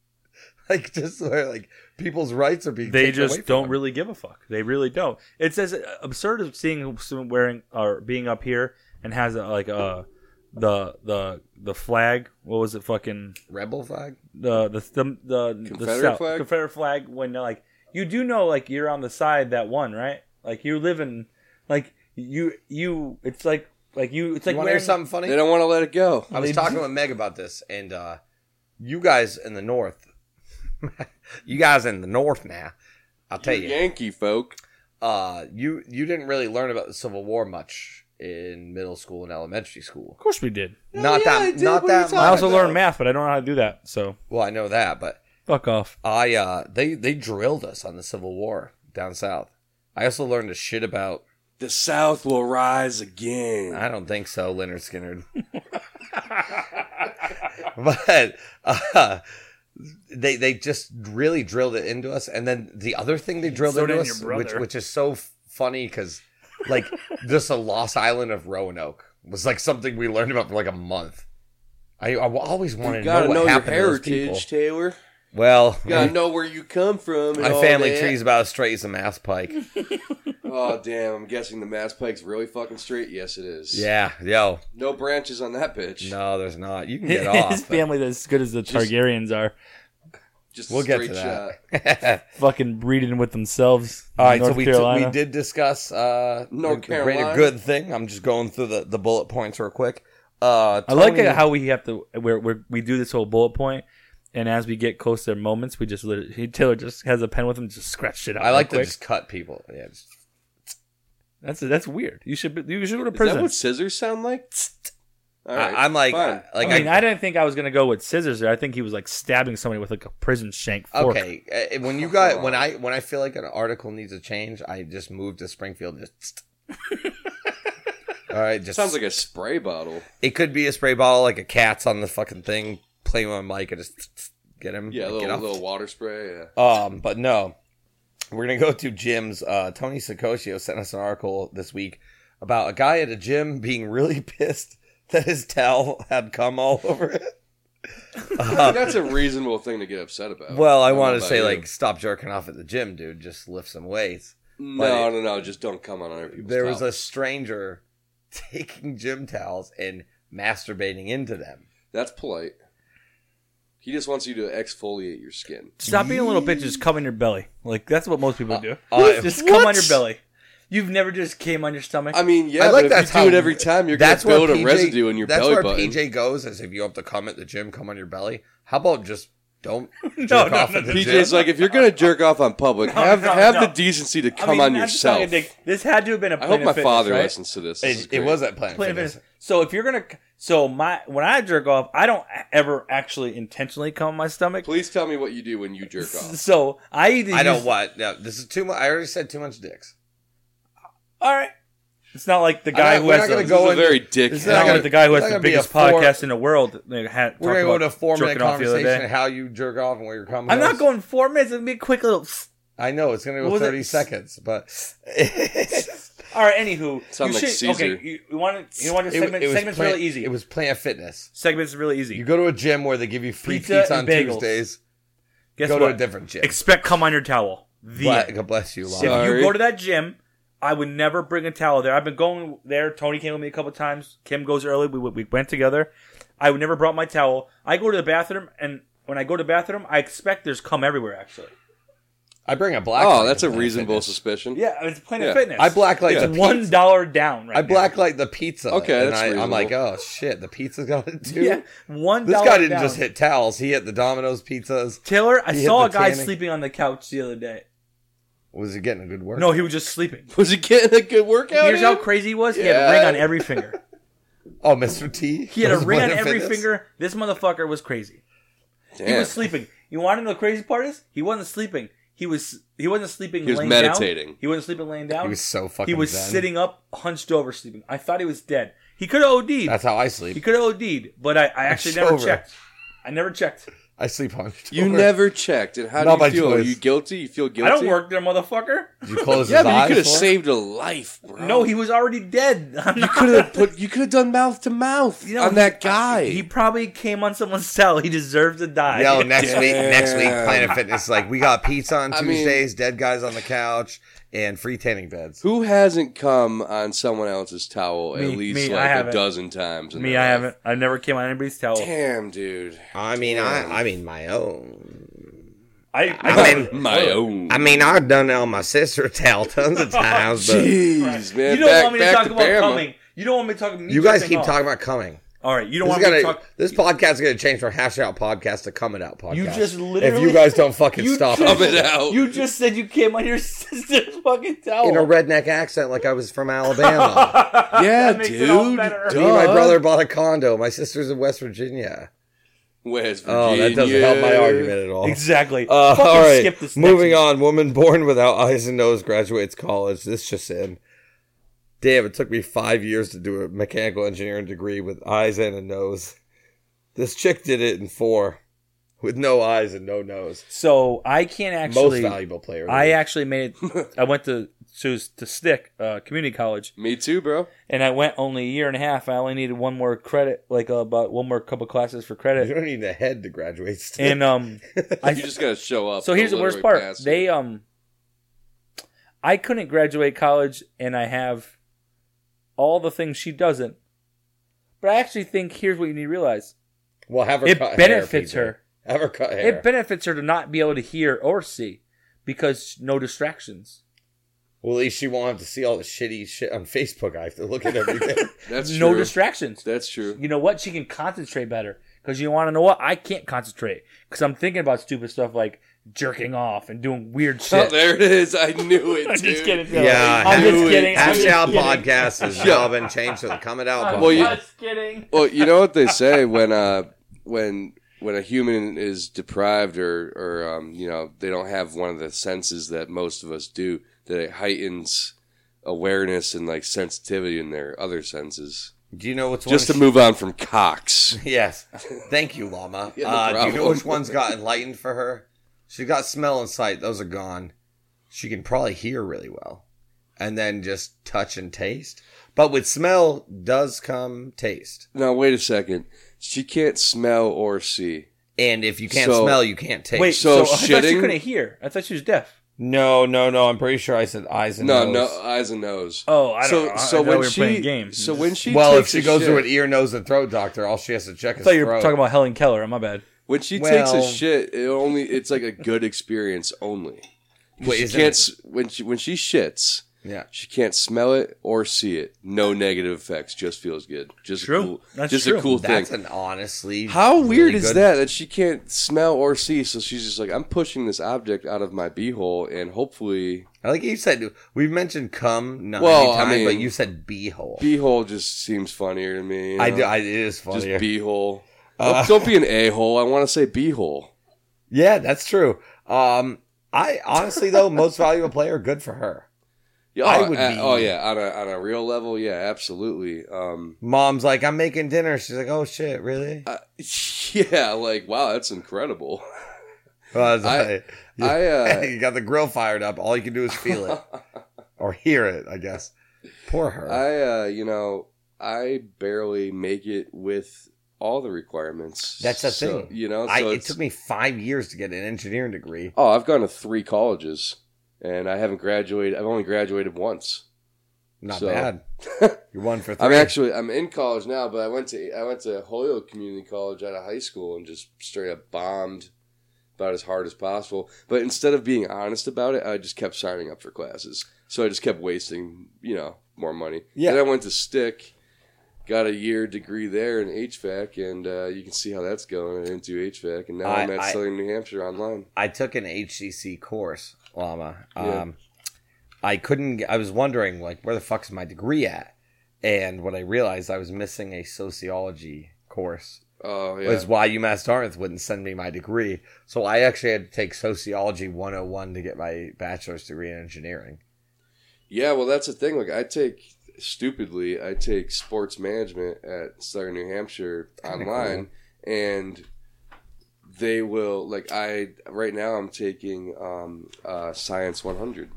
Speaker 2: like just where like people's rights are being
Speaker 1: they
Speaker 2: taken away
Speaker 1: just
Speaker 2: from
Speaker 1: don't
Speaker 2: them.
Speaker 1: really give a fuck. They really don't. It's as absurd as seeing someone wearing or being up here and has a, like uh the the the flag. What was it? Fucking
Speaker 2: rebel flag.
Speaker 1: the the the, the
Speaker 3: Confederate
Speaker 1: the South-
Speaker 3: flag?
Speaker 1: Confederate flag. When they're like you do know like you're on the side that won, right? Like you live in like you you. It's like like you. It's like
Speaker 2: you want to hear
Speaker 1: wearing-
Speaker 2: something funny?
Speaker 3: They don't want to let it go.
Speaker 2: I was
Speaker 1: They-
Speaker 2: talking with Meg about this, and uh, you guys in the north, you guys in the north now, I'll tell you,
Speaker 3: Yankee folk.
Speaker 2: uh, you you didn't really learn about the Civil War much in middle school and elementary school.
Speaker 1: Of course we did.
Speaker 2: not that, not that.
Speaker 1: I also
Speaker 2: much.
Speaker 1: learned math, but I don't know how to do that. So
Speaker 2: Well, I know that, but
Speaker 1: fuck off.
Speaker 2: I uh, they they drilled us on the Civil War down south. I also learned a shit about.
Speaker 3: The South will rise again.
Speaker 2: I don't think so, Leonard Skinner. but uh, they they just really drilled it into us. And then the other thing they drilled
Speaker 1: So
Speaker 2: into
Speaker 1: did
Speaker 2: us,
Speaker 1: your
Speaker 2: which
Speaker 1: brother.
Speaker 2: which is so f- funny because like just the lost island of Roanoke was like something we learned about for like a month. I, I always wanted
Speaker 3: you
Speaker 2: to know
Speaker 3: gotta
Speaker 2: what
Speaker 3: know, your
Speaker 2: happened to those
Speaker 3: heritage,
Speaker 2: people.
Speaker 3: Taylor.
Speaker 2: Well,
Speaker 3: You gotta know where you come from. And
Speaker 2: my
Speaker 3: all
Speaker 2: family
Speaker 3: that.
Speaker 2: tree's about as straight as a mass pike.
Speaker 3: Oh damn! I'm guessing the Mass Pike's really fucking straight. Yes, it is.
Speaker 2: yeah, yo,
Speaker 3: No branches on that bitch.
Speaker 2: no, there's not. You can get off.
Speaker 1: His
Speaker 2: but
Speaker 1: family's as good as the Targaryens are.
Speaker 3: Just
Speaker 2: We'll
Speaker 3: a
Speaker 2: get
Speaker 3: straight
Speaker 2: to
Speaker 3: shot.
Speaker 2: that.
Speaker 1: fucking breeding with themselves.
Speaker 2: All right,
Speaker 1: North
Speaker 2: so we,
Speaker 1: Carolina.
Speaker 2: we did discuss uh,
Speaker 3: North
Speaker 2: the greater
Speaker 3: Carolina.
Speaker 2: good thing. I'm just going through the, the bullet points real quick. Uh,
Speaker 1: I like
Speaker 2: Tony-
Speaker 1: it how we have to where where we do this whole bullet point, and as we get close to their moments, we just literally he- Taylor just has a pen with him, just scratched it out.
Speaker 2: I like to
Speaker 1: real quick.
Speaker 2: just cut people. Yeah, just-
Speaker 1: That's that's weird. You should be- you should go to
Speaker 3: Is that
Speaker 1: prison.
Speaker 3: what scissors sound like? All
Speaker 2: I, am like, uh,
Speaker 3: fine.
Speaker 2: like
Speaker 1: I mean, I, didn't think I was gonna go with scissors there. I think he was like stabbing somebody with like a prison shank fork.
Speaker 2: okay. uh, When you got when I when I feel like an article needs a change, I just move to Springfield. Just all right, just
Speaker 3: sounds like a spray bottle.
Speaker 2: it could be a spray bottle, like a cat's on the fucking thing, playing with my mic, and just get him.
Speaker 3: Yeah, a
Speaker 2: get
Speaker 3: little,
Speaker 2: off.
Speaker 3: little water spray. Yeah.
Speaker 2: Um, but no, we're gonna go to gyms. Uh, Tony Sicosio sent us an article this week about a guy at a gym being really pissed that his towel had come all over it.
Speaker 3: I mean, that's a reasonable thing to get upset about.
Speaker 2: Uh, Well, I
Speaker 3: don't know
Speaker 2: wanted to
Speaker 3: about
Speaker 2: say
Speaker 3: you.
Speaker 2: like stop jerking off at the gym, dude. Just lift some weights.
Speaker 3: no, no, no, just don't come on other people's.
Speaker 2: There was
Speaker 3: towel.
Speaker 2: a stranger taking gym towels and masturbating into them.
Speaker 3: That's polite. He just wants you to exfoliate your skin.
Speaker 1: Stop being a little bitch. Just come on your belly. Like that's what most people do.
Speaker 2: uh,
Speaker 1: just come on
Speaker 2: what?
Speaker 1: your belly. You've never just came on your stomach.
Speaker 3: I mean, yeah,
Speaker 2: I like
Speaker 3: but
Speaker 2: that's
Speaker 3: if you
Speaker 2: how-
Speaker 3: do it every time, you're gonna
Speaker 2: where
Speaker 3: build a residue in your
Speaker 2: that's
Speaker 3: belly
Speaker 2: where
Speaker 3: button.
Speaker 2: PJ goes is if you have to come at the gym, come on your belly. How about just don't jerk
Speaker 1: no,
Speaker 2: off
Speaker 1: no,
Speaker 2: at
Speaker 1: no.
Speaker 2: the gym?
Speaker 3: PJ's like, if you're gonna jerk off on public,
Speaker 1: No,
Speaker 3: have
Speaker 1: no,
Speaker 3: have
Speaker 1: no.
Speaker 3: the decency to
Speaker 1: I
Speaker 3: come
Speaker 1: mean,
Speaker 3: on
Speaker 1: that's not
Speaker 3: yourself.
Speaker 1: a dick. This had to have been a.
Speaker 3: I hope
Speaker 1: Planet
Speaker 3: my
Speaker 1: Fitness,
Speaker 3: father
Speaker 1: right?
Speaker 3: listens to this. This is
Speaker 2: It, it
Speaker 3: great.
Speaker 2: was at Planet
Speaker 1: Planet
Speaker 2: Fitness.
Speaker 1: Fitness. So if you're gonna, so my when I jerk off, I don't ever actually intentionally come on my stomach.
Speaker 3: Please tell me what you do when you jerk off.
Speaker 1: So I either
Speaker 2: I
Speaker 1: use-
Speaker 2: don't want. No, this is too much. I already said too much dicks.
Speaker 1: All right, it's not like the guy
Speaker 2: not-
Speaker 1: who
Speaker 2: we're
Speaker 1: has
Speaker 2: not
Speaker 1: the,
Speaker 2: gonna
Speaker 3: This
Speaker 2: go
Speaker 3: is a
Speaker 2: in-
Speaker 3: very dick.
Speaker 2: this
Speaker 1: it's
Speaker 2: is
Speaker 1: not
Speaker 2: gonna-
Speaker 1: like the guy who
Speaker 2: it's
Speaker 1: has
Speaker 2: not
Speaker 1: the
Speaker 2: gonna be a
Speaker 1: biggest
Speaker 2: four-
Speaker 1: podcast in the world. They had,
Speaker 2: We're gonna
Speaker 1: talked
Speaker 2: go
Speaker 1: about
Speaker 2: to four minute
Speaker 1: jerking off the other
Speaker 2: conversation
Speaker 1: day.
Speaker 2: how you jerk off and where you're coming.
Speaker 1: I'm not going four minutes. It'll be a quick little.
Speaker 2: I know it's gonna
Speaker 1: What
Speaker 2: go
Speaker 1: was it?
Speaker 2: thirty seconds, but
Speaker 1: All right. Anywho,
Speaker 3: Sound
Speaker 1: you
Speaker 3: like
Speaker 1: should,
Speaker 3: Caesar.
Speaker 1: Okay, you, you want to you want to segment?
Speaker 2: was
Speaker 1: segment's
Speaker 2: Planet-
Speaker 1: really easy.
Speaker 2: It was Planet Fitness.
Speaker 1: segment's really easy.
Speaker 2: You go to a gym where they give you free
Speaker 1: Pizza
Speaker 2: pizza, on
Speaker 1: and bagels.
Speaker 2: Tuesdays.
Speaker 1: Guess
Speaker 2: go
Speaker 1: what?
Speaker 2: to a different gym.
Speaker 1: Expect come on your towel. The
Speaker 2: Bla-
Speaker 1: end.
Speaker 2: God bless you,
Speaker 1: If
Speaker 2: Lana.
Speaker 3: So-
Speaker 1: you
Speaker 3: Sorry.
Speaker 1: go to that gym, I would never bring a towel there. I've been going there. Tony came with me a couple times. Kim goes early. We we went together. I would never brought my towel. I go to the bathroom, and when I go to the bathroom, I expect there's cum everywhere. Actually,
Speaker 2: I bring a black.
Speaker 3: Oh,
Speaker 2: light
Speaker 3: that's
Speaker 2: to
Speaker 3: a
Speaker 2: Planet
Speaker 3: reasonable
Speaker 2: Fitness.
Speaker 3: suspicion.
Speaker 1: yeah, it's Planet
Speaker 3: Yeah.
Speaker 1: Fitness.
Speaker 2: I blacklight
Speaker 3: Yeah.
Speaker 2: the
Speaker 1: it's one
Speaker 2: pizza.
Speaker 1: dollar down. Right
Speaker 2: I
Speaker 1: now.
Speaker 2: blacklight the pizza.
Speaker 3: Okay,
Speaker 2: and
Speaker 3: that's
Speaker 2: I, I'm
Speaker 3: reasonable.
Speaker 2: like, oh shit, the pizza's got it too.
Speaker 1: Yeah, one.
Speaker 2: This
Speaker 1: dollar
Speaker 2: guy didn't
Speaker 1: down.
Speaker 2: just hit towels. He hit the Domino's pizzas.
Speaker 1: Taylor. I
Speaker 2: he hit
Speaker 1: saw a
Speaker 2: the
Speaker 1: guy
Speaker 2: tanning.
Speaker 1: sleeping on the couch the other day.
Speaker 2: Was he getting a good work?
Speaker 1: No, he was just sleeping.
Speaker 3: Was he getting a good workout?
Speaker 1: Here's
Speaker 3: in?
Speaker 1: how crazy he was. He had a
Speaker 3: Yeah.
Speaker 1: ring on every finger.
Speaker 2: Oh, Mr. T.
Speaker 1: He had a
Speaker 2: Those
Speaker 1: ring on
Speaker 2: Planet
Speaker 1: every
Speaker 2: Fitness?
Speaker 1: finger. This motherfucker was crazy. He
Speaker 3: Damn.
Speaker 1: was sleeping. You want to know the crazy part is he wasn't sleeping. He was he wasn't sleeping.
Speaker 3: He was
Speaker 1: laying
Speaker 3: meditating.
Speaker 1: Down. He wasn't sleeping laying down.
Speaker 2: He was so
Speaker 1: He
Speaker 2: fucking.
Speaker 1: was
Speaker 2: zen.
Speaker 1: sitting up, hunched over, sleeping. I thought he was dead. He could have OD'd.
Speaker 2: That's how I
Speaker 1: he
Speaker 2: sleep.
Speaker 1: could have OD'd, but I, I actually never
Speaker 2: sober.
Speaker 1: checked. I never checked.
Speaker 2: I sleep on your
Speaker 3: You
Speaker 2: door.
Speaker 3: never checked. And how
Speaker 2: Not
Speaker 3: do
Speaker 2: my
Speaker 3: you feel? Are
Speaker 2: choice.
Speaker 3: you guilty? You feel guilty?
Speaker 1: I don't work there, motherfucker.
Speaker 2: You close
Speaker 3: Yeah,
Speaker 2: his
Speaker 3: but you
Speaker 2: eyes.
Speaker 3: could have
Speaker 2: for it?
Speaker 3: saved a life, bro.
Speaker 1: No, he was already dead. I'm
Speaker 3: You
Speaker 1: not-
Speaker 3: could have put. You could have done mouth to mouth
Speaker 1: You know,
Speaker 3: on
Speaker 1: he-
Speaker 3: that guy.
Speaker 1: He probably came on someone's cell. He deserved to die.
Speaker 2: Yo, next week, next week,
Speaker 3: Damn.
Speaker 2: Planet Fitness. is Like we got pizza on
Speaker 3: I mean-
Speaker 2: Tuesdays, dead guys on the couch, and free tanning beds.
Speaker 3: Who hasn't come on someone else's towel
Speaker 1: Me,
Speaker 3: at least
Speaker 1: me, I
Speaker 3: like a
Speaker 1: haven't.
Speaker 3: dozen times? in
Speaker 1: me,
Speaker 3: their
Speaker 1: I
Speaker 3: life?
Speaker 1: haven't. I never came on anybody's towel.
Speaker 3: Damn, dude.
Speaker 2: I mean, I, I mean my own.
Speaker 1: I,
Speaker 2: I mean-
Speaker 3: My own.
Speaker 2: I mean, I've done it on my sister's towel tons of times, but
Speaker 3: Oh, Jeez, man.
Speaker 1: you don't
Speaker 3: back,
Speaker 1: want me to
Speaker 3: back
Speaker 1: talk about
Speaker 3: Bama.
Speaker 1: coming. You don't want me to talk. me
Speaker 2: you guys
Speaker 1: jerking
Speaker 2: keep
Speaker 1: off.
Speaker 2: talking about coming.
Speaker 1: All right, you don't
Speaker 2: This,
Speaker 1: want
Speaker 2: is
Speaker 1: me to
Speaker 2: gonna,
Speaker 1: talk.
Speaker 2: this podcast is going to change from hash out podcast to coming out podcast.
Speaker 1: You just
Speaker 2: if
Speaker 1: literally-
Speaker 2: you guys don't fucking
Speaker 1: You
Speaker 2: stop
Speaker 1: just-
Speaker 3: Come it out.
Speaker 1: You just said you came on your sister's fucking towel.
Speaker 2: in a redneck accent like I was from Alabama.
Speaker 3: yeah,
Speaker 1: makes
Speaker 3: dude.
Speaker 1: it all better.
Speaker 3: Duh.
Speaker 2: Me and my brother bought a condo. My sister's in West Virginia.
Speaker 3: West Virginia.
Speaker 2: Oh, that doesn't help my argument at all.
Speaker 1: exactly.
Speaker 2: Uh,
Speaker 1: Fucking
Speaker 2: all right.
Speaker 1: skip this. next
Speaker 2: Moving
Speaker 1: week.
Speaker 2: on. Woman born without eyes and nose graduates college. This just in. Damn, it took me five years to do a mechanical engineering degree with eyes and a nose. This chick did it in four, with no eyes and no nose.
Speaker 1: So I can't
Speaker 2: Most
Speaker 1: actually.
Speaker 2: valuable player. of the
Speaker 1: I
Speaker 2: week.
Speaker 1: actually made. I went to to to stick uh, community college,
Speaker 3: Me too, bro.
Speaker 1: and I went only a year and a half. I only needed one more credit, like uh, about one more couple classes for
Speaker 2: you
Speaker 1: credit,
Speaker 2: don't need a head to graduate. Still.
Speaker 1: and um. I,
Speaker 3: You just gotta show up.
Speaker 1: so here's the
Speaker 3: Don't let
Speaker 1: worst
Speaker 3: it
Speaker 1: part.
Speaker 3: pass you.
Speaker 1: They um I couldn't graduate college and I have all the things she doesn't. But I actually think here's what you need to realize.
Speaker 2: well, have her.
Speaker 1: it
Speaker 2: cut
Speaker 1: benefits
Speaker 2: hair,
Speaker 1: her.
Speaker 2: people. Have her cut hair.
Speaker 1: It benefits her to not be able to hear or see because no distractions.
Speaker 2: well, at least she won't have to see all the shitty shit on Facebook. I have to look at everything.
Speaker 3: That's
Speaker 1: no
Speaker 3: true.
Speaker 1: distractions.
Speaker 3: That's true.
Speaker 1: You know what? She can concentrate better because you want to know what? I can't concentrate because I'm thinking about stupid stuff like jerking off and doing weird
Speaker 3: Oh,
Speaker 1: shit.
Speaker 3: there it is. I knew it.
Speaker 1: I'm just
Speaker 3: dude.
Speaker 1: kidding. Phil.
Speaker 2: Yeah,
Speaker 1: I'm
Speaker 3: do
Speaker 1: just
Speaker 3: it.
Speaker 1: kidding. I'm
Speaker 2: Hash
Speaker 1: just
Speaker 2: out
Speaker 1: kidding. Uh,
Speaker 2: podcast has now been changed to the coming out podcast.
Speaker 3: Well, you-
Speaker 1: kidding.
Speaker 3: Well, you know what they say when uh when when a human is deprived or or um you know they don't have one of the senses that most of us do that it heightens awareness and like sensitivity in their other senses.
Speaker 2: Do you know what's
Speaker 3: Just to
Speaker 2: one
Speaker 3: move on from cocks.
Speaker 2: Yes, thank you, Llama.
Speaker 3: Yeah, no
Speaker 2: uh, do you know
Speaker 3: problem.
Speaker 2: which one's got enlightened for her? She got smell and sight; those are gone. She can probably hear really well, and then just touch and taste. But with smell does come taste,
Speaker 3: Now wait a second. She can't smell or see.
Speaker 2: and if you can't
Speaker 3: So-
Speaker 2: smell, you can't taste.
Speaker 1: Wait, so,
Speaker 3: So
Speaker 1: I thought she
Speaker 3: shitting?
Speaker 1: couldn't hear. I thought she was deaf.
Speaker 2: no, no, no. I'm pretty sure I said eyes and
Speaker 3: No,
Speaker 2: nose.
Speaker 3: no eyes and nose.
Speaker 1: Oh, I
Speaker 3: so
Speaker 1: don't know. I
Speaker 3: so
Speaker 1: thought
Speaker 3: when
Speaker 1: we were
Speaker 3: she
Speaker 1: playing games.
Speaker 3: so when she
Speaker 2: Well, if
Speaker 3: takes
Speaker 2: she
Speaker 3: a
Speaker 2: goes to
Speaker 3: shit-
Speaker 2: an ear, nose, and throat doctor, all she has to check
Speaker 1: I
Speaker 2: is
Speaker 1: thought you were
Speaker 2: throat.
Speaker 1: talking about Helen Keller. My bad.
Speaker 3: When she
Speaker 2: Well-
Speaker 3: takes a shit, it only it's like a good experience only.
Speaker 2: Wait,
Speaker 3: she
Speaker 2: isn't
Speaker 3: can't
Speaker 2: it-
Speaker 3: s when she when she shits,
Speaker 2: Yeah.
Speaker 3: she can't smell it or see it. No negative effects. Just feels good. Just
Speaker 1: True.
Speaker 3: A cool,
Speaker 1: That's
Speaker 3: just
Speaker 1: true.
Speaker 3: a cool
Speaker 2: That's an
Speaker 3: thing.
Speaker 2: honestly.
Speaker 3: How
Speaker 2: really
Speaker 3: weird is
Speaker 2: good-
Speaker 3: that? That she can't smell or see, so she's just like, I'm pushing this object out of my beehole, and hopefully
Speaker 2: I Like you said, we've mentioned cum not
Speaker 3: Well,
Speaker 2: many
Speaker 3: I
Speaker 2: times, but
Speaker 3: mean-
Speaker 2: you said beehole.
Speaker 3: beehole just seems funnier to me. you
Speaker 2: I
Speaker 3: know?
Speaker 2: do. Uh, I, it is
Speaker 3: just
Speaker 2: funny.
Speaker 3: beehole. Don't- don't be an a hole. I want to say beehole.
Speaker 2: yeah, that's true. Um, I honestly though, most valuable player, good for her.
Speaker 3: Yeah,
Speaker 2: I
Speaker 3: oh,
Speaker 2: would
Speaker 3: uh,
Speaker 2: be-
Speaker 3: oh yeah, on a on a real level, yeah, absolutely. Um,
Speaker 2: Mom's like, I'm making dinner. She's like, Oh shit, really?
Speaker 3: Uh, yeah, like wow, that's incredible.
Speaker 2: Well, I was
Speaker 3: I-
Speaker 2: like,
Speaker 3: I uh,
Speaker 2: you got the grill fired up. All you can do is feel it or hear it. I guess. Poor her.
Speaker 3: I uh, you know, I barely make it with all the requirements.
Speaker 2: That's the
Speaker 3: So,
Speaker 2: thing.
Speaker 3: you know. So
Speaker 2: I, it
Speaker 3: it's-
Speaker 2: took me five years to get an engineering degree.
Speaker 3: oh, I've gone to three colleges, and I haven't graduated. I've only graduated once.
Speaker 2: Not
Speaker 3: So-
Speaker 2: bad. You won for three.
Speaker 3: I'm actually I'm in college now, but I went to I went to Holyoke Community College out of high school and just straight up bombed about as hard as possible. But instead of being honest about it, I just kept signing up for classes. So I just kept wasting, you know, more money.
Speaker 2: Yeah.
Speaker 3: Then I went to Stick, got a year degree there in HVAC, and uh, you can see how that's going. I didn't do HVAC, and now
Speaker 2: I-
Speaker 3: I, am at
Speaker 2: I-
Speaker 3: Southern New Hampshire online.
Speaker 2: I took an HCC course, Llama.
Speaker 3: Yeah.
Speaker 2: Um, I couldn't. I was wondering, like, where the fuck's my degree at? And when I realized I was missing a sociology course,
Speaker 3: Oh yeah.
Speaker 2: was why UMass Dartmouth wouldn't send me my degree. So I actually had to take sociology 101 to get my bachelor's degree in engineering.
Speaker 3: Yeah, well, that's the thing. Like, I take stupidly, I take sports management at Southern New Hampshire
Speaker 2: Kinda
Speaker 3: online, and they will like I right now I'm taking um uh science 100.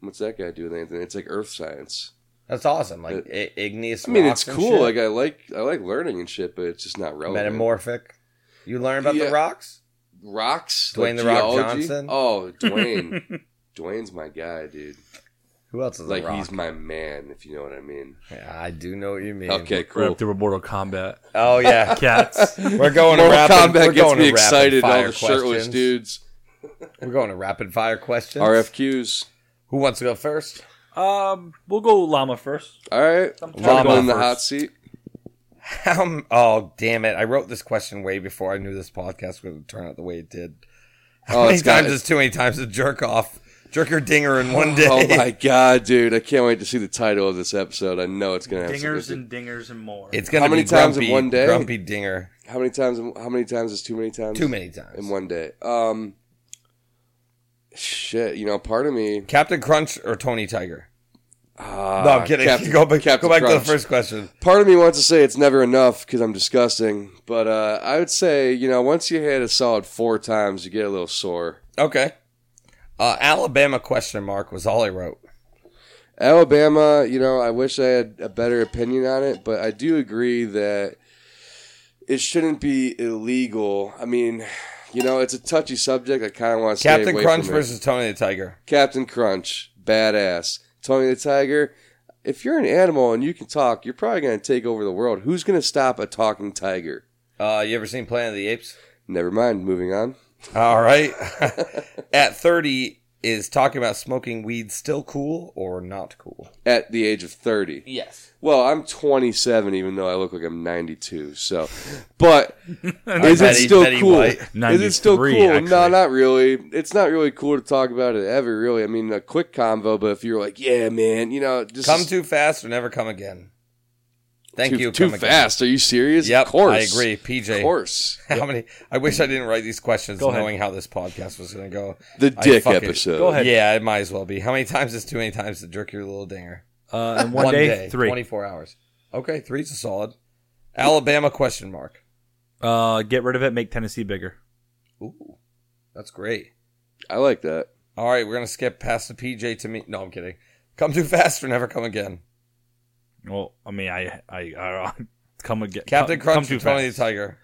Speaker 3: What's that guy doing? Anything? It's like earth science.
Speaker 2: That's awesome. Like I- igneous.
Speaker 3: I mean,
Speaker 2: rocks
Speaker 3: it's
Speaker 2: and
Speaker 3: cool.
Speaker 2: shit.
Speaker 3: Like I like I like learning and shit, but it's just not relevant.
Speaker 2: metamorphic. You learn about
Speaker 3: Yeah.
Speaker 2: the rocks.
Speaker 3: Rocks,
Speaker 2: Dwayne The Rock
Speaker 3: geology?
Speaker 2: Johnson?
Speaker 3: Oh, Dwayne. Dwayne's my guy, dude.
Speaker 2: Who else is
Speaker 3: Like
Speaker 2: a rock?
Speaker 3: he's my man, if you know what I mean.
Speaker 2: Yeah, I do know what you mean.
Speaker 3: Okay,
Speaker 1: Right
Speaker 3: cool.
Speaker 1: up through Mortal Kombat.
Speaker 2: Oh yeah,
Speaker 1: Cats.
Speaker 2: we're going to
Speaker 3: Mortal
Speaker 2: rapid, we're
Speaker 3: Kombat gets
Speaker 2: going
Speaker 3: me
Speaker 2: to rapid
Speaker 3: excited. All
Speaker 2: fire
Speaker 3: the shirtless
Speaker 2: questions.
Speaker 3: dudes,
Speaker 2: We're going to rapid fire questions.
Speaker 3: RFQs.
Speaker 2: Who wants to go first?
Speaker 1: um, we'll go llama first.
Speaker 3: All right,
Speaker 2: Llama
Speaker 3: Llama in the
Speaker 1: first.
Speaker 3: hot seat.
Speaker 2: How? m- Oh damn it! I wrote this question way before I knew this podcast would turn out the way it did. How
Speaker 3: Oh,
Speaker 2: many
Speaker 3: it's got-
Speaker 2: times is too many times to jerk off, jerk your dinger in one day?
Speaker 3: Oh my god, dude! I can't wait to see the title of this episode. I know it's gonna have
Speaker 1: Dingers
Speaker 3: some-
Speaker 1: and dingers and more.
Speaker 2: It's gonna
Speaker 3: How many
Speaker 2: be
Speaker 3: times in
Speaker 2: grumpy-
Speaker 3: one day?
Speaker 2: Grumpy dinger.
Speaker 3: how many times? How many times is too many times?
Speaker 2: Too many times.
Speaker 3: in one day. Um, shit. You know, part of me.
Speaker 2: Captain Crunch or Tony Tiger?
Speaker 3: ah,
Speaker 2: No, I'm kidding.
Speaker 3: Captain-
Speaker 2: go back,
Speaker 3: Captain
Speaker 2: go back to the
Speaker 3: Crunch.
Speaker 2: first question.
Speaker 3: Part of me wants to say it's never enough because I'm disgusting, but uh, I would say you know once you hit a solid four times, you get a little sore.
Speaker 2: Okay. Uh, Alabama question mark was all I wrote.
Speaker 3: Alabama, you know, I wish I had a better opinion on it, but I do agree that it shouldn't be illegal. I mean, you know, it's a touchy subject. I kind of want to stay
Speaker 2: Captain
Speaker 3: away
Speaker 2: Crunch
Speaker 3: from it.
Speaker 2: versus Tony the Tiger.
Speaker 3: Captain Crunch, badass. Tony the Tiger, if you're an animal and you can talk, you're probably going to take over the world. Who's going to stop a talking tiger?
Speaker 2: Uh, you ever seen Planet of the Apes?
Speaker 3: Never mind, moving on.
Speaker 2: All right. At 30, is talking about smoking weed still cool or not cool?
Speaker 3: At the age of 30.
Speaker 2: Yes.
Speaker 3: Well, I'm 27 even though I look like I'm 92. So, but is it
Speaker 2: Betty-
Speaker 3: still
Speaker 2: Betty
Speaker 3: cool?
Speaker 2: White.
Speaker 3: Is it still
Speaker 1: 93,
Speaker 3: cool? No,
Speaker 1: actually.
Speaker 3: not really. It's not really cool to talk about it ever really. I mean, a quick convo, but if you're like, yeah, man, you know, just
Speaker 2: Come too fast or never come again. Thank
Speaker 3: too,
Speaker 2: you.
Speaker 3: too
Speaker 2: come
Speaker 3: fast. Are you serious?
Speaker 2: Again. Yep.
Speaker 3: of course.
Speaker 2: I agree.
Speaker 3: Of
Speaker 2: PJ.
Speaker 3: course.
Speaker 2: How many? I wish I didn't write these questions
Speaker 1: Go ahead.
Speaker 2: knowing how this podcast was going to go.
Speaker 3: The
Speaker 2: I
Speaker 3: dick
Speaker 2: fucking-
Speaker 3: episode.
Speaker 1: Go ahead.
Speaker 2: Yeah, it might as well be. How many times is too many times to jerk your little dinger?
Speaker 1: Uh, in one, day, three.
Speaker 2: 24 hours. Okay, three's a solid. Alabama question mark.
Speaker 1: Uh, get rid of it. Make Tennessee bigger.
Speaker 2: Ooh, that's great.
Speaker 3: I like that.
Speaker 2: All right, we're going to skip past the PJ to me. No, I'm kidding. Come too fast or never come again.
Speaker 1: Well, I mean, I, I, I come again.
Speaker 2: Captain
Speaker 1: come,
Speaker 2: Crunch
Speaker 1: come
Speaker 2: or Tony
Speaker 1: fast.
Speaker 2: the Tiger.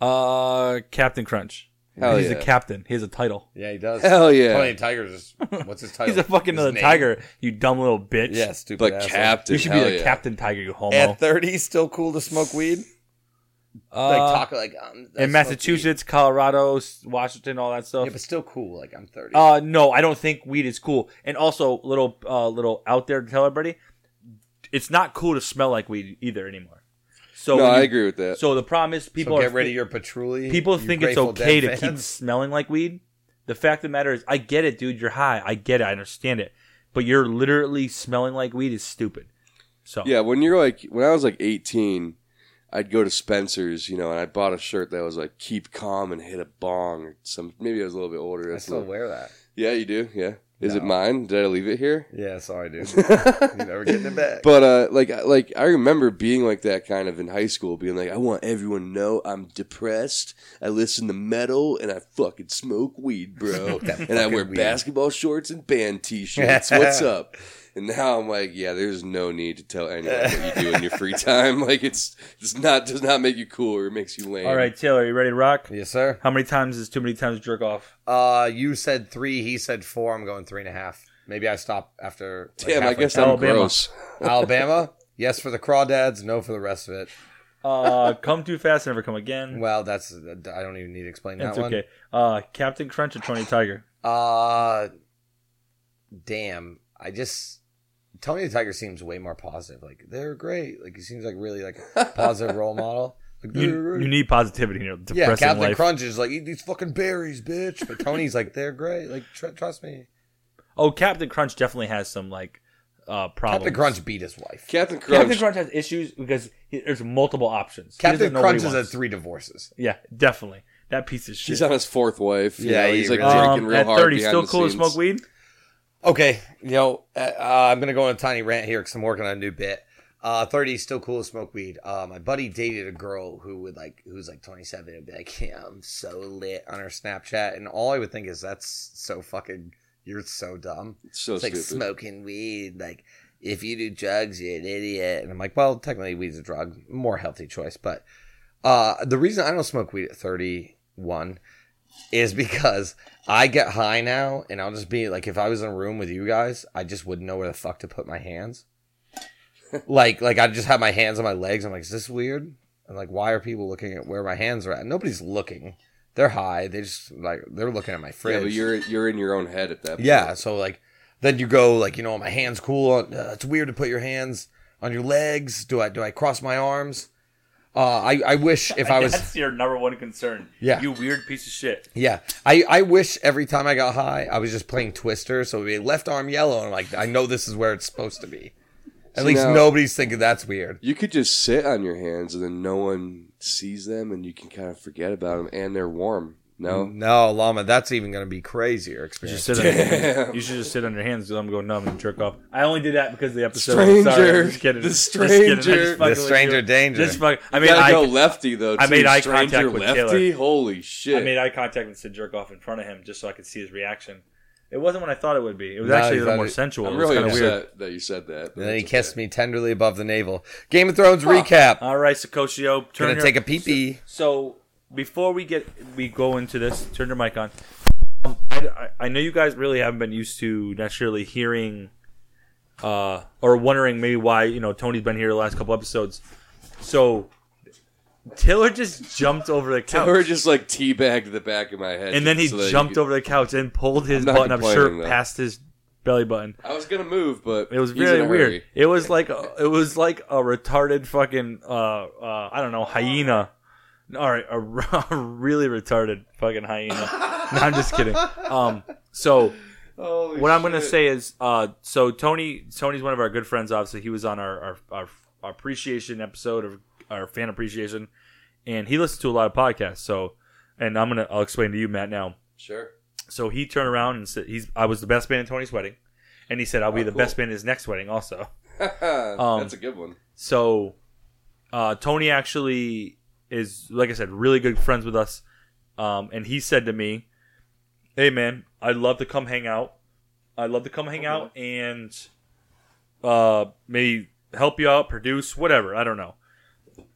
Speaker 1: Uh, Captain Crunch.
Speaker 3: Hell
Speaker 1: He's
Speaker 3: yeah.
Speaker 1: a captain. He has a title.
Speaker 2: Yeah, he does.
Speaker 3: Hell yeah.
Speaker 2: Tony the Tiger is. What's his title?
Speaker 1: He's a fucking
Speaker 2: His
Speaker 1: little
Speaker 2: name?
Speaker 1: tiger. You dumb little bitch.
Speaker 2: Yeah, stupid.
Speaker 3: but
Speaker 2: asshole.
Speaker 3: captain.
Speaker 1: You should
Speaker 3: hell
Speaker 1: be the
Speaker 3: yeah.
Speaker 1: captain tiger, you homo.
Speaker 2: At 30, still cool to smoke weed?
Speaker 1: Uh,
Speaker 2: like, talk like. Um, I smoke
Speaker 1: in Massachusetts, Colorado, S- Washington, all that
Speaker 2: weed.
Speaker 1: stuff.
Speaker 2: Yeah, but still cool. Like, I'm 30.
Speaker 1: uh, no, I don't think weed is cool. And also, little, uh, little out there to tell everybody, it's not cool to smell like weed either anymore. So
Speaker 3: No,
Speaker 1: when
Speaker 3: I
Speaker 1: you-
Speaker 3: agree with that.
Speaker 1: So the problem is people
Speaker 2: so
Speaker 1: are
Speaker 2: get rid of your patchouli.
Speaker 1: people
Speaker 2: you
Speaker 1: think it's
Speaker 2: Grateful
Speaker 1: okay to
Speaker 2: Dead
Speaker 1: keep
Speaker 2: fans.
Speaker 1: smelling like weed. The fact of the matter is, I get it, dude. You're high. I get it. I understand it. But you're literally smelling like weed is stupid. So
Speaker 3: Yeah, when you're like when I was like 18, I'd go to Spencer's, you know, and I bought a shirt that was like "Keep calm and hit a bong" or some. Maybe I was a little bit older.
Speaker 2: I
Speaker 3: That's a
Speaker 2: still
Speaker 3: little-
Speaker 2: wear that.
Speaker 3: yeah, you do. Yeah, is it
Speaker 2: No.
Speaker 3: mine? Did I leave it here?
Speaker 2: Yeah, sorry, dude. You're never getting it back.
Speaker 3: But uh, like like I remember being like that kind of in high school, being like, I want everyone to know I'm depressed. I listen to metal and I fucking smoke weed, bro. and I
Speaker 2: fucking
Speaker 3: wear
Speaker 2: weed.
Speaker 3: basketball shorts and band t-shirts. What's up? And now I'm like, yeah, there's no need to tell anyone what you do in your free time. Like it's it's not does not make you cooler. It makes you lame.
Speaker 1: all right, Taylor, you ready to rock?
Speaker 2: yes, sir.
Speaker 1: How many times is too many times jerk off?
Speaker 2: Uh, you said three. He said four. I'm going three and a half. Maybe I stop after. like,
Speaker 3: Damn, I
Speaker 2: halfway
Speaker 3: guess
Speaker 2: through.
Speaker 3: I'm
Speaker 1: Alabama.
Speaker 3: gross.
Speaker 2: Alabama. Yes for the crawdads, no for the rest of it.
Speaker 1: Uh, come too fast, never come again.
Speaker 2: Well, that's I don't even need to explain
Speaker 1: That's
Speaker 2: that one.
Speaker 1: okay. Uh, Captain Crunch or Tony Tiger?
Speaker 2: Uh, damn. I just Tony the Tiger seems way more positive. Like they're great. Like he seems like really like a positive role model. Like, "They're
Speaker 1: You,
Speaker 2: great."
Speaker 1: you need positivity in your depressing
Speaker 2: yeah, Captain
Speaker 1: life.
Speaker 2: Crunch is like eat these fucking berries, bitch. But Tony's like they're great. Like tr- trust me.
Speaker 1: oh, Captain Crunch definitely has some like uh problems.
Speaker 2: Captain Crunch beat his wife.
Speaker 3: Captain Crunch.
Speaker 1: Captain Crunch has issues because he, there's multiple options. He
Speaker 2: Captain
Speaker 1: doesn't know what
Speaker 2: Crunch
Speaker 1: he
Speaker 2: has had
Speaker 1: wants.
Speaker 2: three divorces.
Speaker 1: Yeah, definitely. That piece of shit.
Speaker 3: He's on his fourth wife. you
Speaker 2: Yeah,
Speaker 3: know,
Speaker 2: he
Speaker 3: he's like
Speaker 2: really-
Speaker 3: drinking
Speaker 1: um,
Speaker 3: real
Speaker 1: at
Speaker 3: hard.
Speaker 1: 30,
Speaker 3: behind
Speaker 1: still
Speaker 3: the
Speaker 1: cool to
Speaker 3: scenes.
Speaker 1: smoke weed?
Speaker 2: Okay, you know, uh, uh, I'm gonna go on a tiny rant here because I'm working on a new bit. Uh, 30 is still cool to smoke weed. Uh, my buddy dated a girl who would like, who's like 27 and be like, yeah, I'm so lit on her Snapchat. And all I would think is, that's so fucking, you're so dumb.
Speaker 3: It's so
Speaker 2: it's like
Speaker 3: stupid.
Speaker 2: smoking weed. Like, if you do drugs, you're an idiot. And I'm like, well, technically, weed's a drug, more healthy choice. But uh, the reason I don't smoke weed at 31 is because I get high now, and I'll just be like, if I was in a room with you guys, I just wouldn't know where the fuck to put my hands. like, like I just have my hands on my legs. I'm like, is this weird? And like, why are people looking at where my hands are at? Nobody's looking. They're high. They just like they're looking at my fridge.
Speaker 3: Yeah, but you're you're in your own head at that. point.
Speaker 2: Yeah, so like then you go like you know my hands cool. On, uh, it's weird to put your hands on your legs. Do I do I cross my arms? Uh, I I wish if I was
Speaker 1: That's your number one concern.
Speaker 2: Yeah.
Speaker 1: You weird piece of shit.
Speaker 2: yeah I I wish every time I got high I was just playing Twister. So it'd be left arm yellow and I'm like I know this is where it's supposed to be. At
Speaker 3: So
Speaker 2: least
Speaker 3: now-
Speaker 2: nobody's thinking that's weird.
Speaker 3: You could just sit on your hands and then no one sees them and you can kind of forget about them and they're
Speaker 1: Mm-hmm.
Speaker 3: warm. No?
Speaker 2: No, Llama, that's even going to be crazier
Speaker 1: You should,
Speaker 2: experience.
Speaker 1: sit on your hands. you should just sit on your hands because I'm going numb and jerk off. I only did that because of the episode. Sorry,
Speaker 3: Stranger.
Speaker 1: I'm just kidding.
Speaker 3: The
Speaker 1: Just kidding. I'm just
Speaker 3: stranger.
Speaker 1: fucking
Speaker 2: The
Speaker 1: with
Speaker 2: stranger
Speaker 1: you.
Speaker 2: danger.
Speaker 1: Just fuck. I
Speaker 3: I
Speaker 1: mean,
Speaker 3: gotta
Speaker 1: I,
Speaker 3: go lefty though.
Speaker 1: I
Speaker 3: too.
Speaker 1: made eye
Speaker 3: Stranger
Speaker 1: contact with
Speaker 3: lefty.
Speaker 1: Taylor.
Speaker 3: Holy shit!
Speaker 1: I made eye contact and said jerk off in front of him just so I could see his reaction. It wasn't what I thought it would be. It was
Speaker 2: No,
Speaker 1: actually
Speaker 2: you
Speaker 1: a little
Speaker 2: thought
Speaker 1: more
Speaker 2: it-
Speaker 1: sensual.
Speaker 3: I'm
Speaker 1: it was
Speaker 3: really
Speaker 1: kind of
Speaker 3: upset
Speaker 1: weird.
Speaker 3: that you said that.
Speaker 2: and then he kissed me tenderly above the navel. Game of Thrones recap.
Speaker 1: All right, Sakoshio, uh, turn
Speaker 2: Gonna
Speaker 1: your,
Speaker 2: take a pee pee.
Speaker 1: So before we get we go into this, turn your mic on. Um, I, I, I know you guys really haven't been used to necessarily hearing uh, or wondering maybe why you know Tony's been here the last couple episodes. So Taylor just jumped over the couch.
Speaker 3: Or just like teabagged the back of my head,
Speaker 1: and then he
Speaker 3: so that
Speaker 1: jumped
Speaker 3: could-
Speaker 1: over the couch and pulled his
Speaker 3: I'm not
Speaker 1: button up shirt
Speaker 3: complaining, though.
Speaker 1: past his belly button.
Speaker 3: I was gonna move, but
Speaker 1: It was
Speaker 3: he's in
Speaker 1: really
Speaker 3: a
Speaker 1: weird.
Speaker 3: hurry.
Speaker 1: It was like a, it was like a retarded fucking uh, uh I don't know hyena, or a, r- a really retarded fucking hyena. no, I'm just kidding. Um, so
Speaker 3: Holy
Speaker 1: what I'm gonna
Speaker 3: shit.
Speaker 1: say is, uh, so Tony, Tony's one of our good friends. Obviously, he was on our our, our, our appreciation episode of our fan appreciation, and he listens to a lot of podcasts. So, and I'm gonna I'll explain to you, Matt, now.
Speaker 3: Sure.
Speaker 1: So he turned around and said, "He's I was the best man at Tony's wedding," and he said, "I'll be
Speaker 3: Oh,
Speaker 1: the
Speaker 3: cool.
Speaker 1: best man at his next wedding also."
Speaker 3: Ah,
Speaker 1: Um,
Speaker 3: That's a good one.
Speaker 1: So uh, Tony actually is, like I said, really good friends with us. Um, and he said to me, Hey, man, I'd love to come hang out. I'd love to come hang out and uh, maybe help you out, produce, whatever. I don't know.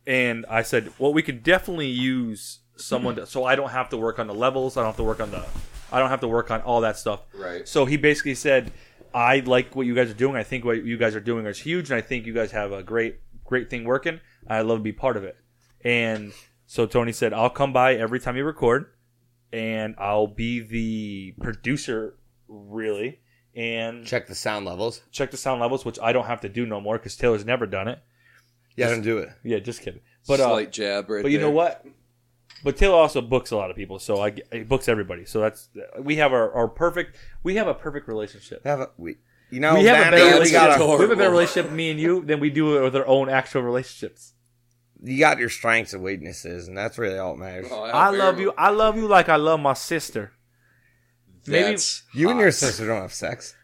Speaker 1: And I said, Well, we could definitely use someone to, so I don't have to work on the levels. I don't have to work on the, I don't have to work on all that stuff.
Speaker 3: Right.
Speaker 1: So he basically said, "I like what you guys are doing. I think what you guys are doing is huge, and I think you guys have a great, great thing working. I'd love to be part of it." And so Tony said, "I'll come by every time you record, and I'll be the producer, really, and check,
Speaker 2: Check the sound levels.
Speaker 1: the sound levels, which I don't have to do no more because Taylor's never done it.
Speaker 2: Yeah, don't do it.
Speaker 1: Yeah, just kidding. But uh,
Speaker 3: Slight jab right
Speaker 1: but you know
Speaker 3: there.
Speaker 1: what? But Taylor also books a lot of people, so I g- he books everybody. So that's we have our, our perfect we have a perfect relationship.
Speaker 2: Have a, we, you know,
Speaker 1: we have a
Speaker 2: man,
Speaker 1: better
Speaker 2: we
Speaker 1: relationship.
Speaker 2: got a-
Speaker 3: relationship.
Speaker 1: we have a better
Speaker 3: Horrible.
Speaker 1: relationship, me and you, than we do with our own actual relationships.
Speaker 2: you got your strengths and weaknesses, and that's really all that matters.
Speaker 3: Oh,
Speaker 1: I
Speaker 3: very
Speaker 1: love
Speaker 3: much.
Speaker 1: you. I love you like I love my sister. Maybe-
Speaker 3: That's
Speaker 2: you and your
Speaker 3: hot.
Speaker 2: sister don't have sex.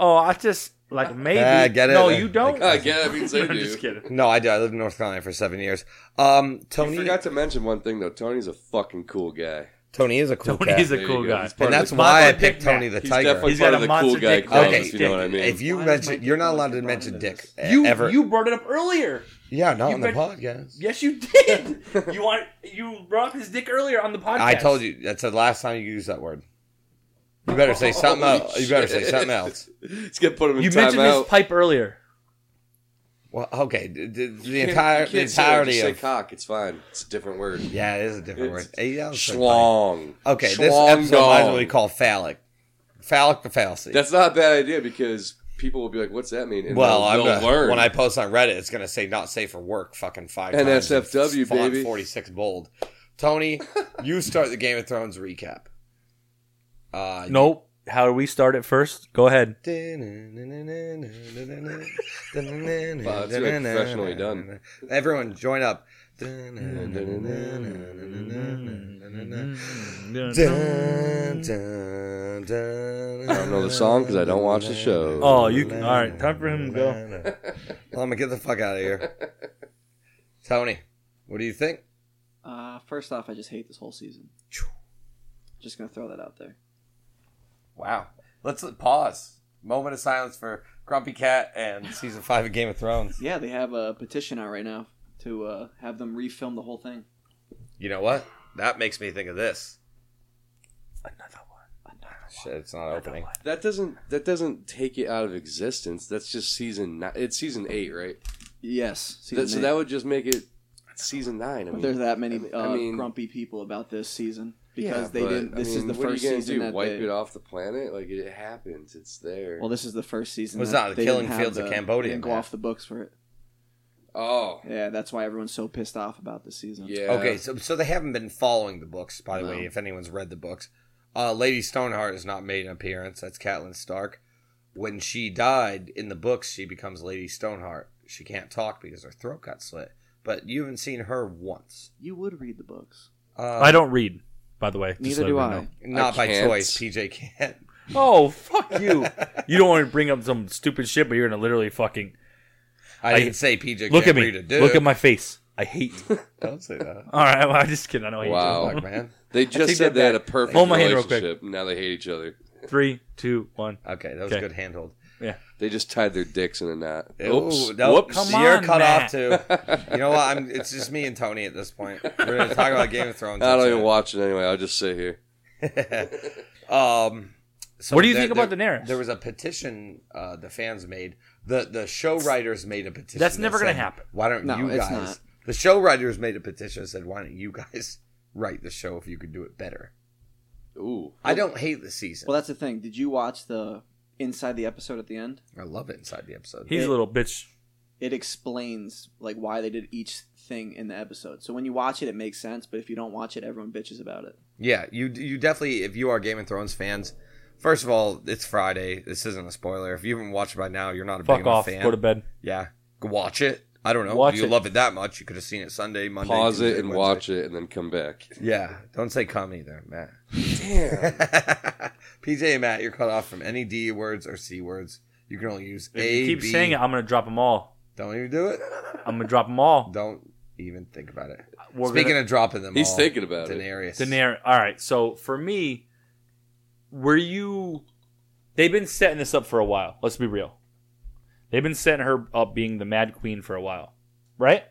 Speaker 1: Oh, I just like maybe.
Speaker 2: I get it.
Speaker 1: No, you don't.
Speaker 3: I get. It means they
Speaker 1: I'm
Speaker 3: do.
Speaker 1: just kidding.
Speaker 2: No, I do. I lived in North Carolina for seven years. Um,
Speaker 3: You
Speaker 2: Tony,
Speaker 3: forgot to mention one thing though. Tony's a fucking cool guy.
Speaker 2: Tony is a cool
Speaker 1: Tony is
Speaker 2: cat.
Speaker 1: a
Speaker 3: you
Speaker 1: cool
Speaker 3: go.
Speaker 1: guy.
Speaker 3: He's part
Speaker 2: and
Speaker 3: of
Speaker 2: that's
Speaker 3: the-
Speaker 2: why I
Speaker 1: Monster
Speaker 2: picked
Speaker 1: dick
Speaker 2: Tony the
Speaker 3: He's
Speaker 2: tiger.
Speaker 3: definitely
Speaker 1: He's
Speaker 3: part
Speaker 1: got
Speaker 3: of
Speaker 1: a
Speaker 3: the cool
Speaker 1: monster
Speaker 3: guy
Speaker 1: dick.
Speaker 3: club,
Speaker 2: Okay.
Speaker 3: if you know what I mean.
Speaker 2: If you
Speaker 1: Why is my
Speaker 2: mention,
Speaker 1: dick
Speaker 2: you're not
Speaker 1: so
Speaker 2: allowed
Speaker 1: much
Speaker 2: to
Speaker 1: in
Speaker 2: mention
Speaker 1: front of
Speaker 2: dick
Speaker 1: this?
Speaker 2: you, ever.
Speaker 1: brought it up earlier.
Speaker 2: yeah, not
Speaker 1: you
Speaker 2: on the
Speaker 1: bet-
Speaker 2: podcast.
Speaker 1: Yes, you did. you want you brought up his dick earlier on the podcast.
Speaker 2: I told you that's the last time you used that word. You better say something
Speaker 3: Holy
Speaker 2: else. You better say
Speaker 3: shit.
Speaker 2: something else.
Speaker 3: Let's get put him in
Speaker 1: You mentioned his
Speaker 3: timeout.
Speaker 1: pipe earlier.
Speaker 2: Well, okay, the, the, the
Speaker 3: You can't-
Speaker 2: entire
Speaker 3: you
Speaker 2: the
Speaker 3: can't say that,
Speaker 2: entirety
Speaker 3: just
Speaker 2: of
Speaker 3: say cock. It's fine. It's a different word.
Speaker 2: yeah, it is a different word.
Speaker 3: It's
Speaker 2: Hey, that was so funny.
Speaker 3: Schlong.
Speaker 2: Okay, this
Speaker 3: Schlong
Speaker 2: episode might as well be
Speaker 3: dong.
Speaker 2: called phallic. Phallic to fallacy.
Speaker 3: That's not a bad idea because people will be like, "What's that mean?" And
Speaker 2: well,
Speaker 3: they'll,
Speaker 2: I'm
Speaker 3: they'll
Speaker 2: gonna,
Speaker 3: learn.
Speaker 2: when I post on Reddit, it's gonna say not safe for work fucking five times.
Speaker 3: NSFW,
Speaker 2: It's font
Speaker 3: baby.
Speaker 2: 46 bold. Tony, you start the Game of Thrones recap. Uh,
Speaker 1: Nope. How do we start it first? Go ahead.
Speaker 2: Wow,
Speaker 3: Wow, that's really professionally done.
Speaker 2: Everyone, join up. Mm-hmm.
Speaker 1: Mm-hmm.
Speaker 3: I don't know the song because I don't watch the show.
Speaker 1: Oh, you can. All right, time for him to go.
Speaker 2: Well, I'm gonna get the fuck out of here. Tony, what do you think?
Speaker 4: Uh, first off, I just hate this whole season. Just gonna throw that out there.
Speaker 2: Wow. Let's pause. Moment of silence for Grumpy Cat and season five of Game of Thrones.
Speaker 4: Yeah, they have a petition out right now to uh, have them refilm the whole thing.
Speaker 2: You know what? That makes me think of this. Another one. Shit, it's not opening.
Speaker 3: That doesn't that doesn't take it out of existence. That's just season. Ni- it's season eight, right?
Speaker 4: Yes, season
Speaker 3: That, so
Speaker 4: eight.
Speaker 3: that would just make it season nine. I
Speaker 4: But
Speaker 3: mean,
Speaker 4: there's that many
Speaker 3: I
Speaker 4: uh,
Speaker 3: mean-
Speaker 4: grumpy people about this season
Speaker 3: yeah,
Speaker 4: because they
Speaker 3: but,
Speaker 4: didn't.
Speaker 3: I
Speaker 4: This
Speaker 3: mean,
Speaker 4: is the
Speaker 3: what are you
Speaker 4: first
Speaker 3: gonna
Speaker 4: season
Speaker 3: do,
Speaker 4: that
Speaker 3: Wipe
Speaker 4: they,
Speaker 3: it off the planet? Like it, happens. It's there.
Speaker 4: Well, this is the first season.
Speaker 2: It was
Speaker 4: that
Speaker 2: not the
Speaker 4: they
Speaker 2: killing
Speaker 4: didn't have
Speaker 2: fields of
Speaker 4: the-
Speaker 2: Cambodia,
Speaker 4: they didn't go
Speaker 2: man.
Speaker 4: off the books for it.
Speaker 3: oh
Speaker 4: Yeah, that's why everyone's so pissed off about this season.
Speaker 3: yeah.
Speaker 1: Uh,
Speaker 2: Okay, so so they haven't been following the books, by the
Speaker 4: No.
Speaker 2: way, if anyone's read the books. Uh, Lady Stoneheart has not made an appearance. That's Catelyn Stark. When she died in the books, she becomes Lady Stoneheart. She can't talk because her throat got slit. But you haven't seen her once.
Speaker 4: You would read the books.
Speaker 2: Uh,
Speaker 1: I don't read, by the way. just
Speaker 4: Neither
Speaker 1: so
Speaker 4: do
Speaker 1: everyone
Speaker 4: I.
Speaker 2: Not
Speaker 3: I
Speaker 2: by
Speaker 3: can't.
Speaker 2: choice. PJ can't.
Speaker 1: know. Oh, fuck you. you don't want to bring up some stupid shit, but you're going to literally fucking
Speaker 2: I,
Speaker 1: I-
Speaker 2: didn't say PJ.
Speaker 1: look at
Speaker 2: can't
Speaker 1: me.
Speaker 2: Read a dude.
Speaker 1: Look at my face. I hate you.
Speaker 2: Don't say that.
Speaker 1: All right, well, I'm just kidding. I don't hate
Speaker 3: Wow.
Speaker 1: you.
Speaker 2: Fuck, man.
Speaker 3: they
Speaker 2: take
Speaker 3: just
Speaker 2: that
Speaker 3: said they had a
Speaker 2: back.
Speaker 3: perfect
Speaker 1: Hold my hand real quick.
Speaker 3: relationship. and now they hate each other.
Speaker 1: Three, two, one.
Speaker 2: Okay, that was
Speaker 1: Okay.
Speaker 2: a good handhold.
Speaker 3: They just tied their dicks in a knot.
Speaker 2: Oops.
Speaker 3: Oops.
Speaker 2: Nope.
Speaker 3: Whoops.
Speaker 1: Come
Speaker 2: You're
Speaker 1: on,
Speaker 2: cut
Speaker 1: Matt.
Speaker 2: off too. You know what? I'm. It's just me and Tony at this point. We're gonna talk about Game of Thrones.
Speaker 3: I don't
Speaker 2: that's
Speaker 3: even watch it anyway. I'll just sit here.
Speaker 2: it. Um. So
Speaker 1: What do you
Speaker 2: there-
Speaker 1: think about
Speaker 2: there-
Speaker 1: Daenerys?
Speaker 2: There was a petition uh, the fans made. The the show writers made a petition.
Speaker 1: That's
Speaker 2: that
Speaker 1: never gonna
Speaker 2: said,
Speaker 1: happen.
Speaker 2: Why don't
Speaker 4: No,
Speaker 2: you
Speaker 4: it's
Speaker 2: guys?
Speaker 4: not.
Speaker 2: The show writers made a petition that said, "Why don't you guys write the show if you could do it better?"
Speaker 3: Ooh.
Speaker 2: I don't hate the season.
Speaker 4: Well, that's the thing. Did you watch the inside the episode at the end?
Speaker 2: I love it inside the episode.
Speaker 1: He's a little bitch.
Speaker 4: It explains like why they did each thing in the episode. So when you watch it, it makes sense. But if you don't watch it, everyone bitches about it.
Speaker 2: Yeah, you you definitely if you are Game of Thrones fans, first of all, it's Friday. This isn't a spoiler. If you haven't watched it by now, you're not a
Speaker 1: Fuck
Speaker 2: big enough
Speaker 1: off.
Speaker 2: fan.
Speaker 1: Go to bed.
Speaker 2: Yeah, go watch it. I don't know.
Speaker 1: Watch
Speaker 2: if you
Speaker 1: it.
Speaker 2: love it that much, you could have seen it Sunday, Monday.
Speaker 3: Pause it
Speaker 2: Tuesday,
Speaker 3: and
Speaker 2: Wednesday.
Speaker 3: watch it and then come back.
Speaker 2: Yeah, don't say come either, Matt.
Speaker 3: Damn.
Speaker 2: PJ and Matt, you're cut off from any D words or C words. You can only use
Speaker 1: If
Speaker 2: A.
Speaker 1: you keep
Speaker 2: B.
Speaker 1: saying it, I'm going to drop them all.
Speaker 2: Don't even do it.
Speaker 1: I'm going to drop them all.
Speaker 2: Don't even think about it.
Speaker 1: We're
Speaker 2: Speaking
Speaker 1: gonna,
Speaker 2: of dropping them,
Speaker 3: He's
Speaker 2: all,
Speaker 3: thinking about it.
Speaker 2: Daenerys.
Speaker 1: Daenerys. All right, so for me, were you. They've been setting this up for a while. Let's be real. They've been setting her up being the Mad Queen for a while, right?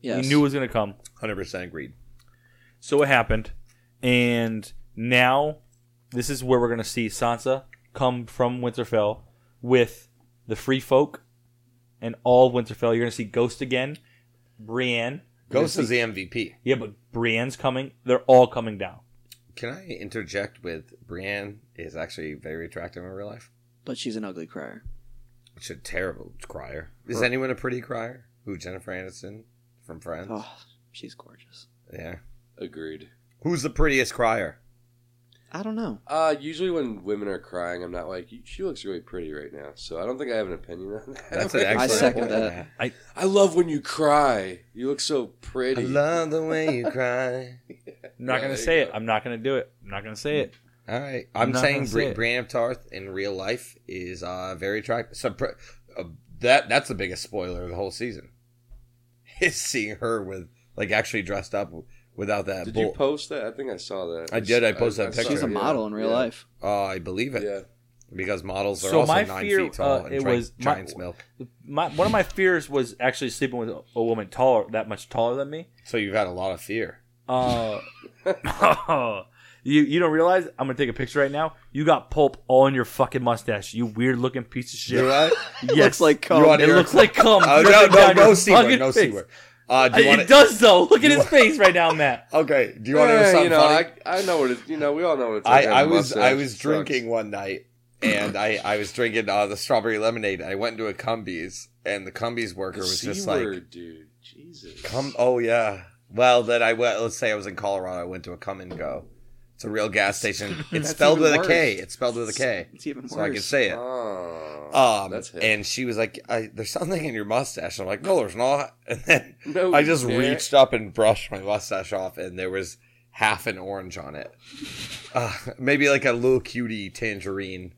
Speaker 4: Yes.
Speaker 1: You knew it was going to come.
Speaker 2: Hundred percent agreed.
Speaker 1: So it happened, and now this is where we're gonna see Sansa come from Winterfell with the Free Folk and all of Winterfell. You're gonna see Ghost again, Brienne.
Speaker 2: Ghost is the MVP.
Speaker 1: Yeah, but Brienne's coming. They're all coming down.
Speaker 2: Can I interject with Brienne is actually very attractive in real life?
Speaker 4: But she's an ugly crier.
Speaker 2: She's a terrible crier. Is anyone a pretty crier? Who, Jennifer Aniston from Friends?
Speaker 4: Oh, she's gorgeous.
Speaker 2: Yeah.
Speaker 3: Agreed.
Speaker 2: Who's the prettiest crier?
Speaker 4: I don't know.
Speaker 3: Uh, usually when women are crying, I'm not like, she looks really pretty right now. So I don't think I have an opinion on that.
Speaker 2: That's an excellent
Speaker 4: I second
Speaker 2: point.
Speaker 4: that.
Speaker 3: I love when you cry. You look so
Speaker 2: I
Speaker 3: pretty.
Speaker 2: love the way you cry.
Speaker 1: I'm not
Speaker 3: Yeah,
Speaker 1: gonna
Speaker 3: there
Speaker 1: say
Speaker 3: you
Speaker 1: it.
Speaker 3: go.
Speaker 1: I'm not gonna do it. I'm not gonna say it.
Speaker 2: All right.
Speaker 1: I'm
Speaker 2: I'm
Speaker 1: not
Speaker 2: saying
Speaker 1: gonna say
Speaker 2: Bri-
Speaker 1: it.
Speaker 2: Brienne of Tarth in real life is uh, very attractive. So, pr- uh, that That's the biggest spoiler of the whole season. Is seeing her with, like, actually dressed up without that
Speaker 3: did
Speaker 2: bull.
Speaker 3: you post that? I think I saw that.
Speaker 2: I did. I posted that
Speaker 3: saw
Speaker 2: picture.
Speaker 4: She's a
Speaker 3: it, yeah.
Speaker 4: model in real
Speaker 3: Yeah.
Speaker 4: life.
Speaker 2: oh, I believe it.
Speaker 3: Yeah.
Speaker 2: because models are
Speaker 1: So
Speaker 2: also
Speaker 1: my
Speaker 2: nine
Speaker 1: fear,
Speaker 2: feet tall
Speaker 1: uh,
Speaker 2: and
Speaker 1: it
Speaker 2: drink
Speaker 1: was my-
Speaker 2: giant's milk.
Speaker 1: My one of my fears was actually sleeping with a- a woman taller, that much taller than me.
Speaker 2: So you've had a lot of fear.
Speaker 1: Uh, you you don't realize I'm gonna take a picture right now. You got pulp all in your fucking mustache. You weird looking piece of shit.
Speaker 2: Do I?
Speaker 1: Yes.
Speaker 4: Looks like cum.
Speaker 2: You want-
Speaker 1: it looks like cum.
Speaker 2: Oh,
Speaker 1: dripping
Speaker 2: no, no,
Speaker 1: down
Speaker 2: no
Speaker 1: your
Speaker 2: c word,
Speaker 1: fucking
Speaker 2: no
Speaker 1: face.
Speaker 2: c word. Uh, do
Speaker 1: It
Speaker 2: you want to?
Speaker 1: does though. Look at his face right now, Matt.
Speaker 2: Okay. Do you want to know
Speaker 3: Eh,
Speaker 2: something
Speaker 3: you know,
Speaker 2: funny?
Speaker 3: I, I know what it. You know, we all know what it's
Speaker 2: I,
Speaker 3: like.
Speaker 2: I was I was drinking one night, and I I was drinking uh, the strawberry lemonade. I went into a Cumbies, and the Cumbies worker
Speaker 3: It
Speaker 2: was just like,
Speaker 3: dude, Jesus.
Speaker 2: "Come, oh yeah." Well, then I went. Let's say I was in Colorado. I went to a Come and Go. It's a real gas station. It's
Speaker 4: That's
Speaker 2: spelled
Speaker 4: even
Speaker 2: with a K.
Speaker 4: worse.
Speaker 2: It's spelled with a K.
Speaker 4: It's even worse.
Speaker 2: So I can say it.
Speaker 3: Oh,
Speaker 2: Um,
Speaker 3: that's him.
Speaker 2: and she was like, I, "There's something in your mustache." I'm like, "No, there's not." And then
Speaker 3: No,
Speaker 2: I just
Speaker 3: yeah.
Speaker 2: reached up and brushed my mustache off, and there was half an orange on it, uh, maybe like a little cutie tangerine.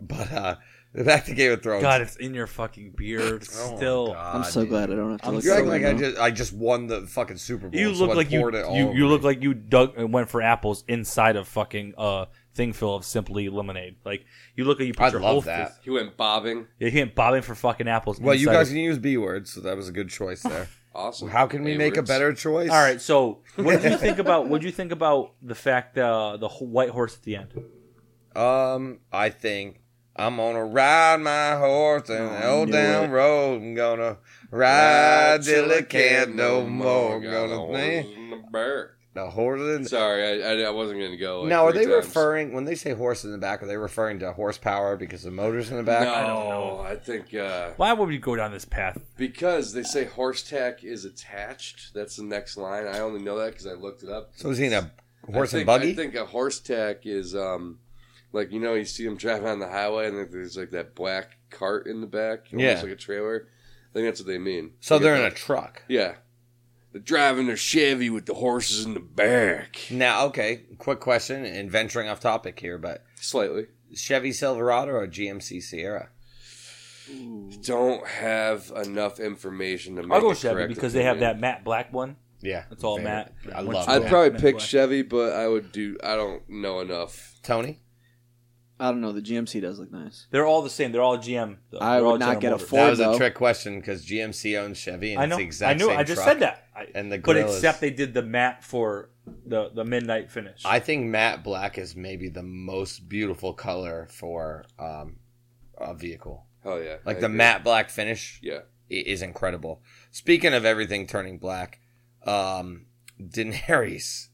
Speaker 2: But uh, Back to Game of Thrones.
Speaker 1: God, it's in your fucking beard
Speaker 2: Oh my
Speaker 1: still.
Speaker 2: God,
Speaker 4: I'm so
Speaker 2: dude.
Speaker 4: glad I don't have to
Speaker 1: I'm
Speaker 4: look
Speaker 2: You're
Speaker 1: so
Speaker 4: at it
Speaker 2: acting like I
Speaker 4: now.
Speaker 2: just I just won the fucking Super Bowl.
Speaker 1: You
Speaker 2: so
Speaker 1: look
Speaker 2: I
Speaker 1: like you
Speaker 2: poured it all
Speaker 1: you,
Speaker 2: over
Speaker 1: you
Speaker 2: me.
Speaker 1: look like you dug and went for apples inside of fucking uh thing full of simply lemonade. Like you look like you put
Speaker 2: I
Speaker 1: your whole
Speaker 2: love that.
Speaker 3: He went bobbing.
Speaker 1: Yeah, you ain't bobbing for fucking apples.
Speaker 2: Well, you
Speaker 1: inside
Speaker 2: guys
Speaker 1: of-
Speaker 2: can use B words, so that was a good choice there.
Speaker 3: Awesome.
Speaker 2: How can we make a
Speaker 3: A-words.
Speaker 2: better choice?
Speaker 1: All right, so what did you think about what did you think about the fact uh, the wh- white horse at the end?
Speaker 2: Um, I think I'm gonna ride my horse in the
Speaker 4: Oh, I
Speaker 2: old
Speaker 4: knew
Speaker 2: down
Speaker 4: it.
Speaker 2: road. I'm gonna
Speaker 3: Ah,
Speaker 2: ride till I can't no more. Gonna think the horse in the
Speaker 3: Sorry, I, I, I wasn't gonna go. Like,
Speaker 2: now, are
Speaker 3: three
Speaker 2: they
Speaker 3: times.
Speaker 2: referring when they say horse in the back? Are they referring to horsepower because the motors in the back?
Speaker 3: No, I,
Speaker 1: don't know.
Speaker 3: think uh,
Speaker 1: Why would we go down this path?
Speaker 3: because they say horse tack is attached. That's the next line. I only know that because I looked it up.
Speaker 2: So is he in a horse
Speaker 3: I think,
Speaker 2: and buggy?
Speaker 3: I think a horse tack is um, like you know you see them driving on the highway and there's like that black cart in the back, almost
Speaker 2: Yeah.
Speaker 3: like a trailer. I think that's what they mean.
Speaker 2: so
Speaker 3: Like
Speaker 2: they're in a truck.
Speaker 3: yeah. They're driving their Chevy with the horses in the back.
Speaker 2: Now, okay, quick question and venturing off topic here, but
Speaker 3: Slightly.
Speaker 2: Chevy Silverado or GMC Sierra?
Speaker 3: Don't have enough information to make.
Speaker 1: I'll go
Speaker 3: a
Speaker 1: Chevy
Speaker 3: correct
Speaker 1: because they have
Speaker 3: opinion.
Speaker 1: that matte black one.
Speaker 2: Yeah,
Speaker 1: That's all
Speaker 2: Favorite.
Speaker 1: matte.
Speaker 2: I
Speaker 1: Once you
Speaker 2: love that.
Speaker 3: I'd
Speaker 1: go
Speaker 3: probably
Speaker 1: matte
Speaker 3: pick
Speaker 1: black.
Speaker 3: Chevy, but I would do. I don't know enough.
Speaker 2: Tony.
Speaker 4: I don't know. The GMC does look nice.
Speaker 1: They're all the same. They're all GM. though.
Speaker 4: I
Speaker 1: They're
Speaker 4: would
Speaker 1: all General
Speaker 4: not get a
Speaker 1: Motors.
Speaker 4: Ford.
Speaker 2: that was
Speaker 4: though.
Speaker 2: a trick question because GMC owns Chevy and
Speaker 1: I know.
Speaker 2: it's the exact
Speaker 1: I knew.
Speaker 2: same
Speaker 1: I just
Speaker 2: truck.
Speaker 1: said that. I,
Speaker 2: And the
Speaker 1: but
Speaker 2: grill
Speaker 1: except
Speaker 2: is-
Speaker 1: they did the matte for the the midnight finish.
Speaker 2: I think matte black is maybe the most beautiful color for um, a vehicle.
Speaker 3: Hell yeah!
Speaker 2: Like
Speaker 3: I
Speaker 2: the
Speaker 3: agree.
Speaker 2: matte black finish
Speaker 3: Yeah.
Speaker 2: i- is incredible. Speaking of everything turning black, um, Daenerys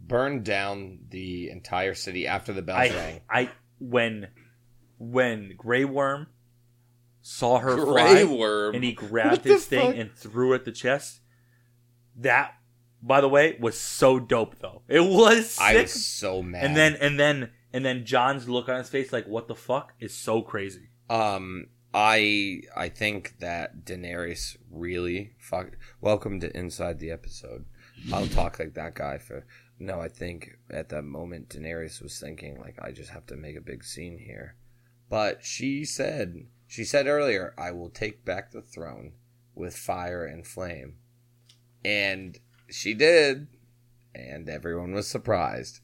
Speaker 2: burned down the entire city after the bells rang.
Speaker 1: I, I when when Grey Worm saw her fly
Speaker 3: Gray worm.
Speaker 1: and he grabbed
Speaker 2: the
Speaker 1: his thing
Speaker 2: fuck?
Speaker 1: and threw it at the chest. That, by the way, was so dope though. It was sick.
Speaker 2: I was so mad.
Speaker 1: and then and then and then John's look on his face like what the fuck is so crazy.
Speaker 2: Um, I I think that Daenerys really fuck. Welcome to inside the episode. I'll talk like that guy for. No, I think at that moment Daenerys was thinking like I just have to make a big scene here, but she said she said earlier I will take back the throne with fire and flame, and she did, and everyone was surprised.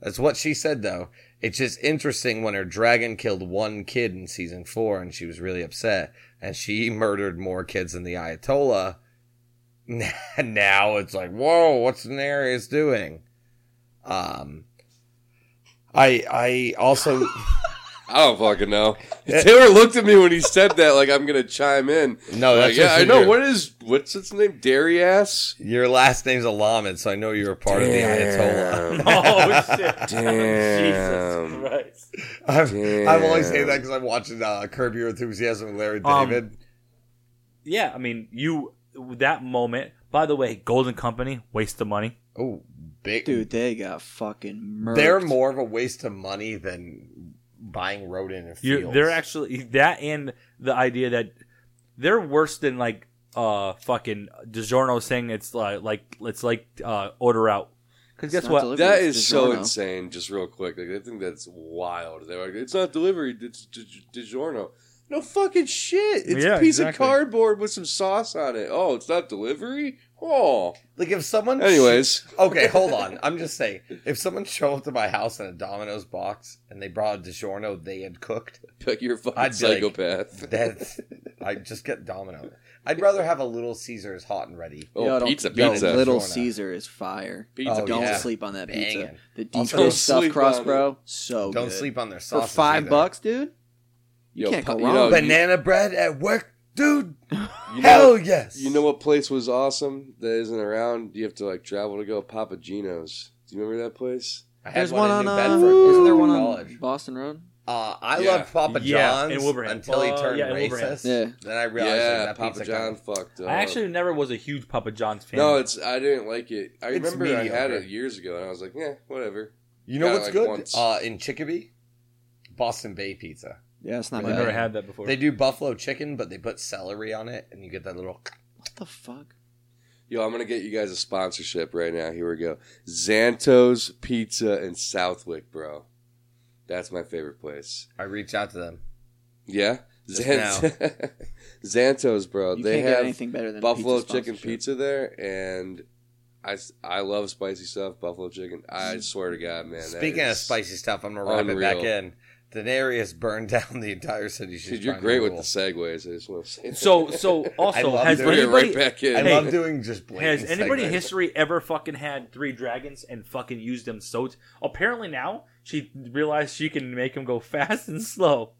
Speaker 2: That's what she said though. It's just interesting when her dragon killed one kid in season four and she was really upset and she murdered more kids than the Ayatollah. now it's like, whoa, what's Daenerys doing? Um, I I also
Speaker 3: I don't fucking know. Taylor looked at me when he said that, like I'm gonna chime in.
Speaker 2: no, Oh, that's
Speaker 3: Like, yeah,
Speaker 2: just
Speaker 3: I know.
Speaker 2: your-
Speaker 3: What is what's its name? Dairy ass.
Speaker 2: your last name's Alamed, so I know you're a part of the Ayatollah.
Speaker 1: Oh shit!
Speaker 3: Damn.
Speaker 1: Jesus Christ!
Speaker 2: I've, I've only
Speaker 3: Damn.
Speaker 2: saying that because I'm watching uh, Curb Your Enthusiasm with Larry
Speaker 1: Um,
Speaker 2: David.
Speaker 1: Yeah, I mean you that moment. By the way, Golden Company waste the money.
Speaker 2: oh, big
Speaker 4: Dude, they got fucking murdered.
Speaker 2: They're more of a waste of money than buying rodent and
Speaker 1: You,
Speaker 2: fields.
Speaker 1: they're actually that and the idea that they're worse than like uh fucking DiGiorno saying it's like like it's like uh order out because guess
Speaker 4: not
Speaker 1: what
Speaker 4: delivery,
Speaker 3: That
Speaker 4: it's
Speaker 3: is so
Speaker 4: DiGiorno.
Speaker 3: insane. Just real quick, like I think that's wild. They're like, it's not delivery. It's di- DiGiorno. No fucking shit. It's
Speaker 1: Yeah,
Speaker 3: a piece
Speaker 1: exactly.
Speaker 3: of cardboard with some sauce on it. Oh, it's not delivery. Oh,
Speaker 2: like if someone.
Speaker 3: anyways,
Speaker 2: okay, hold on. I'm just saying, if someone showed up to my house in a Domino's box and they brought a DiGiorno they had cooked,
Speaker 3: like you're a fucking
Speaker 2: I'd be like-
Speaker 3: psychopath.
Speaker 2: that's I just get Domino. I'd rather have a Little Caesars hot and ready.
Speaker 3: oh,
Speaker 4: Yo, don't-
Speaker 3: pizza,
Speaker 4: yo,
Speaker 3: pizza,
Speaker 4: Little
Speaker 2: Sure enough.
Speaker 4: Caesar is fire.
Speaker 3: pizza,
Speaker 2: Oh,
Speaker 4: don't
Speaker 2: yeah.
Speaker 4: sleep on that pizza.
Speaker 2: Banging.
Speaker 4: The
Speaker 2: Also,
Speaker 4: decoy
Speaker 2: don't
Speaker 4: stuff
Speaker 3: sleep
Speaker 4: cross,
Speaker 3: on it.
Speaker 4: bro.
Speaker 3: Oh,
Speaker 4: So
Speaker 2: Don't
Speaker 4: good.
Speaker 2: sleep on their
Speaker 4: for
Speaker 2: sauce.
Speaker 4: five bucks, dude. You
Speaker 3: Yo,
Speaker 4: can't
Speaker 3: pu-
Speaker 4: go
Speaker 3: Oh, you
Speaker 4: wrong.
Speaker 3: know,
Speaker 4: But
Speaker 2: Banana bread at work, dude.
Speaker 3: You know-
Speaker 2: Hell yes.
Speaker 3: You know what place was awesome that isn't around? You have to like travel to go. Papa Gino's. Do you remember that place?
Speaker 2: I had
Speaker 4: There's
Speaker 2: one,
Speaker 4: one, on
Speaker 2: in New
Speaker 4: uh,
Speaker 2: Bedford.
Speaker 4: Isn't there
Speaker 2: in
Speaker 4: one
Speaker 2: college.
Speaker 4: on Boston Road?
Speaker 2: Uh, I
Speaker 3: Yeah. Oh,
Speaker 2: loved Papa
Speaker 1: Yeah,
Speaker 2: John's
Speaker 1: in Wilbraham.
Speaker 2: until he
Speaker 1: Uh,
Speaker 2: turned
Speaker 1: yeah, in Wilbraham.
Speaker 2: racist.
Speaker 4: Yeah.
Speaker 2: Then I realized
Speaker 3: yeah,
Speaker 2: that
Speaker 3: Papa
Speaker 2: pizza
Speaker 3: John
Speaker 2: kind
Speaker 3: fucked up.
Speaker 1: I actually never was a huge Papa John's fan.
Speaker 3: no, it's I didn't like it. I
Speaker 2: It's
Speaker 3: remember I had
Speaker 2: mediocre.
Speaker 3: it years ago, and I was like, yeah, whatever.
Speaker 2: of- You know
Speaker 3: Yeah,
Speaker 2: what's
Speaker 3: like
Speaker 2: good?
Speaker 3: once.
Speaker 2: Uh, in Chicopee, Boston Bay Pizza.
Speaker 4: Yeah, it's not
Speaker 1: I've
Speaker 2: Yeah.
Speaker 1: never
Speaker 4: bad.
Speaker 1: had that before.
Speaker 2: They do buffalo chicken, but they put celery on it, and you get that little.
Speaker 4: What the fuck?
Speaker 3: Yo, I'm gonna get you guys a sponsorship right now. Here we go. Zanto's Pizza in Southwick, bro. That's my favorite place.
Speaker 2: I reached out to them.
Speaker 3: Yeah,
Speaker 2: Just
Speaker 3: Zant- Zantos, bro.
Speaker 4: You
Speaker 3: they
Speaker 4: can't get
Speaker 3: have
Speaker 4: anything better than
Speaker 3: buffalo
Speaker 4: pizza
Speaker 3: chicken
Speaker 4: sponsorship.
Speaker 3: pizza there, and I s- I love spicy stuff. Buffalo chicken.
Speaker 1: Mm.
Speaker 3: I swear to God, man. that
Speaker 2: Speaking of
Speaker 3: is-
Speaker 2: spicy stuff, I'm gonna wrap it back
Speaker 3: unreal.
Speaker 2: in. Daenerys burned down the entire city. She's
Speaker 3: dude, you're
Speaker 2: trying to
Speaker 3: great with
Speaker 2: rule.
Speaker 3: the segues. I just want to say. that.
Speaker 1: So so also
Speaker 2: love
Speaker 1: has
Speaker 2: doing it.
Speaker 1: anybody
Speaker 3: Bring it right back in.
Speaker 2: I
Speaker 1: Hey,
Speaker 2: love doing just blatant
Speaker 1: has anybody in
Speaker 2: segments.
Speaker 1: history ever fucking had three dragons and fucking used them so? T- Apparently now she realized she can make them go fast and slow.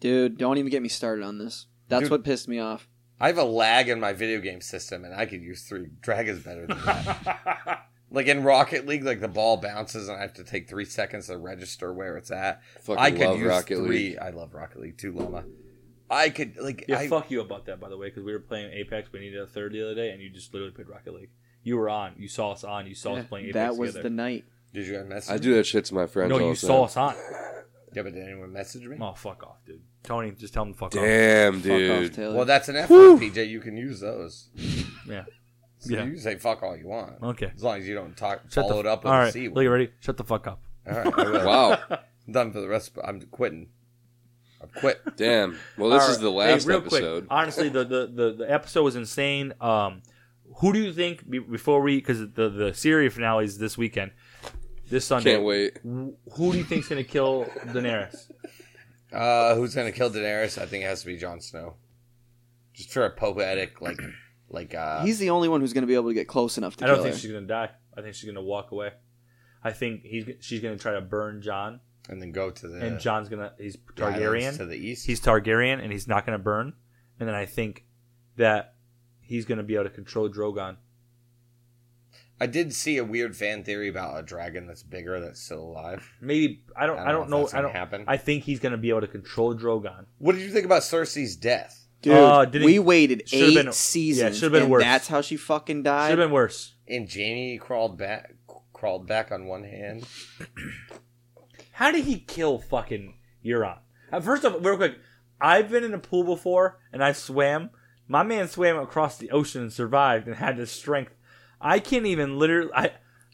Speaker 4: Dude, don't even get me started on this. That's
Speaker 2: Dude.
Speaker 4: what pissed me off.
Speaker 2: I have a lag in my video game system, and I could use three dragons better than that. like in Rocket League, like the ball bounces, and I have to take three seconds to register where it's at.
Speaker 3: Fucking
Speaker 2: I could
Speaker 3: love
Speaker 2: use
Speaker 3: Rocket
Speaker 2: three.
Speaker 3: League.
Speaker 2: I love Rocket League too, Llama. I could like
Speaker 1: yeah,
Speaker 2: I,
Speaker 1: fuck you about that by the way, because we were playing Apex. We needed a third the other day, and you just literally played Rocket League. You were on. You saw us on. You saw us playing Apex
Speaker 4: that was
Speaker 1: together.
Speaker 4: the night.
Speaker 2: Did you guys message?
Speaker 3: I do that shit to my friends.
Speaker 1: no,
Speaker 3: all
Speaker 1: you
Speaker 3: the
Speaker 1: saw
Speaker 3: time.
Speaker 1: us on.
Speaker 2: Me? Yeah, but did anyone message me?
Speaker 1: Oh fuck off, dude. Tony, just tell him to fuck
Speaker 3: Damn,
Speaker 4: Fuck off,
Speaker 3: dude.
Speaker 4: Taylor.
Speaker 2: Well, that's an F word, PJ. You can use those.
Speaker 1: off. Yeah.
Speaker 2: So
Speaker 1: Yeah.
Speaker 2: You can say fuck all you want.
Speaker 1: Okay.
Speaker 2: As long as you don't talk,
Speaker 1: Shut the
Speaker 2: follow it up with
Speaker 1: All
Speaker 2: a
Speaker 1: right.
Speaker 2: C word.
Speaker 1: Look, you ready? Shut the fuck up.
Speaker 2: All right. I will.
Speaker 3: Wow.
Speaker 2: I'm done for the rest. Of, I'm quitting. I'm quit.
Speaker 3: Damn. Well, this
Speaker 1: All
Speaker 3: is the
Speaker 1: right. Hey,
Speaker 3: last
Speaker 1: real
Speaker 3: episode.
Speaker 1: Quick, honestly, the, the, the, the episode was insane. Um, who do you think be- before we because the the series finale is this weekend, this Sunday?
Speaker 3: Can't wait.
Speaker 1: wh- Who do you think's gonna kill Daenerys?
Speaker 2: Uh, who's gonna kill Daenerys? I think it has to be Jon Snow. Just for a poetic, like, like uh,
Speaker 4: He's the only one who's going to be able to get close enough to
Speaker 1: I don't
Speaker 4: kill
Speaker 1: think
Speaker 4: her.
Speaker 1: she's gonna die. I think she's gonna walk away. I think he's she's gonna try to burn John,
Speaker 2: and then go to the
Speaker 1: and John's gonna he's
Speaker 2: the islands
Speaker 1: Targaryen.
Speaker 2: to the east.
Speaker 1: he's Targaryen, and he's not gonna burn. And then I think that he's gonna be able to control Drogon.
Speaker 2: I did see a weird fan theory about a dragon that's bigger that's still alive.
Speaker 1: Maybe I don't. I don't,
Speaker 2: if
Speaker 1: know.
Speaker 2: that's
Speaker 1: I don't.
Speaker 2: gonna happen.
Speaker 1: I think he's gonna be able to control Drogon.
Speaker 2: What did you think about Cersei's death?
Speaker 4: Dude,
Speaker 1: Uh, did
Speaker 4: we
Speaker 1: he-
Speaker 4: waited
Speaker 1: should've
Speaker 4: eight
Speaker 1: been- yeah,
Speaker 4: seasons,
Speaker 1: should've been
Speaker 4: and
Speaker 1: worse.
Speaker 4: that's how she fucking died.
Speaker 1: Should have been worse.
Speaker 2: And Jamie crawled back, crawled back on one hand.
Speaker 1: How did he kill fucking Euron? Uh, First off, real quick, I've been in a pool before and I swam. My man swam across the ocean and survived and had the strength. I can't even literally. I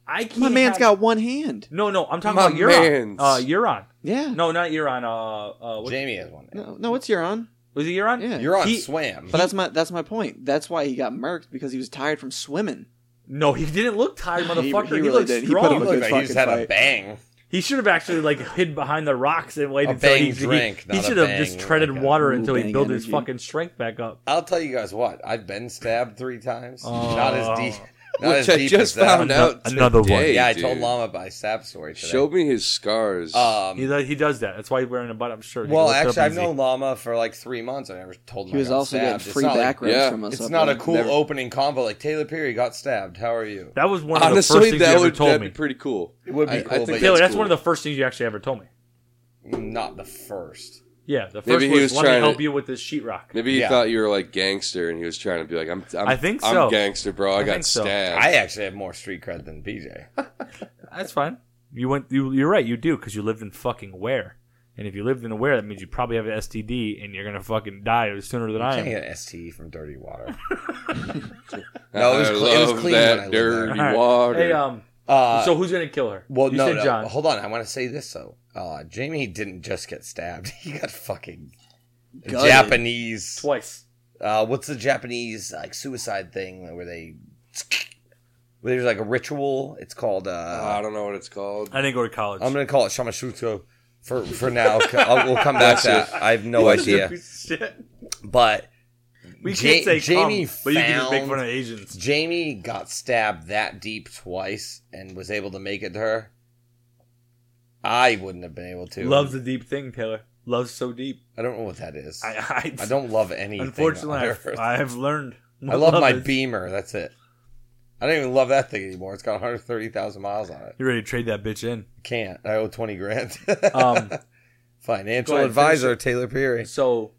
Speaker 1: I can't.
Speaker 4: My man's
Speaker 1: have-
Speaker 4: got one hand.
Speaker 1: No, no, I'm talking
Speaker 3: My
Speaker 1: about Euron.
Speaker 3: man's.
Speaker 1: Uh, Euron.
Speaker 4: Yeah.
Speaker 1: No, not Euron. Uh, uh, what,
Speaker 2: Jamie has one. hand.
Speaker 4: No, no, it's Euron.
Speaker 1: was it Euron?
Speaker 4: Yeah.
Speaker 2: You're on
Speaker 1: He-
Speaker 2: swam.
Speaker 4: But that's my that's my point. That's why he got murked because he was tired from swimming.
Speaker 1: No, he didn't look tired,
Speaker 4: He-
Speaker 1: motherfucker. He,
Speaker 4: he really
Speaker 1: looked
Speaker 4: did. He put
Speaker 1: strong.
Speaker 4: him
Speaker 1: He,
Speaker 4: a good
Speaker 2: Look, he just
Speaker 4: fucking
Speaker 2: had a
Speaker 4: fight.
Speaker 2: bang.
Speaker 1: should have actually like hid behind the rocks and waited
Speaker 2: A
Speaker 1: until he,
Speaker 2: bang drink,
Speaker 1: he, he
Speaker 2: not a
Speaker 1: should have
Speaker 2: bang,
Speaker 1: just treaded
Speaker 2: like a
Speaker 1: water
Speaker 4: Ooh,
Speaker 1: until he
Speaker 4: bang
Speaker 1: built his
Speaker 4: energy.
Speaker 1: fucking strength back up.
Speaker 2: I'll tell you guys what. I've been stabbed three times.
Speaker 1: Oh.
Speaker 2: Not as deep. Not
Speaker 3: Which
Speaker 2: as
Speaker 3: I
Speaker 2: deep
Speaker 3: just
Speaker 2: as that.
Speaker 3: found
Speaker 1: Ano-
Speaker 3: out.
Speaker 1: another one.
Speaker 3: today,
Speaker 2: yeah, I
Speaker 3: dude.
Speaker 2: told Llama about my stab story today.
Speaker 3: Show me his scars.
Speaker 2: Um,
Speaker 1: He, does- he does that. That's why he's wearing a butt-up shirt. He
Speaker 2: well,
Speaker 1: looks up
Speaker 2: actually, I've
Speaker 1: easy.
Speaker 2: known Llama for like three months. I never told him
Speaker 4: He
Speaker 2: I
Speaker 4: was
Speaker 2: got
Speaker 4: also
Speaker 2: stabbed.
Speaker 4: getting
Speaker 2: It's
Speaker 4: free
Speaker 2: not like-
Speaker 4: back rubs
Speaker 3: Yeah.
Speaker 4: from us.
Speaker 2: It's
Speaker 4: up
Speaker 2: not a
Speaker 4: there.
Speaker 2: cool
Speaker 3: Never-
Speaker 2: opening combo. Like Taylor Perry got stabbed. How are you?
Speaker 1: That was one of the first
Speaker 3: Honestly,
Speaker 1: things you
Speaker 3: that
Speaker 1: ever
Speaker 3: would
Speaker 1: told
Speaker 3: that'd
Speaker 1: me.
Speaker 3: be pretty cool.
Speaker 2: It would be
Speaker 3: I- I
Speaker 2: cool, but
Speaker 3: think that-
Speaker 1: Taylor,
Speaker 3: That's
Speaker 1: that's
Speaker 3: cool.
Speaker 1: one of the first things you actually ever told me.
Speaker 2: not the first.
Speaker 1: Yeah, the first
Speaker 3: Maybe he
Speaker 1: was,
Speaker 3: was
Speaker 1: let me
Speaker 3: trying to-
Speaker 1: help you with this sheetrock.
Speaker 3: Maybe he
Speaker 2: Yeah.
Speaker 3: thought you were like gangster, and he was trying to be like, "I'm." I'm
Speaker 1: I think
Speaker 3: I'm
Speaker 1: so.
Speaker 3: gangster, bro. I,
Speaker 1: I
Speaker 3: got
Speaker 1: think so.
Speaker 3: stabbed.
Speaker 2: I actually have more street cred than PJ.
Speaker 1: That's fine. You went. You, you're right. You do because you lived in fucking where. And if you lived in where, that means you probably have an STD and you're gonna fucking die sooner than I
Speaker 2: Can't
Speaker 1: am.
Speaker 2: get an STE E from dirty water.
Speaker 3: I
Speaker 2: No, it was cle- it was
Speaker 3: love
Speaker 2: clean when I
Speaker 3: that
Speaker 2: lived
Speaker 3: dirty
Speaker 1: there.
Speaker 3: water.
Speaker 1: Hey, um.
Speaker 2: Uh,
Speaker 1: so who's gonna kill her?
Speaker 2: well,
Speaker 1: you
Speaker 2: no,
Speaker 1: said
Speaker 2: no.
Speaker 1: John.
Speaker 2: Hold on. I want to say this though. Uh, Jamie didn't just get stabbed. He got fucking
Speaker 4: Gutted.
Speaker 2: Japanese.
Speaker 1: Twice.
Speaker 2: Uh, what's the Japanese like suicide thing where they? Where there's like a ritual. It's called.
Speaker 3: Oh,
Speaker 2: Uh,
Speaker 3: I don't know what it's called.
Speaker 1: I didn't go to college.
Speaker 2: I'm gonna call it shamashuto for for now. I'll, we'll come back to
Speaker 3: That's
Speaker 2: that. I have no idea.
Speaker 1: Shit.
Speaker 2: But
Speaker 1: We
Speaker 2: Ja-
Speaker 1: can't say
Speaker 2: Jamie
Speaker 1: Jamie, but you can just make
Speaker 2: found-
Speaker 1: fun of Asians.
Speaker 2: Jamie got stabbed that deep twice and was able to make it to her. I wouldn't have been able to.
Speaker 1: Loves the deep thing, Taylor. Loves so deep.
Speaker 2: I don't know what that is.
Speaker 1: I,
Speaker 2: I,
Speaker 1: I,
Speaker 2: don't love anything.
Speaker 1: Unfortunately,
Speaker 2: on
Speaker 1: I've,
Speaker 2: earth. I,
Speaker 1: I've learned.
Speaker 2: love, my
Speaker 1: it.
Speaker 2: Beamer. That's it. I don't even love that thing anymore. It's got 130,000 miles on it.
Speaker 1: You ready to trade that bitch in?
Speaker 2: Can't. I owe 20 grand.
Speaker 1: Um,
Speaker 2: Financial
Speaker 1: go ahead,
Speaker 2: advisor Taylor Peary.
Speaker 1: so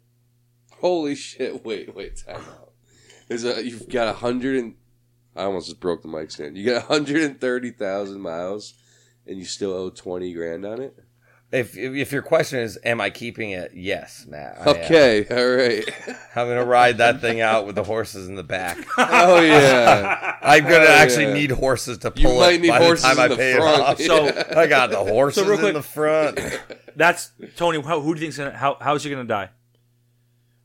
Speaker 3: Holy shit! Wait, wait, time out. There's a you've got a hundred and I almost just broke the mic stand. You got hundred and thirty thousand miles, and you still owe twenty grand on it.
Speaker 2: If, if if your question is, am I keeping it? Yes, Matt. I am.
Speaker 3: Okay, all right.
Speaker 2: I'm gonna ride that thing out with the horses in the back.
Speaker 3: oh yeah,
Speaker 2: I'm gonna
Speaker 3: Hell
Speaker 2: actually
Speaker 3: yeah.
Speaker 2: need horses to
Speaker 3: you
Speaker 2: pull
Speaker 3: might
Speaker 2: it
Speaker 3: need
Speaker 2: by
Speaker 3: horses
Speaker 2: the time
Speaker 3: in
Speaker 2: I
Speaker 3: the
Speaker 2: pay
Speaker 3: front.
Speaker 2: it off.
Speaker 1: So-
Speaker 2: I got the horses
Speaker 1: So real
Speaker 2: in
Speaker 1: quick-
Speaker 2: the front.
Speaker 1: that's Tony. How, who do you think's gonna? How, how's she gonna die?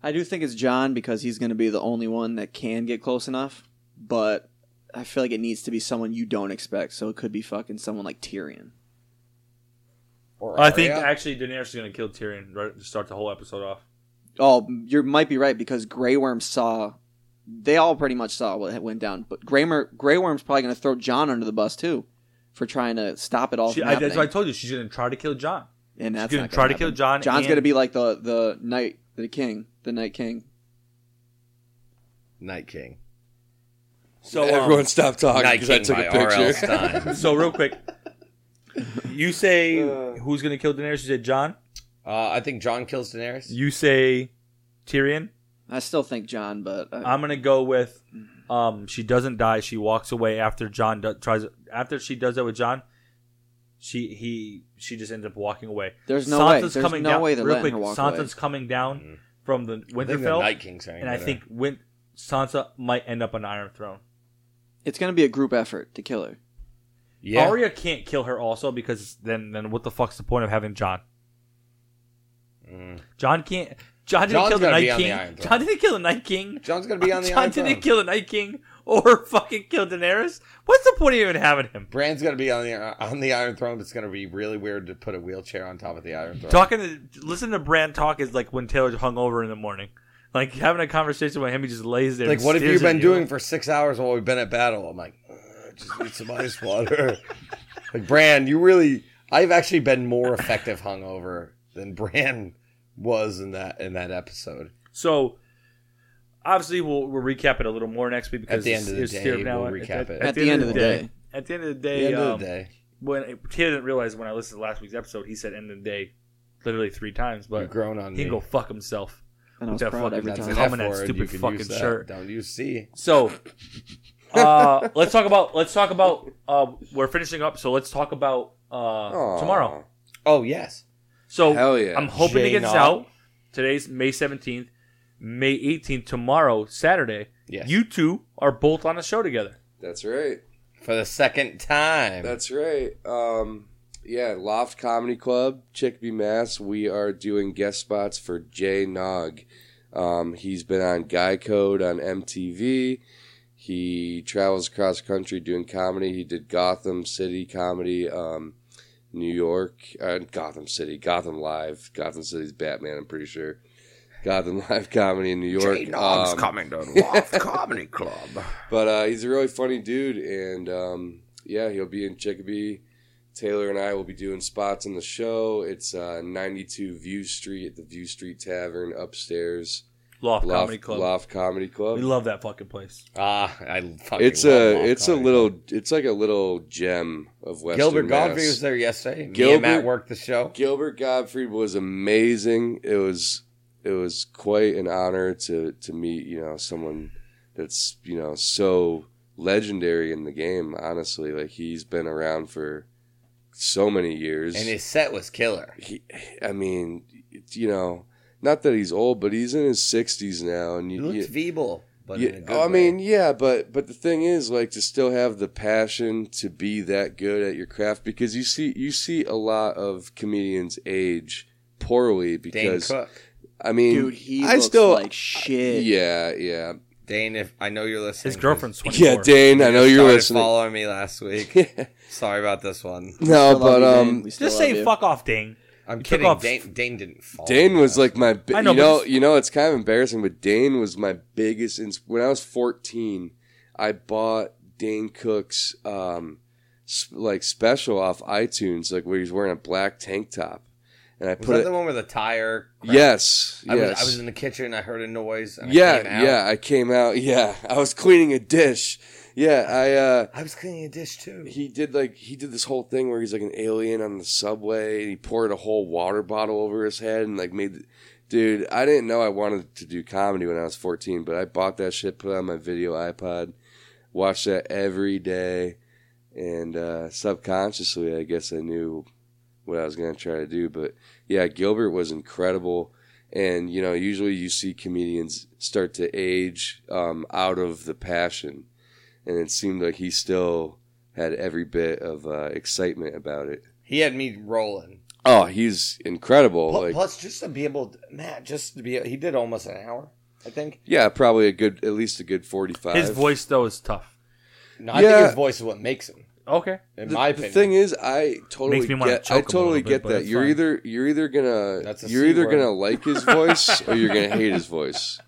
Speaker 4: I do think it's John because he's going to be the only one that can get close enough, but I feel like it needs to be someone you don't expect. So it could be fucking someone like Tyrion.
Speaker 2: Or
Speaker 1: I think
Speaker 2: Arya.
Speaker 1: actually Daenerys is going to kill Tyrion right, to start the whole episode off.
Speaker 4: Oh, you might be right because Grey Worm saw. They all pretty much saw what went down, but Grey, Mer- Grey Worm's probably going to throw John under the bus too, for trying to stop it all.
Speaker 1: She,
Speaker 4: from
Speaker 1: I, that's
Speaker 4: happening.
Speaker 1: what I told you. She's going to try to kill John.
Speaker 4: and that's
Speaker 1: She's going
Speaker 4: not
Speaker 1: to try to
Speaker 4: happen.
Speaker 1: kill John.
Speaker 4: John's
Speaker 1: and-
Speaker 4: gonna be like the the knight, the king, the knight king.
Speaker 2: Night King.
Speaker 1: So um,
Speaker 3: Everyone stop talking
Speaker 2: Night
Speaker 3: because I
Speaker 2: King
Speaker 3: took
Speaker 2: by
Speaker 3: a
Speaker 2: R.L.
Speaker 3: picture.
Speaker 2: Stein.
Speaker 1: so real quick, you say
Speaker 3: Uh.
Speaker 1: who's going to kill Daenerys? You said John.
Speaker 2: uh, I think John kills Daenerys.
Speaker 1: You say Tyrion.
Speaker 4: I still think John, but I,
Speaker 1: I'm gonna go with um she doesn't die. She walks away after John do- tries after she does that with John. She he she just ends up walking away.
Speaker 4: There's no way. There's no
Speaker 1: down,
Speaker 4: way they're
Speaker 1: real
Speaker 4: letting
Speaker 1: quick.
Speaker 4: her walk
Speaker 1: Sansa's
Speaker 4: away.
Speaker 1: coming down from the
Speaker 2: Mm-hmm. I think the
Speaker 1: Winterfell,
Speaker 2: Night King's gonna
Speaker 1: and I
Speaker 2: get her.
Speaker 1: think Win- Sansa might end up on Iron Throne.
Speaker 4: it's gonna be a group effort to kill her.
Speaker 2: yeah.
Speaker 1: Arya can't kill her also because then then what the fuck's the point of having John?
Speaker 2: Mm.
Speaker 1: John can't. John didn't
Speaker 2: John's
Speaker 1: kill the
Speaker 2: gonna be
Speaker 1: Night
Speaker 2: on the
Speaker 1: King.
Speaker 2: Iron Throne.
Speaker 1: John didn't kill the Night King.
Speaker 2: John's gonna be on the
Speaker 1: John
Speaker 2: Iron
Speaker 1: didn't
Speaker 2: Throne.
Speaker 1: kill the Night King or fucking kill Daenerys. What's the point of even having him?
Speaker 2: Bran's gonna be on the on the Iron Throne. But it's gonna be really weird to put a wheelchair on top of the Iron Throne.
Speaker 1: Talking to listen to Brand talk is like when Taylor's hungover in the morning. Like having a conversation with him, he just lays there.
Speaker 2: like,
Speaker 1: and
Speaker 2: what have you
Speaker 1: stares at
Speaker 2: been doing for six hours while we've been at battle? I'm like, "Uh, just need some ice water. like, Bran, you really, I've actually been more effective hungover than Bran was in that in that episode.
Speaker 1: So obviously, we'll we'll recap it a little more next week because
Speaker 2: At the end of the
Speaker 1: it's- it's
Speaker 2: day,
Speaker 1: here now.
Speaker 2: we'll recap it.
Speaker 4: At the end of the day.
Speaker 1: At the end of the
Speaker 2: At
Speaker 1: day,
Speaker 2: the end
Speaker 1: um,
Speaker 2: of the day,
Speaker 1: when Taylor didn't realize when I listened to last week's episode, he said "end of the day" literally three times,
Speaker 2: you've
Speaker 1: but
Speaker 2: grown on
Speaker 1: he
Speaker 2: me.
Speaker 1: can go fuck himself.
Speaker 4: And I was
Speaker 1: That
Speaker 4: proud
Speaker 1: fucking-
Speaker 4: every
Speaker 2: That's
Speaker 4: time.
Speaker 2: an
Speaker 1: Coming
Speaker 2: F
Speaker 1: that
Speaker 2: word,
Speaker 1: stupid
Speaker 2: you can
Speaker 1: fucking
Speaker 2: use that.
Speaker 1: shirt.
Speaker 2: WC.
Speaker 1: So, uh, let's talk about let's talk about uh, we're finishing up. So let's talk about uh,
Speaker 3: Aw.
Speaker 1: tomorrow.
Speaker 2: Oh yes,
Speaker 1: So
Speaker 3: Hell yeah.
Speaker 1: I'm hoping
Speaker 2: Jay
Speaker 1: it gets
Speaker 2: Knob.
Speaker 1: out. Today's May 17th, May 18th. Tomorrow, Saturday,
Speaker 2: yes.
Speaker 1: you two are both on a show together.
Speaker 3: That's right.
Speaker 2: for the second time.
Speaker 3: That's right. Um, yeah, Loft Comedy Club, Chickpea, Mass. We are doing guest spots for Jay Nog. Um, he's been on Guy Code on MTV. He travels across the country doing comedy. He did Gotham City comedy, um, New York, uh, Gotham City, Gotham Live, Gotham City's Batman. I'm pretty sure. Gotham Live comedy in New York. Um,
Speaker 2: coming to Loft Comedy Club.
Speaker 3: but uh, he's a really funny dude, and um, yeah, he'll be in Chicopee. Taylor and I will be doing spots on the show. It's uh, 92 View Street at the View Street Tavern upstairs.
Speaker 1: Loft,
Speaker 3: Loft
Speaker 1: Comedy Club.
Speaker 3: Loft Comedy Club.
Speaker 1: We love that fucking place.
Speaker 2: Ah, I fucking
Speaker 3: it's
Speaker 2: love
Speaker 3: a
Speaker 2: Loft
Speaker 3: it's a
Speaker 2: Comedy
Speaker 3: little it's like a little gem of Western
Speaker 2: Gilbert
Speaker 3: Mass.
Speaker 2: Godfrey was there yesterday. Me
Speaker 3: Gilbert-
Speaker 2: and Matt worked the show.
Speaker 3: Gilbert Gottfried was amazing. It was it was quite an honor to to meet you know someone that's you know so legendary in the game. Honestly, like he's been around for so many years.
Speaker 2: And his set was killer.
Speaker 3: he, I mean, you know, not that he's old, but he's in his sixties now, and
Speaker 2: He
Speaker 3: you,
Speaker 2: looks
Speaker 3: you,
Speaker 2: feeble, but
Speaker 3: yeah,
Speaker 2: in a good
Speaker 3: I
Speaker 2: way.
Speaker 3: mean, yeah, but but the thing is, like, to still have the passion to be that good at your craft, because you see, you see a lot of comedians age poorly
Speaker 2: Dane
Speaker 3: because
Speaker 2: Cook.
Speaker 3: I mean,
Speaker 4: Dude, he
Speaker 3: I
Speaker 4: looks
Speaker 3: still,
Speaker 4: like shit.
Speaker 3: yeah, yeah,
Speaker 2: Dane, if I know you're listening,
Speaker 1: His girlfriend's 24.
Speaker 3: yeah, Dane, I know you're
Speaker 2: started
Speaker 3: listening.
Speaker 2: Following me last week. Sorry about this one.
Speaker 3: no, but um,
Speaker 1: Just say
Speaker 4: fuck.
Speaker 1: fuck off, Ding.
Speaker 2: I'm
Speaker 1: took
Speaker 2: kidding.
Speaker 1: off-
Speaker 2: Dane, Dane didn't. Follow
Speaker 3: Dane
Speaker 2: me
Speaker 3: was
Speaker 2: last
Speaker 3: like
Speaker 2: week.
Speaker 3: my. Bi-
Speaker 1: I know,
Speaker 3: you
Speaker 1: but
Speaker 3: know,
Speaker 1: it's-
Speaker 3: you know, it's kind of embarrassing, but Dane was my biggest. Ins- when I was fourteen, I bought Dane Cook's um, sp- like special off iTunes, like where he's wearing a black tank top, and I
Speaker 2: Was
Speaker 3: put
Speaker 2: that
Speaker 3: it.
Speaker 2: the one with the tire? crack?
Speaker 3: yes,
Speaker 2: I
Speaker 3: yes.
Speaker 2: was, I was in the kitchen. I heard a noise. And I
Speaker 3: yeah,
Speaker 2: came out.
Speaker 3: yeah. I came out. Yeah, I was cleaning a dish. Yeah, I. uh
Speaker 2: I was cleaning a dish too.
Speaker 3: he did like he did this whole thing where he's like an alien on the subway and he poured a whole water bottle over his head and like made dude i didn't know i wanted to do comedy when i was 14 but i bought that shit put it on my video ipod watched that every day and uh, subconsciously i guess i knew what i was going to try to do but yeah gilbert was incredible and you know usually you see comedians start to age um, out of the passion and it seemed like he still had every bit of uh, excitement about it.
Speaker 2: He had me rolling.
Speaker 3: Oh, he's incredible.
Speaker 2: Pl-
Speaker 3: like,
Speaker 2: Plus, just to be able, to, Matt, just to be, he did almost an hour, I think.
Speaker 3: yeah, probably a good, at least a good forty-five.
Speaker 1: His voice though is tough.
Speaker 2: No, I
Speaker 3: Yeah.
Speaker 2: think his voice is what makes him,
Speaker 1: Okay.
Speaker 2: in
Speaker 3: The,
Speaker 2: my
Speaker 3: the
Speaker 2: opinion.
Speaker 3: thing is, I totally
Speaker 1: Makes me wanna
Speaker 3: get.
Speaker 1: choke
Speaker 3: I
Speaker 1: him a
Speaker 3: totally
Speaker 1: little bit,
Speaker 3: get
Speaker 1: but
Speaker 3: that.
Speaker 1: it's
Speaker 3: You're
Speaker 1: fine.
Speaker 3: either you're either gonna
Speaker 2: That's a
Speaker 3: you're
Speaker 2: C
Speaker 3: either
Speaker 2: word.
Speaker 3: gonna like his voice or you're gonna hate his voice.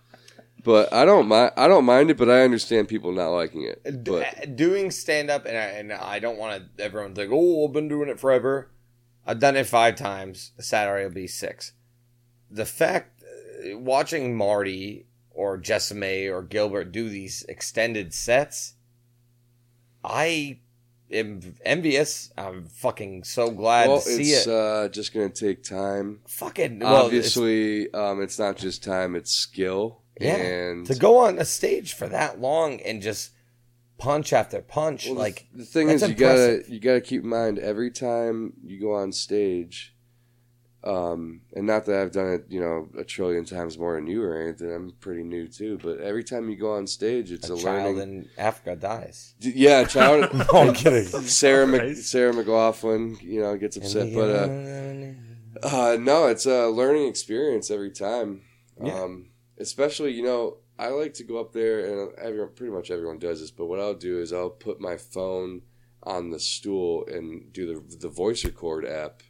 Speaker 3: But I don't mind. I don't mind it, but I understand people not liking it.
Speaker 2: D-
Speaker 3: But
Speaker 2: doing stand up, and I, and I don't want to, everyone to think, oh, I've been doing it forever. I've done it five times. Saturday will be six. The fact, uh, watching Marty or Jessame or Gilbert do these extended sets, I am envious. I'm fucking so glad
Speaker 3: well,
Speaker 2: to see
Speaker 3: it's
Speaker 2: it.
Speaker 3: uh, just gonna take time.
Speaker 2: fucking well, it's-
Speaker 3: Obviously, um, it's not just time; it's skill.
Speaker 2: Yeah.
Speaker 3: and
Speaker 2: to go on a stage for that long and just punch after punch
Speaker 3: Well, the-
Speaker 2: like
Speaker 3: the thing
Speaker 2: that's
Speaker 3: is, you
Speaker 2: impressive.
Speaker 3: gotta you gotta keep in mind every time you go on stage, um, and not that I've done it, you know, a trillion times more than you or anything. I'm pretty new too, but every time you go on stage, it's
Speaker 2: a,
Speaker 3: a,
Speaker 2: child
Speaker 3: learning.
Speaker 2: in africa dies
Speaker 3: D- yeah, a child.
Speaker 2: kidding
Speaker 3: Sarah Mc,
Speaker 1: Christ.
Speaker 3: Sarah McLaughlin, you know, gets upset, but uh, Uh, no, it's a learning experience every time.
Speaker 2: Yeah.
Speaker 3: Um, especially, you know, I like to go up there, and everyone, pretty much everyone does this. But what I'll do is I'll put my phone on the stool and do the the voice record app.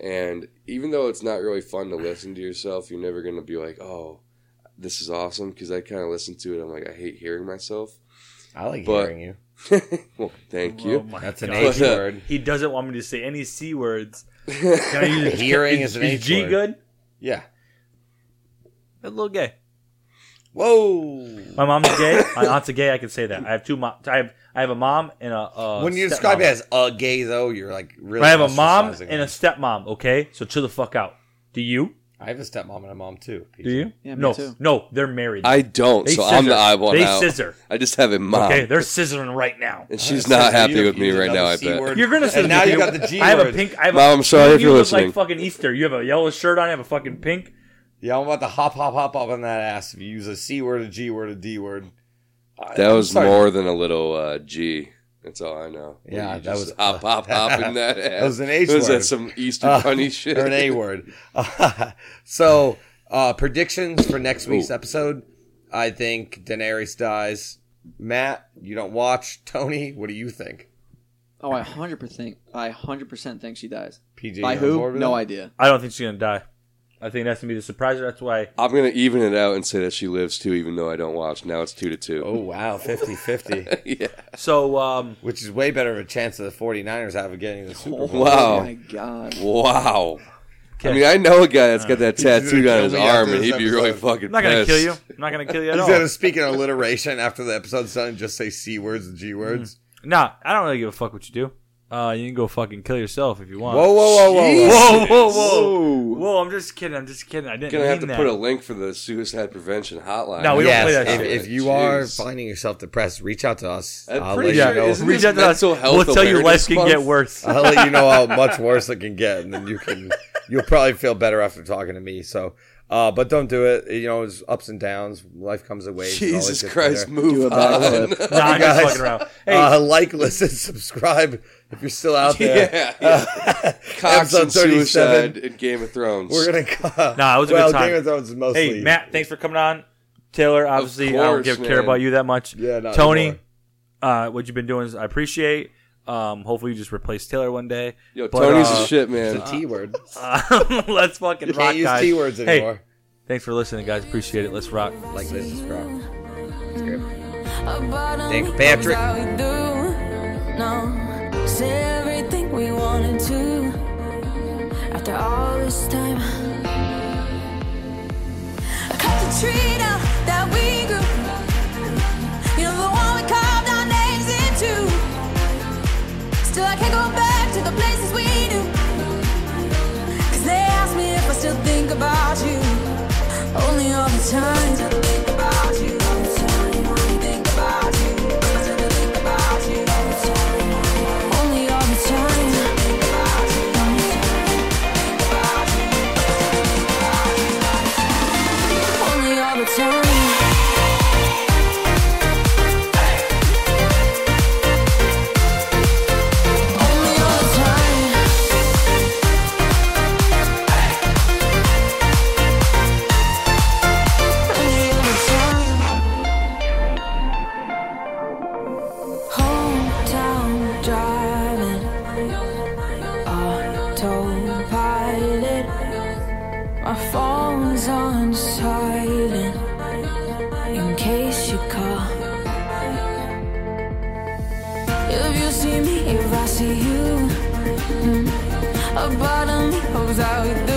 Speaker 3: And even though it's not really fun to listen to yourself, you're never gonna be like, oh, this is awesome. Because I kind of listen to it, I'm like, I hate hearing myself.
Speaker 2: i like
Speaker 3: but-
Speaker 2: hearing you
Speaker 3: well, thank
Speaker 1: Oh
Speaker 3: you.
Speaker 1: my
Speaker 2: that's an
Speaker 1: God.
Speaker 2: h
Speaker 3: But, uh,
Speaker 2: word
Speaker 1: He doesn't want me to say any c words. Can I use
Speaker 2: Hearing is an H
Speaker 1: G
Speaker 2: word.
Speaker 1: good?
Speaker 2: yeah
Speaker 1: A little gay.
Speaker 2: whoa
Speaker 1: My mom's gay. My aunt's a gay. I can say that. I have two mom. I have I have a mom and a. Uh,
Speaker 2: when you
Speaker 1: stepmom.
Speaker 2: describe it as a gay though you're like really
Speaker 1: I have a mom
Speaker 2: ostracizing
Speaker 1: and a
Speaker 2: them.
Speaker 1: stepmom. Okay, so chill the fuck out. Do you?
Speaker 2: I have a stepmom and a mom too PJ.
Speaker 1: Do you?
Speaker 4: Yeah, me
Speaker 1: no,
Speaker 4: too.
Speaker 1: no, they're married.
Speaker 3: I don't,
Speaker 1: they
Speaker 3: so
Speaker 1: scissor.
Speaker 3: I'm the eyeball
Speaker 1: They
Speaker 3: now.
Speaker 1: scissor.
Speaker 3: I just have a mom,
Speaker 1: Okay, they're scissoring right now.
Speaker 3: and
Speaker 2: Oh,
Speaker 3: she's
Speaker 2: that
Speaker 3: not
Speaker 2: says
Speaker 3: happy
Speaker 2: you-
Speaker 3: with
Speaker 2: you
Speaker 3: me
Speaker 2: did
Speaker 3: right
Speaker 2: another
Speaker 3: now. I
Speaker 2: C
Speaker 3: bet.
Speaker 2: word.
Speaker 1: You're gonna scissor
Speaker 2: and now
Speaker 1: me.
Speaker 2: you got the G
Speaker 1: I have a
Speaker 2: word.
Speaker 1: pink. I have
Speaker 3: Mom,
Speaker 1: a,
Speaker 3: I'm sorry
Speaker 1: you,
Speaker 3: if you're
Speaker 1: you
Speaker 3: listening.
Speaker 1: Look like fucking Easter. You have a yellow shirt on. I have a fucking pink.
Speaker 2: Yeah, I'm about to hop, hop, hop up on that ass if you use a C word, a G word, a D word. I-
Speaker 3: That
Speaker 2: I'm
Speaker 3: was
Speaker 2: sorry.
Speaker 3: more than a little uh, G. That's all I know.
Speaker 2: Yeah,
Speaker 3: You
Speaker 2: that
Speaker 3: just
Speaker 2: was- uh,
Speaker 3: hop, hop, hop in that.
Speaker 2: That was an H
Speaker 3: Was
Speaker 2: word.
Speaker 3: that some Eastern
Speaker 2: Uh,
Speaker 3: funny shit?
Speaker 2: or an A word. so, uh, predictions for next week's episode. I think Daenerys dies. Matt, you don't watch. Tony, what do you think?
Speaker 4: Oh, I hundred percent. I hundred percent think she dies.
Speaker 2: PJ,
Speaker 4: By
Speaker 2: you on board
Speaker 4: who?
Speaker 2: with
Speaker 4: No
Speaker 2: that?
Speaker 4: idea.
Speaker 1: I don't think she's gonna die. I think that's gonna be the surprise. That's why.
Speaker 3: I'm gonna even it out and say that she lives too, even though I don't watch. Now it's two to two.
Speaker 2: Oh, wow. 50 50.
Speaker 3: yeah.
Speaker 1: So um,
Speaker 2: Which is way better of a chance that the 49ers have of getting the Super Bowl.
Speaker 3: Wow.
Speaker 4: Oh my god.
Speaker 3: Wow. I
Speaker 1: Okay.
Speaker 3: mean, I know a guy that's got that
Speaker 2: gonna
Speaker 3: tattooed on
Speaker 2: kill
Speaker 3: his
Speaker 2: me
Speaker 3: arm,
Speaker 2: after
Speaker 3: and
Speaker 2: this
Speaker 3: he'd be really
Speaker 2: episode.
Speaker 3: fucking.
Speaker 1: I'm not gonna
Speaker 3: pissed.
Speaker 1: kill you. I'm not gonna kill you at
Speaker 2: He's
Speaker 1: all.
Speaker 2: going to speak in alliteration after the episode's done and just say C words and G words.
Speaker 3: Mm.
Speaker 1: Nah, I don't really give a fuck what you do. Uh, you can go fucking kill yourself if you want.
Speaker 2: Whoa, whoa, whoa, whoa,
Speaker 1: whoa,
Speaker 2: whoa.
Speaker 1: whoa, whoa, Whoa, I'm just kidding. I'm just kidding. I didn't
Speaker 3: Gonna have
Speaker 1: mean
Speaker 3: to
Speaker 1: that.
Speaker 3: put a link for the suicide prevention hotline.
Speaker 1: No, we don't
Speaker 2: yes,
Speaker 1: play that
Speaker 2: if,
Speaker 1: shit.
Speaker 2: if you are
Speaker 3: Jeez.
Speaker 2: finding yourself depressed, reach out to us.
Speaker 3: I'm
Speaker 2: I'll
Speaker 3: pretty
Speaker 2: let
Speaker 3: sure
Speaker 2: you know.
Speaker 3: isn't
Speaker 1: reach
Speaker 3: this
Speaker 1: out to us.
Speaker 3: mental health
Speaker 1: We'll tell you life
Speaker 3: awareness
Speaker 1: can
Speaker 3: month?
Speaker 1: get worse.
Speaker 2: I'll let you know how much worse it can get, and then you can you'll probably feel better after talking to me. So, uh, but don't do it. You know, it's ups and downs. Life comes away.
Speaker 3: Jesus Christ, move
Speaker 4: a
Speaker 3: on.
Speaker 4: back
Speaker 1: nah, I'm just
Speaker 2: guys.
Speaker 1: fucking around. Hey,
Speaker 2: Uh, like, listen, subscribe if you're still out there.
Speaker 3: Yeah, yeah. Cox
Speaker 2: Episode
Speaker 3: and
Speaker 2: 37.
Speaker 3: suicide in Game of Thrones.
Speaker 2: We're gonna. Uh,
Speaker 1: Nah, it was a
Speaker 2: well,
Speaker 1: good time.
Speaker 2: Game of Thrones is mostly.
Speaker 1: hey, Matt, thanks for coming on. Taylor, obviously, I don't
Speaker 3: course,
Speaker 1: give care
Speaker 3: man.
Speaker 1: about you that much.
Speaker 2: Yeah, not
Speaker 1: Tony,
Speaker 2: anymore.
Speaker 1: uh, what you've been doing is I appreciate. Um, hopefully, you just replace Taylor one day.
Speaker 3: Yo,
Speaker 1: But,
Speaker 3: Tony's
Speaker 1: uh,
Speaker 3: a shit man.
Speaker 2: It's a T word.
Speaker 1: Uh, let's fucking
Speaker 2: You
Speaker 1: rock,
Speaker 2: can't use
Speaker 1: guys.
Speaker 2: T words anymore.
Speaker 1: Hey, thanks for listening, guys. Appreciate it. Let's rock.
Speaker 2: Like, listen, subscribe.
Speaker 5: Thanks,
Speaker 2: Patrick.
Speaker 5: No, say everything we wanted to. After all this time, I cut the tree down that we grew. You know the one we carved our names into. Still, I can't go back to the places we knew. 'Cause they ask me if I still think about you. Only all the time to think about you. All the time I think about you. I still think about you. All the time. Only all the time. Think about you. All the time. Think about you. Only all the time. Only all the time. My phone's on silent in case you call. If you hmm, see me, if I see you, mm, a part of me hopes that we